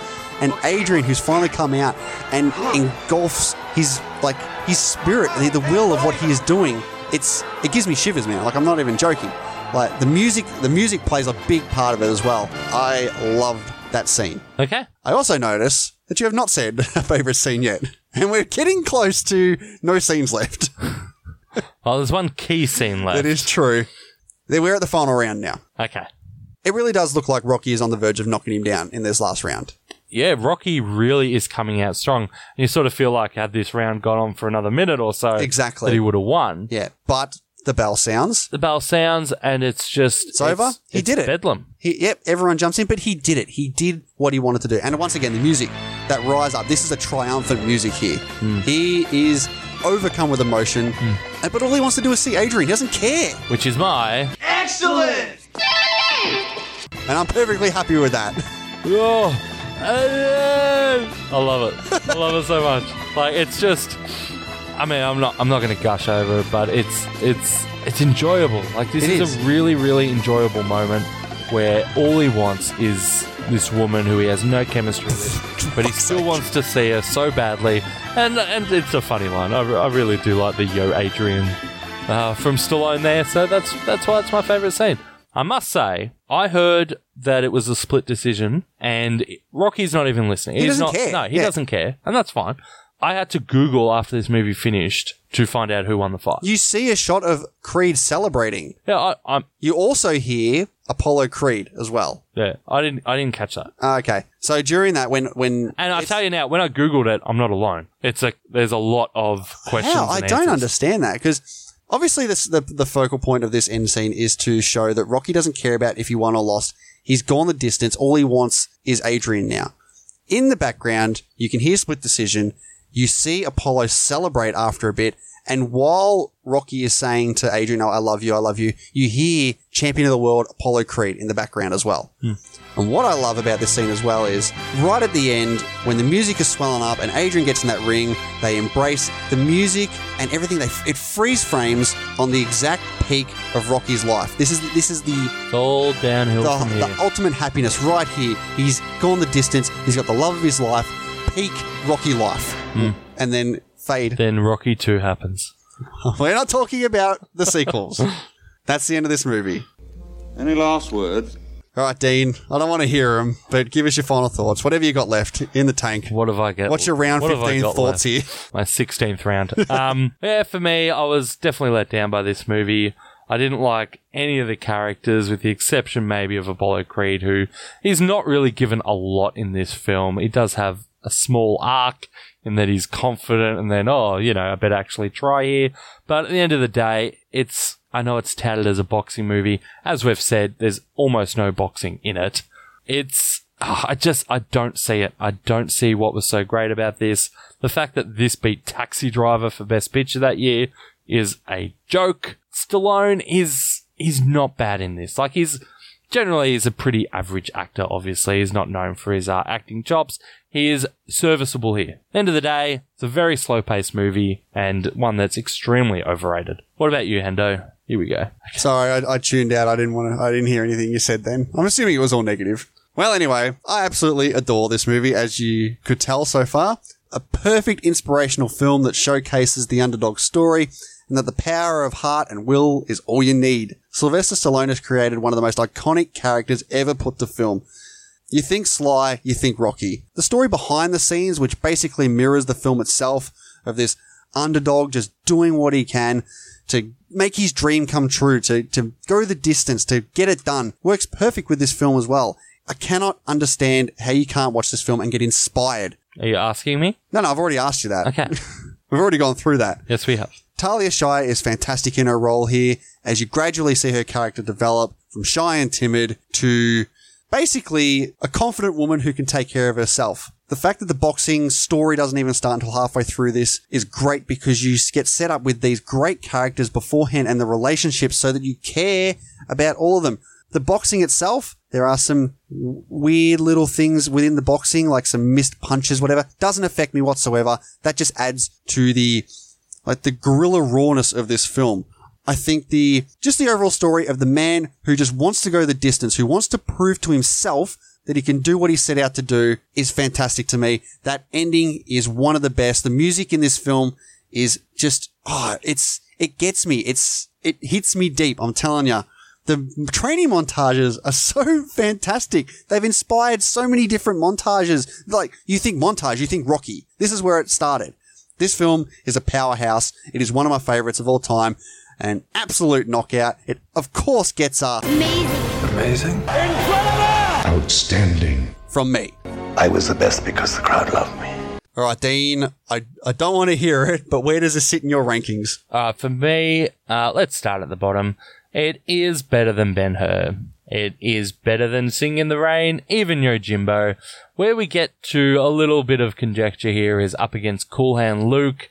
Speaker 1: And Adrian, who's finally come out and engulfs his like his spirit, the, the will of what he is doing. It's it gives me shivers, man. Like I'm not even joking. Like the music, the music plays a big part of it as well. I loved that scene.
Speaker 2: Okay.
Speaker 1: I also notice that you have not said a favorite scene yet, and we're getting close to no scenes left.
Speaker 2: Oh, there's one key scene left.
Speaker 1: That is true. Then We're at the final round now.
Speaker 2: Okay.
Speaker 1: It really does look like Rocky is on the verge of knocking him down in this last round.
Speaker 2: yeah, Rocky really is coming out strong. And you sort of feel like had this round gone on for another minute or so,
Speaker 1: Exactly.
Speaker 2: that he would have won.
Speaker 1: Yeah, but the bell sounds.
Speaker 2: The bell sounds, and it's just
Speaker 1: It's over. He
Speaker 2: it's
Speaker 1: did it.
Speaker 2: Bedlam.
Speaker 1: He, yep, everyone jumps in, but he did it. He did what he wanted to do. And once again, the music, that rise up. This is a triumphant music here. He is overcome with emotion, and, but all he wants to do is see Adrian. He doesn't care.
Speaker 2: Which is my
Speaker 16: Excellent!
Speaker 1: And I'm perfectly happy with that.
Speaker 2: Oh, Adrian! I love it. I love it so much. Like it's just. I mean, I'm not. I'm not going to gush over it, but it's it's it's enjoyable. Like this
Speaker 1: It
Speaker 2: is
Speaker 1: is.
Speaker 2: a really really enjoyable moment where all he wants is this woman who he has no chemistry with, but he still wants to see her so badly. And and it's a funny line. I, re- I really do like the Yo Adrian uh, from Stallone there. So that's that's why it's my favorite scene. I must say, I heard that it was a split decision, and Rocky's not even listening.
Speaker 1: He
Speaker 2: He's
Speaker 1: doesn't
Speaker 2: not-
Speaker 1: care.
Speaker 2: No, he
Speaker 1: Yeah.
Speaker 2: doesn't care, and that's fine. I had to Google after this movie finished to find out who won the fight.
Speaker 1: You see a shot of Creed celebrating.
Speaker 2: Yeah, I, I'm.
Speaker 1: You also hear Apollo Creed as well. Ah,
Speaker 2: Yeah, I didn't. I didn't catch that.
Speaker 1: Okay, so during that, when when
Speaker 2: And I tell you now, when I googled it, I'm not alone. It's like there's a lot of questions.
Speaker 1: How?
Speaker 2: and
Speaker 1: I
Speaker 2: answers.
Speaker 1: don't understand that because obviously this, the the focal point of this end scene is to show that Rocky doesn't care about if he won or lost. He's gone the distance. All he wants is Adrian now. In the background, you can hear split decision. You see Apollo celebrate after a bit. And while Rocky is saying to Adrian, oh, I love you, I love you, you hear champion of the world Apollo Creed in the background as well. And what I love about this scene as well is right at the end, when the music is swelling up and Adrian gets in that ring, they embrace the music and everything. They it freeze frames on the exact peak of Rocky's life. This is this is the
Speaker 2: It's all downhill
Speaker 1: the,
Speaker 2: from here.
Speaker 1: the ultimate happiness right here. He's gone the distance. He's got the love of his life. Peak Rocky life,
Speaker 2: Mm.
Speaker 1: and then fade.
Speaker 2: Then Rocky Two happens.
Speaker 1: We're not talking about the sequels. That's the end of this movie.
Speaker 17: Any last words?
Speaker 1: All right, Dean. I don't want to hear them, but give us your final thoughts. Whatever you got left in the tank.
Speaker 2: What have I got?
Speaker 1: What's your round
Speaker 2: what have I
Speaker 1: fifteen
Speaker 2: got
Speaker 1: thoughts here?
Speaker 2: left? My 16th round. Um, yeah, for me, I was definitely let down by this movie. I didn't like any of the characters, with the exception maybe of Apollo Creed, who is not really given a lot in this film. He does have a small arc in that he's confident and then, oh, you know, I better actually try here. But at the end of the day, it's, I know it's touted as a boxing movie. As we've said, there's almost no boxing in it. It's ah, I just I don't see it. I don't see what was so great about this. The fact that this beat Taxi Driver for Best Picture that year is a joke. Stallone is he's not bad in this. Like he's generally he's a pretty average actor. Obviously, he's not known for his uh, acting chops. He is serviceable here. End of the day, it's a very slow-paced movie and one that's extremely overrated. What about you, Hendo? Here we go.
Speaker 1: Sorry, I, I tuned out. I didn't want to. I didn't hear anything you said then. I'm assuming it was all negative. Well, anyway, I absolutely adore this movie, as you could tell so far. A perfect inspirational film that showcases the underdog story and that the power of heart and will is all you need. Sylvester Stallone has created one of the most iconic characters ever put to film. You think Sly, you think Rocky. The story behind the scenes, which basically mirrors the film itself, of this underdog just doing what he can to make his dream come true, to, to go the distance, to get it done, works perfect with this film as well. I cannot understand how you can't watch this film and get inspired
Speaker 2: Are you asking me?
Speaker 1: No, no, I've already asked you that.
Speaker 2: Okay.
Speaker 1: We've already gone through that.
Speaker 2: Yes, we have.
Speaker 1: Talia Shire is fantastic in her role here as you gradually see her character develop from shy and timid to basically a confident woman who can take care of herself. The fact that the boxing story doesn't even start until halfway through this is great because you get set up with these great characters beforehand and the relationships so that you care about all of them. The boxing itself, there are some w- weird little things within the boxing, like some missed punches, whatever. Doesn't affect me whatsoever. That just adds to the like the gorilla rawness of this film. I think the just the overall story of the man who just wants to go the distance, who wants to prove to himself that he can do what he set out to do is fantastic to me. That ending is one of the best. The music in this film is just ah, it's it gets me. It's it hits me deep. I'm telling you. The training montages are so fantastic. They've inspired so many different montages. Like you think montage, you think Rocky. This is where it started. This film is a powerhouse. It is one of my favorites of all time. An absolute knockout. It, of course, gets a.
Speaker 10: Amazing.
Speaker 1: Outstanding. From me.
Speaker 10: I was the best because the crowd loved me.
Speaker 1: All right, Dean, I, I don't want to hear it, but where does it sit in your rankings?
Speaker 2: Uh, for me, uh, let's start at the bottom. It is better than Ben Hur. It is better than Sing in the Rain, even Yojimbo. Where we get to a little bit of conjecture here is up against Cool Hand Luke.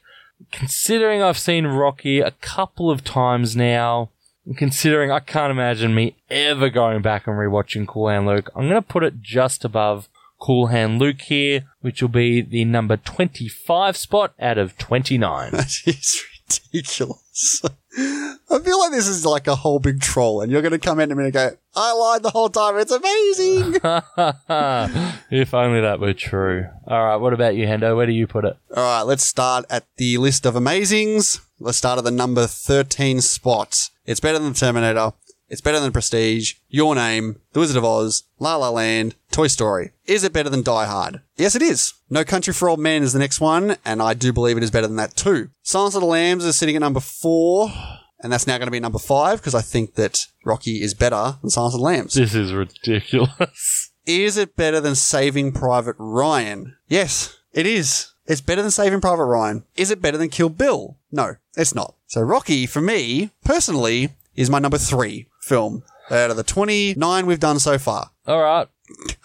Speaker 2: Considering I've seen Rocky a couple of times now, and considering I can't imagine me ever going back and rewatching Cool Hand Luke, I'm going to put it just above Cool Hand Luke here, which will be the number 25 spot out of 29.
Speaker 1: That is ridiculous. I feel like this is like a whole big troll, and you're going to come in a minute and go, I lied the whole time. It's amazing.
Speaker 2: if only that were true. All right, what about you, Hendo? Where do you put it?
Speaker 1: All right, let's start at the list of amazings. Let's start at the number 13 spot. It's better than Terminator. It's better than Prestige, Your Name, The Wizard of Oz, La La Land, Toy Story. Is it better than Die Hard? Yes, it is. No Country for Old Men is the next one, and I do believe it is better than that too. Silence of the Lambs is sitting at number four, and that's now going to be number five because I think that Rocky is better than Silence of the Lambs.
Speaker 2: This is ridiculous.
Speaker 1: Is it better than Saving Private Ryan? Yes, it is. It's better than Saving Private Ryan. Is it better than Kill Bill? No, it's not. So Rocky, for me, personally, is my number three film out of the 29 we've done so far.
Speaker 2: All right.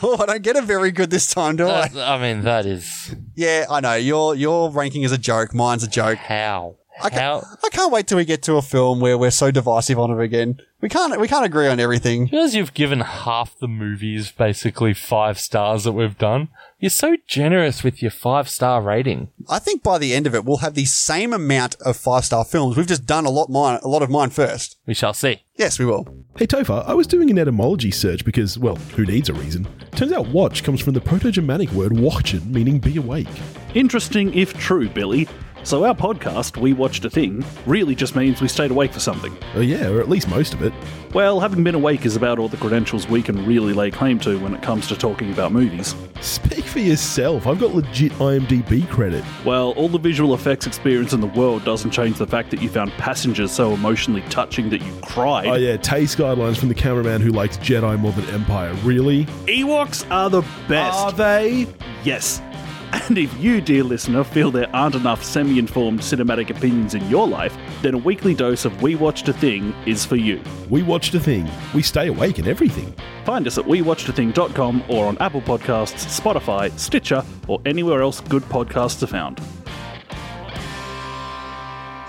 Speaker 1: Oh, I don't get it very good this time, do I?
Speaker 2: That- I mean, that is
Speaker 1: Yeah, I know. Your your ranking is a joke. Mine's a joke.
Speaker 2: How?
Speaker 1: I can't, I can't wait till we get to a film where we're so divisive on it again. We can't we can't agree on everything.
Speaker 2: because you've given half the movies basically five stars that we've done. You're so generous with your five star rating.
Speaker 1: I think by the end of it, we'll have the same amount of five star films. We've just done a lot mine, a lot of mine first.
Speaker 2: We shall see.
Speaker 1: Yes, we will.
Speaker 18: Hey Topher, I was doing an etymology search because, well, who needs a reason? Turns out watch comes from the Proto Germanic word watchen, meaning be awake.
Speaker 13: Interesting if true, Billy. So our podcast, We Watched a Thing, really just means we stayed awake for something.
Speaker 18: Oh, yeah, or at least most of it.
Speaker 13: Well, having been awake is about all the credentials we can really lay claim to when it comes to talking about movies.
Speaker 18: Speak for yourself, I've got legit IMDb credit.
Speaker 13: Well, all the visual effects experience in the world doesn't change the fact that you found passengers so emotionally touching that you cried.
Speaker 18: Oh, yeah, taste guidelines from the cameraman who likes Jedi more than Empire. Really?
Speaker 13: Ewoks are the best. Are
Speaker 18: they?
Speaker 13: Yes. And if you, dear listener, feel there aren't enough semi informed cinematic opinions in your life, then a weekly dose of We Watched a Thing is for you.
Speaker 18: We watched a thing. We stay awake and everything.
Speaker 13: Find us at WeWatchedAThing.com or on Apple Podcasts, Spotify, Stitcher, or anywhere else good podcasts are found.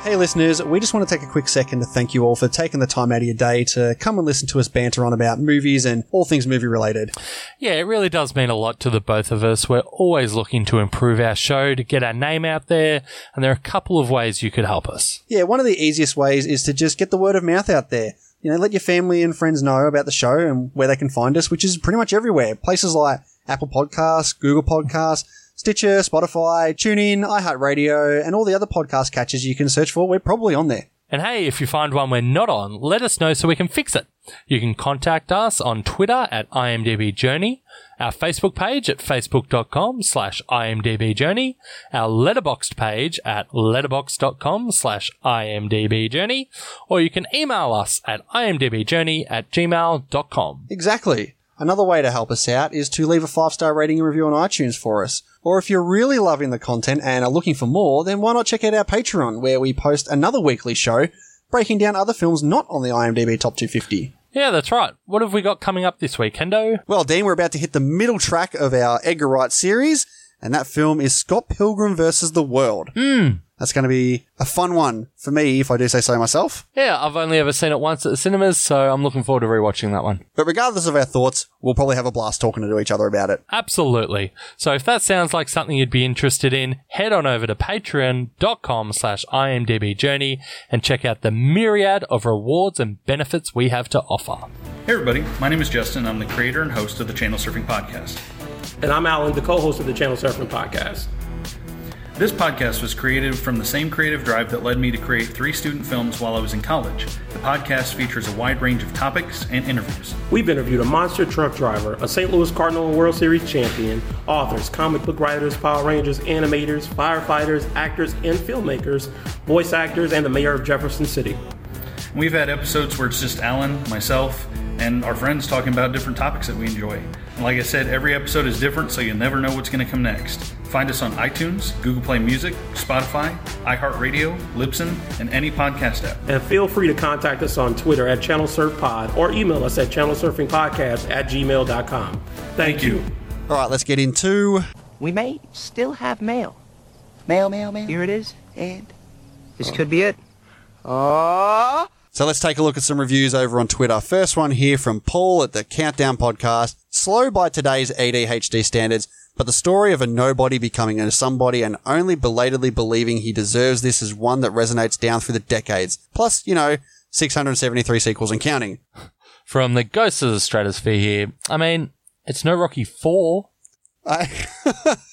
Speaker 1: Hey, listeners, we just want to take a quick second to thank you all for taking the time out of your day to come and listen to us banter on about movies and all things movie related.
Speaker 2: Yeah, it really does mean a lot to the both of us. We're always looking to improve our show, to get our name out there, and there are a couple of ways you could help us.
Speaker 1: Yeah, one of the easiest ways is to just get the word of mouth out there. You know, let your family and friends know about the show and where they can find us, which is pretty much everywhere. Places like Apple Podcasts, Google Podcasts, Stitcher, Spotify, TuneIn, iHeartRadio, and all the other podcast catches you can search for. We're probably on there.
Speaker 2: And hey, if you find one we're not on, let us know so we can fix it. You can contact us on Twitter at IMDb Journey, our Facebook page at facebook.com slash IMDb Journey, our letterboxed page at letterbox.com slash IMDb Journey, or you can email us at imdbjourney at gmail.com.
Speaker 1: Exactly. Another way to help us out is to leave a five star rating and review on iTunes for us. Or if you're really loving the content and are looking for more, then why not check out our Patreon, where we post another weekly show breaking down other films not on the IMDb Top 250.
Speaker 2: Yeah, that's right. What have we got coming up this week, Hendo?
Speaker 1: Well, Dean, we're about to hit the middle track of our Edgar Wright series, and that film is Scott Pilgrim versus the World.
Speaker 2: Mm.
Speaker 1: That's going to be a fun one for me, if I do say so myself.
Speaker 2: Yeah, I've only ever seen it once at the cinemas, so I'm looking forward to rewatching that one.
Speaker 1: But regardless of our thoughts, we'll probably have a blast talking to each other about it.
Speaker 2: Absolutely. So if that sounds like something you'd be interested in, head on over to patreon.com slash imdbjourney and check out the myriad of rewards and benefits we have to offer.
Speaker 19: Hey, everybody. My name is Justin. I'm the creator and host of the Channel Surfing Podcast.
Speaker 20: And I'm Alan, the co host of the Channel Surfing Podcast.
Speaker 19: This podcast was created from the same creative drive that led me to create three student films while I was in college. The podcast features a wide range of topics and interviews.
Speaker 20: We've interviewed a monster truck driver, a St. Louis Cardinal World Series champion, authors, comic book writers, Power Rangers, animators, firefighters, actors, and filmmakers, voice actors, and the mayor of Jefferson City.
Speaker 19: We've had episodes where it's just Alan, myself, and our friends talking about different topics that we enjoy. And like I said, every episode is different, so you never know what's going to come next. Find us on iTunes, Google Play Music, Spotify, iHeartRadio, Libsyn, and any podcast app.
Speaker 20: And feel free to contact us on Twitter at ChannelSurfPod or email us at ChannelSurfingPodcast at gmail.com. Thank you.
Speaker 1: All right, let's get into.
Speaker 21: We may still have mail. Mail, mail, mail. Here it is, and this could be it. Oh.
Speaker 1: So let's take a look at some reviews over on Twitter. First one here from Paul at the Countdown Podcast. Slow by today's E ADHD standards, but the story of a nobody becoming a somebody and only belatedly believing he deserves this is one that resonates down through the decades. Plus, you know, 673 sequels and counting.
Speaker 2: From the Ghosts of the Stratosphere here, I mean, it's no Rocky 4.
Speaker 1: I-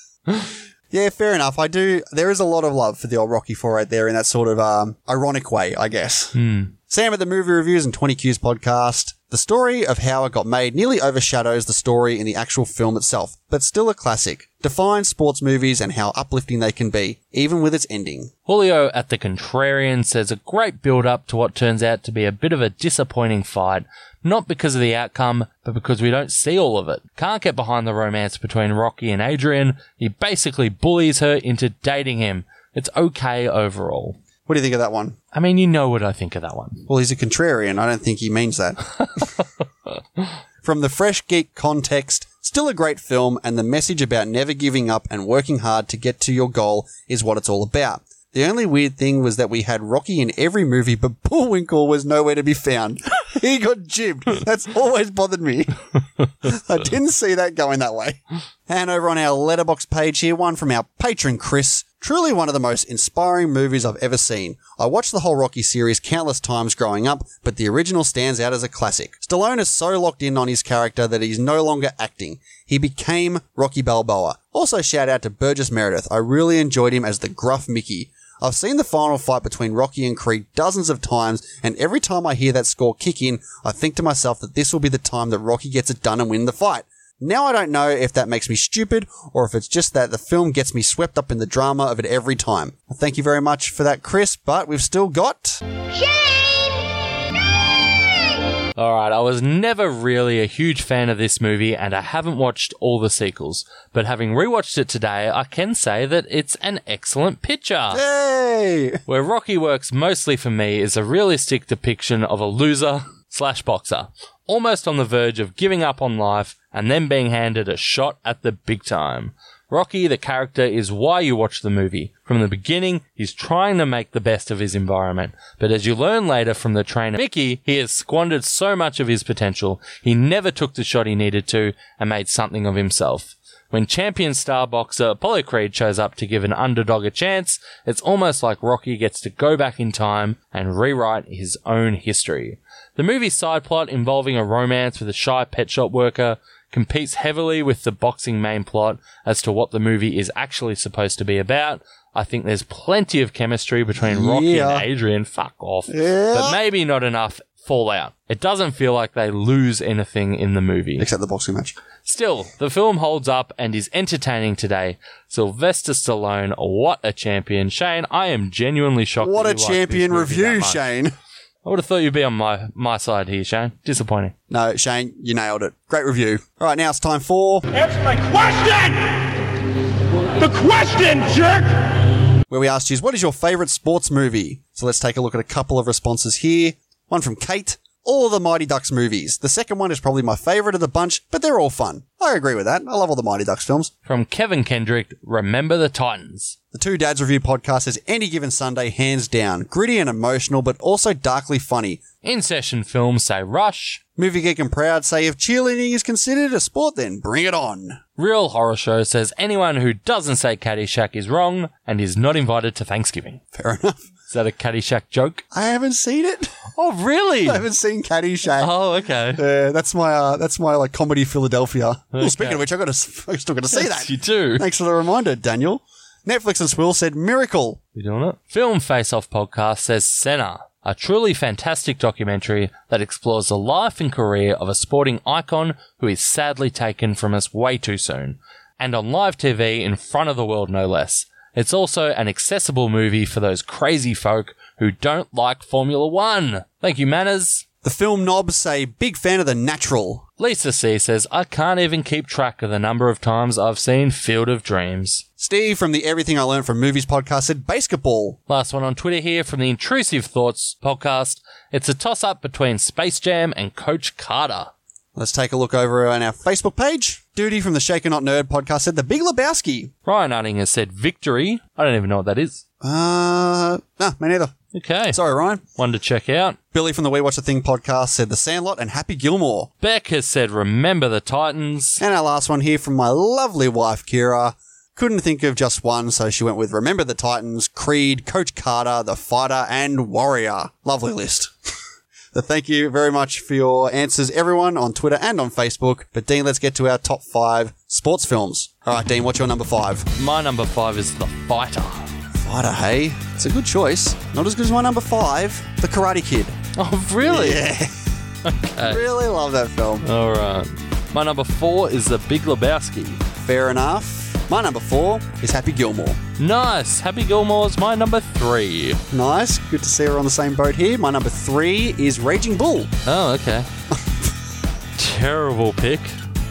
Speaker 1: yeah, fair enough. I do. There is a lot of love for the old Rocky 4 right there in that sort of um, ironic way, I guess.
Speaker 2: Hmm.
Speaker 1: Sam at the Movie Reviews and 20 Q's podcast. The story of how it got made nearly overshadows the story in the actual film itself, but still a classic. Defines sports movies and how uplifting they can be, even with its ending.
Speaker 2: Julio at the Contrarian says a great build up to what turns out to be a bit of a disappointing fight, not because of the outcome, but because we don't see all of it. Can't get behind the romance between Rocky and Adrian. He basically bullies her into dating him. It's okay overall.
Speaker 1: What do you think of that one?
Speaker 2: I mean, you know what I think of that one.
Speaker 1: Well, he's a contrarian. I don't think he means that. From the fresh geek context, still a great film, and the message about never giving up and working hard to get to your goal is what it's all about. The only weird thing was that we had Rocky in every movie, but Bullwinkle was nowhere to be found. he got jibbed. That's always bothered me. I didn't see that going that way. And over on our letterbox page here, one from our patron Chris. Truly one of the most inspiring movies I've ever seen. I watched the whole Rocky series countless times growing up, but the original stands out as a classic. Stallone is so locked in on his character that he's no longer acting. He became Rocky Balboa. Also shout out to Burgess Meredith. I really enjoyed him as the gruff Mickey. I've seen the final fight between Rocky and Creed dozens of times, and every time I hear that score kick in, I think to myself that this will be the time that Rocky gets it done and win the fight. Now I don't know if that makes me stupid or if it's just that the film gets me swept up in the drama of it every time. Well, thank you very much for that, Chris, but we've still got.
Speaker 2: All right, I was never really a huge fan of this movie and I haven't watched all the sequels, but having rewatched it today, I can say that it's an excellent picture.
Speaker 1: Yay!
Speaker 2: Where Rocky works mostly for me is a realistic depiction of a loser slash boxer, almost on the verge of giving up on life and then being handed a shot at the big time. Rocky, the character, is why you watch the movie. From the beginning, he's trying to make the best of his environment. But as you learn later from the trainer Mickey, he has squandered so much of his potential. He never took the shot he needed to and made something of himself. When champion star boxer Apollo Creed shows up to give an underdog a chance, it's almost like Rocky gets to go back in time and rewrite his own history. The movie's side plot involving a romance with a shy pet shop worker competes heavily with the boxing main plot as to what the movie is actually supposed to be about. I think there's plenty of chemistry between Rocky
Speaker 1: Yeah.
Speaker 2: and Adrian. Fuck off.
Speaker 1: Yeah.
Speaker 2: But maybe not enough fallout. It doesn't feel like they lose anything in the movie.
Speaker 1: Except the boxing match.
Speaker 2: Still, the film holds up and is entertaining today. Sylvester Stallone, what a champion. Shane, I am genuinely shocked.
Speaker 1: What
Speaker 2: that
Speaker 1: a
Speaker 2: you liked this
Speaker 1: champion
Speaker 2: movie that
Speaker 1: review,
Speaker 2: much.
Speaker 1: Shane.
Speaker 2: I would have thought you'd be on my my side here, Shane. Disappointing.
Speaker 1: No, Shane, you nailed it. Great review. All right, now it's time for
Speaker 22: Answer my question! The question, jerk!
Speaker 1: where we asked you, what is your favorite sports movie? So let's take a look at a couple of responses here. One from Kate. All of the Mighty Ducks movies. The second one is probably my favorite of the bunch, but they're all fun. I agree with that. I love all the Mighty Ducks films.
Speaker 2: From Kevin Kendrick, Remember the Titans.
Speaker 1: The Two Dads Review podcast is any given Sunday, hands down. Gritty and emotional, but also darkly funny.
Speaker 2: In session films say Rush.
Speaker 1: Movie Geek and Proud say if cheerleading is considered a sport, then bring it on.
Speaker 2: Real Horror Show says anyone who doesn't say Caddyshack is wrong and is not invited to Thanksgiving.
Speaker 1: Fair enough.
Speaker 2: Is that a Caddyshack joke?
Speaker 1: I haven't seen it.
Speaker 2: Oh, really?
Speaker 1: I haven't seen Caddyshack.
Speaker 2: Oh, okay.
Speaker 1: Yeah, that's my uh, that's my like comedy Philadelphia. Well,
Speaker 2: Okay.
Speaker 1: speaking of which, I got to I still got to see
Speaker 2: Yes,
Speaker 1: that.
Speaker 2: you do.
Speaker 1: Thanks for the reminder, Daniel. Netflix and Swill said miracle.
Speaker 2: You doing it? Film Face Off podcast says Senna, a truly fantastic documentary that explores the life and career of a sporting icon who is sadly taken from us way too soon, and on live TV in front of the world, no less. It's also an accessible movie for those crazy folk who don't like Formula One. Thank you, Manners.
Speaker 1: The film knobs say big fan of the natural.
Speaker 2: Lisa C says, I can't even keep track of the number of times I've seen Field of Dreams.
Speaker 1: Steve from the Everything I Learned from Movies podcast said basketball.
Speaker 2: Last one on Twitter here from the Intrusive Thoughts podcast. It's a toss up between Space Jam and Coach Carter.
Speaker 1: Let's take a look over on our Facebook page. Duty from the Shaker Not Nerd podcast said the Big Lebowski.
Speaker 2: Ryan Arting has said victory. I don't even know what that is.
Speaker 1: Uh, nah, me neither.
Speaker 2: Okay.
Speaker 1: Sorry, Ryan.
Speaker 2: One to check out.
Speaker 1: Billy from the We Watch a Thing podcast said the Sandlot and Happy Gilmore.
Speaker 2: Beck has said remember the Titans.
Speaker 1: And our last one here from my lovely wife, Kira. Couldn't think of just one, so she went with Remember the Titans, Creed, Coach Carter, The Fighter, and Warrior. Lovely list. so thank you very much for your answers, everyone, on Twitter and on Facebook. But Dean, let's get to our top five sports films. All right, Dean, what's your number five?
Speaker 2: My number five is The Fighter.
Speaker 1: Fighter, hey? It's a good choice. Not as good as my number five, The Karate Kid.
Speaker 2: Oh, really?
Speaker 1: Yeah.
Speaker 2: Okay.
Speaker 1: Really love that film.
Speaker 2: All right. My number four is The Big Lebowski.
Speaker 1: Fair enough. My number four is Happy Gilmore.
Speaker 2: Nice. Happy Gilmore's my number three.
Speaker 1: Nice. Good to see we're on the same boat here. My number three is Raging Bull.
Speaker 2: Oh, okay. Terrible pick.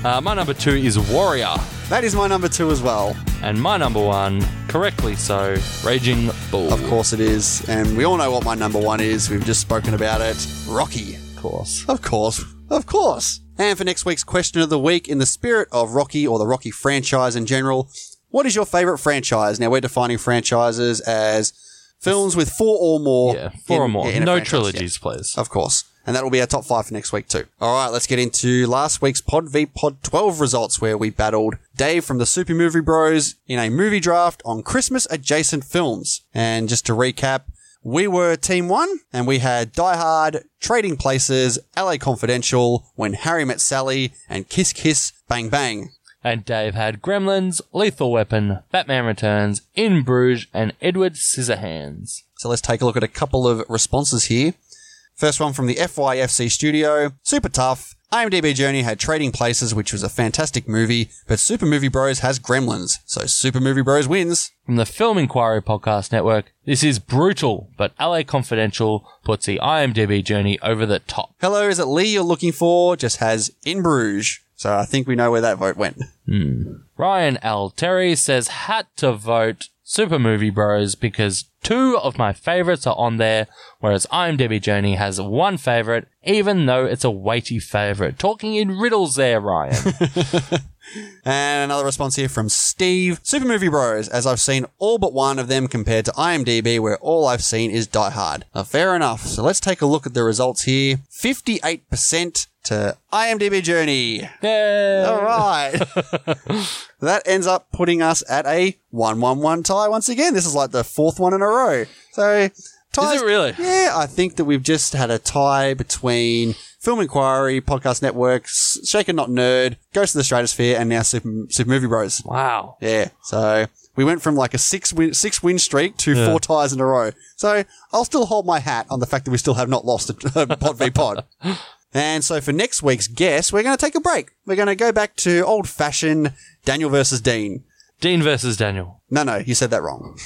Speaker 2: Uh, my number two is Warrior.
Speaker 1: That is my number two as well.
Speaker 2: And my number one, correctly so, Raging Bull.
Speaker 1: Of course it is. And we all know what my number one is. We've just spoken about it. Rocky.
Speaker 2: Of course.
Speaker 1: Of course. Of course. And for next week's question of the week, in the spirit of Rocky or the Rocky franchise in general, what is your favorite franchise? Now, we're defining franchises as films with four or more. Yeah,
Speaker 2: Four or more. no trilogies, please.
Speaker 1: Of course. And that will be our top five for next week, too. All right, let's get into last week's Pod v Pod 12 results, where we battled Dave from the Super Movie Bros in a movie draft on Christmas adjacent films. And just to recap, we were Team One, and we had Die Hard, Trading Places, LA Confidential, When Harry Met Sally, and Kiss Kiss Bang Bang.
Speaker 2: And Dave had Gremlins, Lethal Weapon, Batman Returns, In Bruges, and Edward Scissorhands.
Speaker 1: So let's take a look at a couple of responses here. First one from the FYFC studio. Super tough. IMDb Journey had Trading Places, which was a fantastic movie, but Super Movie Bros has Gremlins, so Super Movie Bros wins.
Speaker 2: From the Film Inquiry Podcast Network, this is brutal, but LA Confidential puts the IMDb journey over the top.
Speaker 1: Hello, is it Lee you're looking for? Just has In Bruges. So I think we know where that vote went.
Speaker 2: Ryan L. Terry says, had to vote Super Movie Bros because two of my favorites are on there, whereas IMDb Journey has one favorite, even though it's a weighty favorite. Talking in riddles there, Ryan.
Speaker 1: And another response here from Steve. Super Movie Bros, as I've seen all but one of them compared to IMDb, where all I've seen is Die Hard. Now, fair enough. So let's take a look at the results here. 58% to IMDb Journey.
Speaker 2: Yay.
Speaker 1: All right. that ends up putting us at a 1-1-1 tie once again. This is like the fourth one in a row. So ties,
Speaker 2: Is it really?
Speaker 1: Yeah, I think that we've just had a tie between Film Inquiry, Podcast Network, S- Shaken Not Nerd, Ghost of the Stratosphere, and now Super, Super Movie Bros.
Speaker 2: Wow.
Speaker 1: Yeah. So we went from like a six win, six win streak to
Speaker 2: Yeah.
Speaker 1: four ties in a row. So I'll still hold my hat on the fact that we still have not lost a pod v pod. And so for next week's guess, we're going to take a break. We're going to go back to old fashioned Daniel versus Dean.
Speaker 2: Dean versus Daniel.
Speaker 1: No, no, you said that wrong.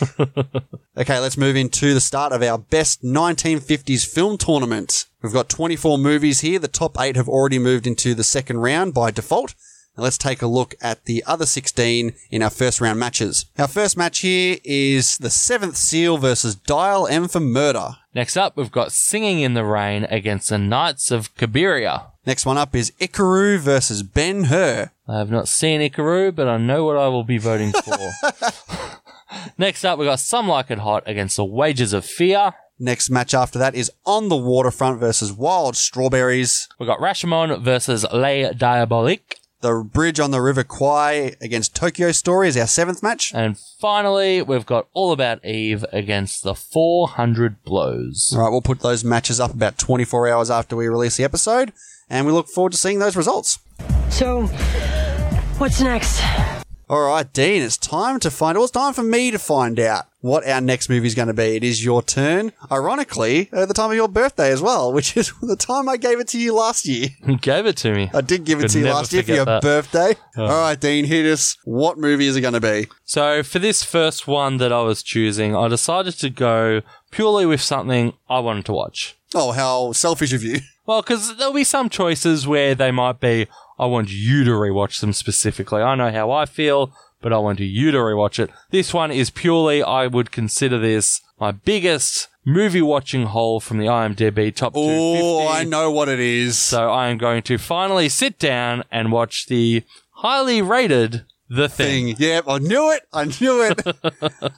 Speaker 1: okay, let's move into the start of our best 1950s film tournament. We've got 24 movies here. The top eight have already moved into the second round by default. And let's take a look at the other 16 in our first round matches. Our first match here is The Seventh Seal versus Dial M for Murder.
Speaker 2: Next up, we've got Singing in the Rain against the Knights of Kiberia.
Speaker 1: Next one up is Ikaru versus Ben Hur.
Speaker 2: I have not seen Ikaru, but I know what I will be voting for. Next up, we've got Some Like It Hot against the Wages of Fear.
Speaker 1: Next match after that is On the Waterfront versus Wild Strawberries.
Speaker 2: We've got Rashomon versus Les Diaboliques.
Speaker 1: The Bridge on the River Kwai against Tokyo Story is our seventh match.
Speaker 2: And finally, we've got All About Eve against the 400 Blows.
Speaker 1: All right, we'll put those matches up about 24 hours after we release the episode, and we look forward to seeing those results.
Speaker 23: So, what's next?
Speaker 1: All right, Dean, it's time to find. Well, it's time for me to find out what our next movie is going to be. It is your turn. Ironically, at the time of your birthday as well, which is the time I gave it to you last year.
Speaker 2: You gave it to me.
Speaker 1: I did give it
Speaker 2: Could
Speaker 1: to you
Speaker 2: never
Speaker 1: last year for
Speaker 2: forget
Speaker 1: your
Speaker 2: that.
Speaker 1: birthday.
Speaker 2: Oh.
Speaker 1: All right, Dean, hit us. What movie is it going to be?
Speaker 2: So, for this first one that I was choosing, I decided to go purely with something I wanted to watch.
Speaker 1: Oh, how selfish of you.
Speaker 2: Well, because there'll be some choices where they might be, I want you to rewatch them specifically. I know how I feel, but I want you to rewatch it. This one is purely, I would consider this my biggest movie watching hole from the IMDb top 250.
Speaker 1: Oh, I know what it is.
Speaker 2: So, I am going to finally sit down and watch the highly rated The Thing.
Speaker 1: Yep, I knew it. I knew it.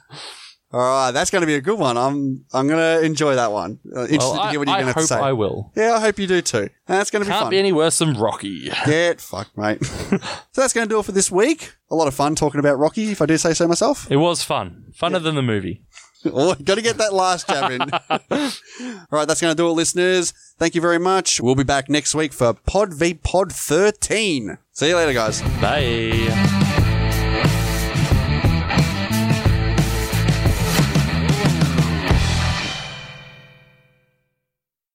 Speaker 1: All right, that's going to be a good one. I'm I'm going to enjoy that one. Uh, interested to
Speaker 2: I-
Speaker 1: hear what you're
Speaker 2: I
Speaker 1: going to
Speaker 2: hope
Speaker 1: say.
Speaker 2: I will.
Speaker 1: Yeah, I hope you do too. And that's going to be
Speaker 2: Can't
Speaker 1: fun.
Speaker 2: be any worse than Rocky.
Speaker 1: Get fucked, mate. so that's going to do it for this week. A lot of fun talking about Rocky, if I do say so myself.
Speaker 2: It was fun. Funner than the movie.
Speaker 1: oh, got to get that last jab in. All right, that's going to do it, listeners. Thank you very much. We'll be back next week for Pod v Pod 13. See you later, guys.
Speaker 2: Bye.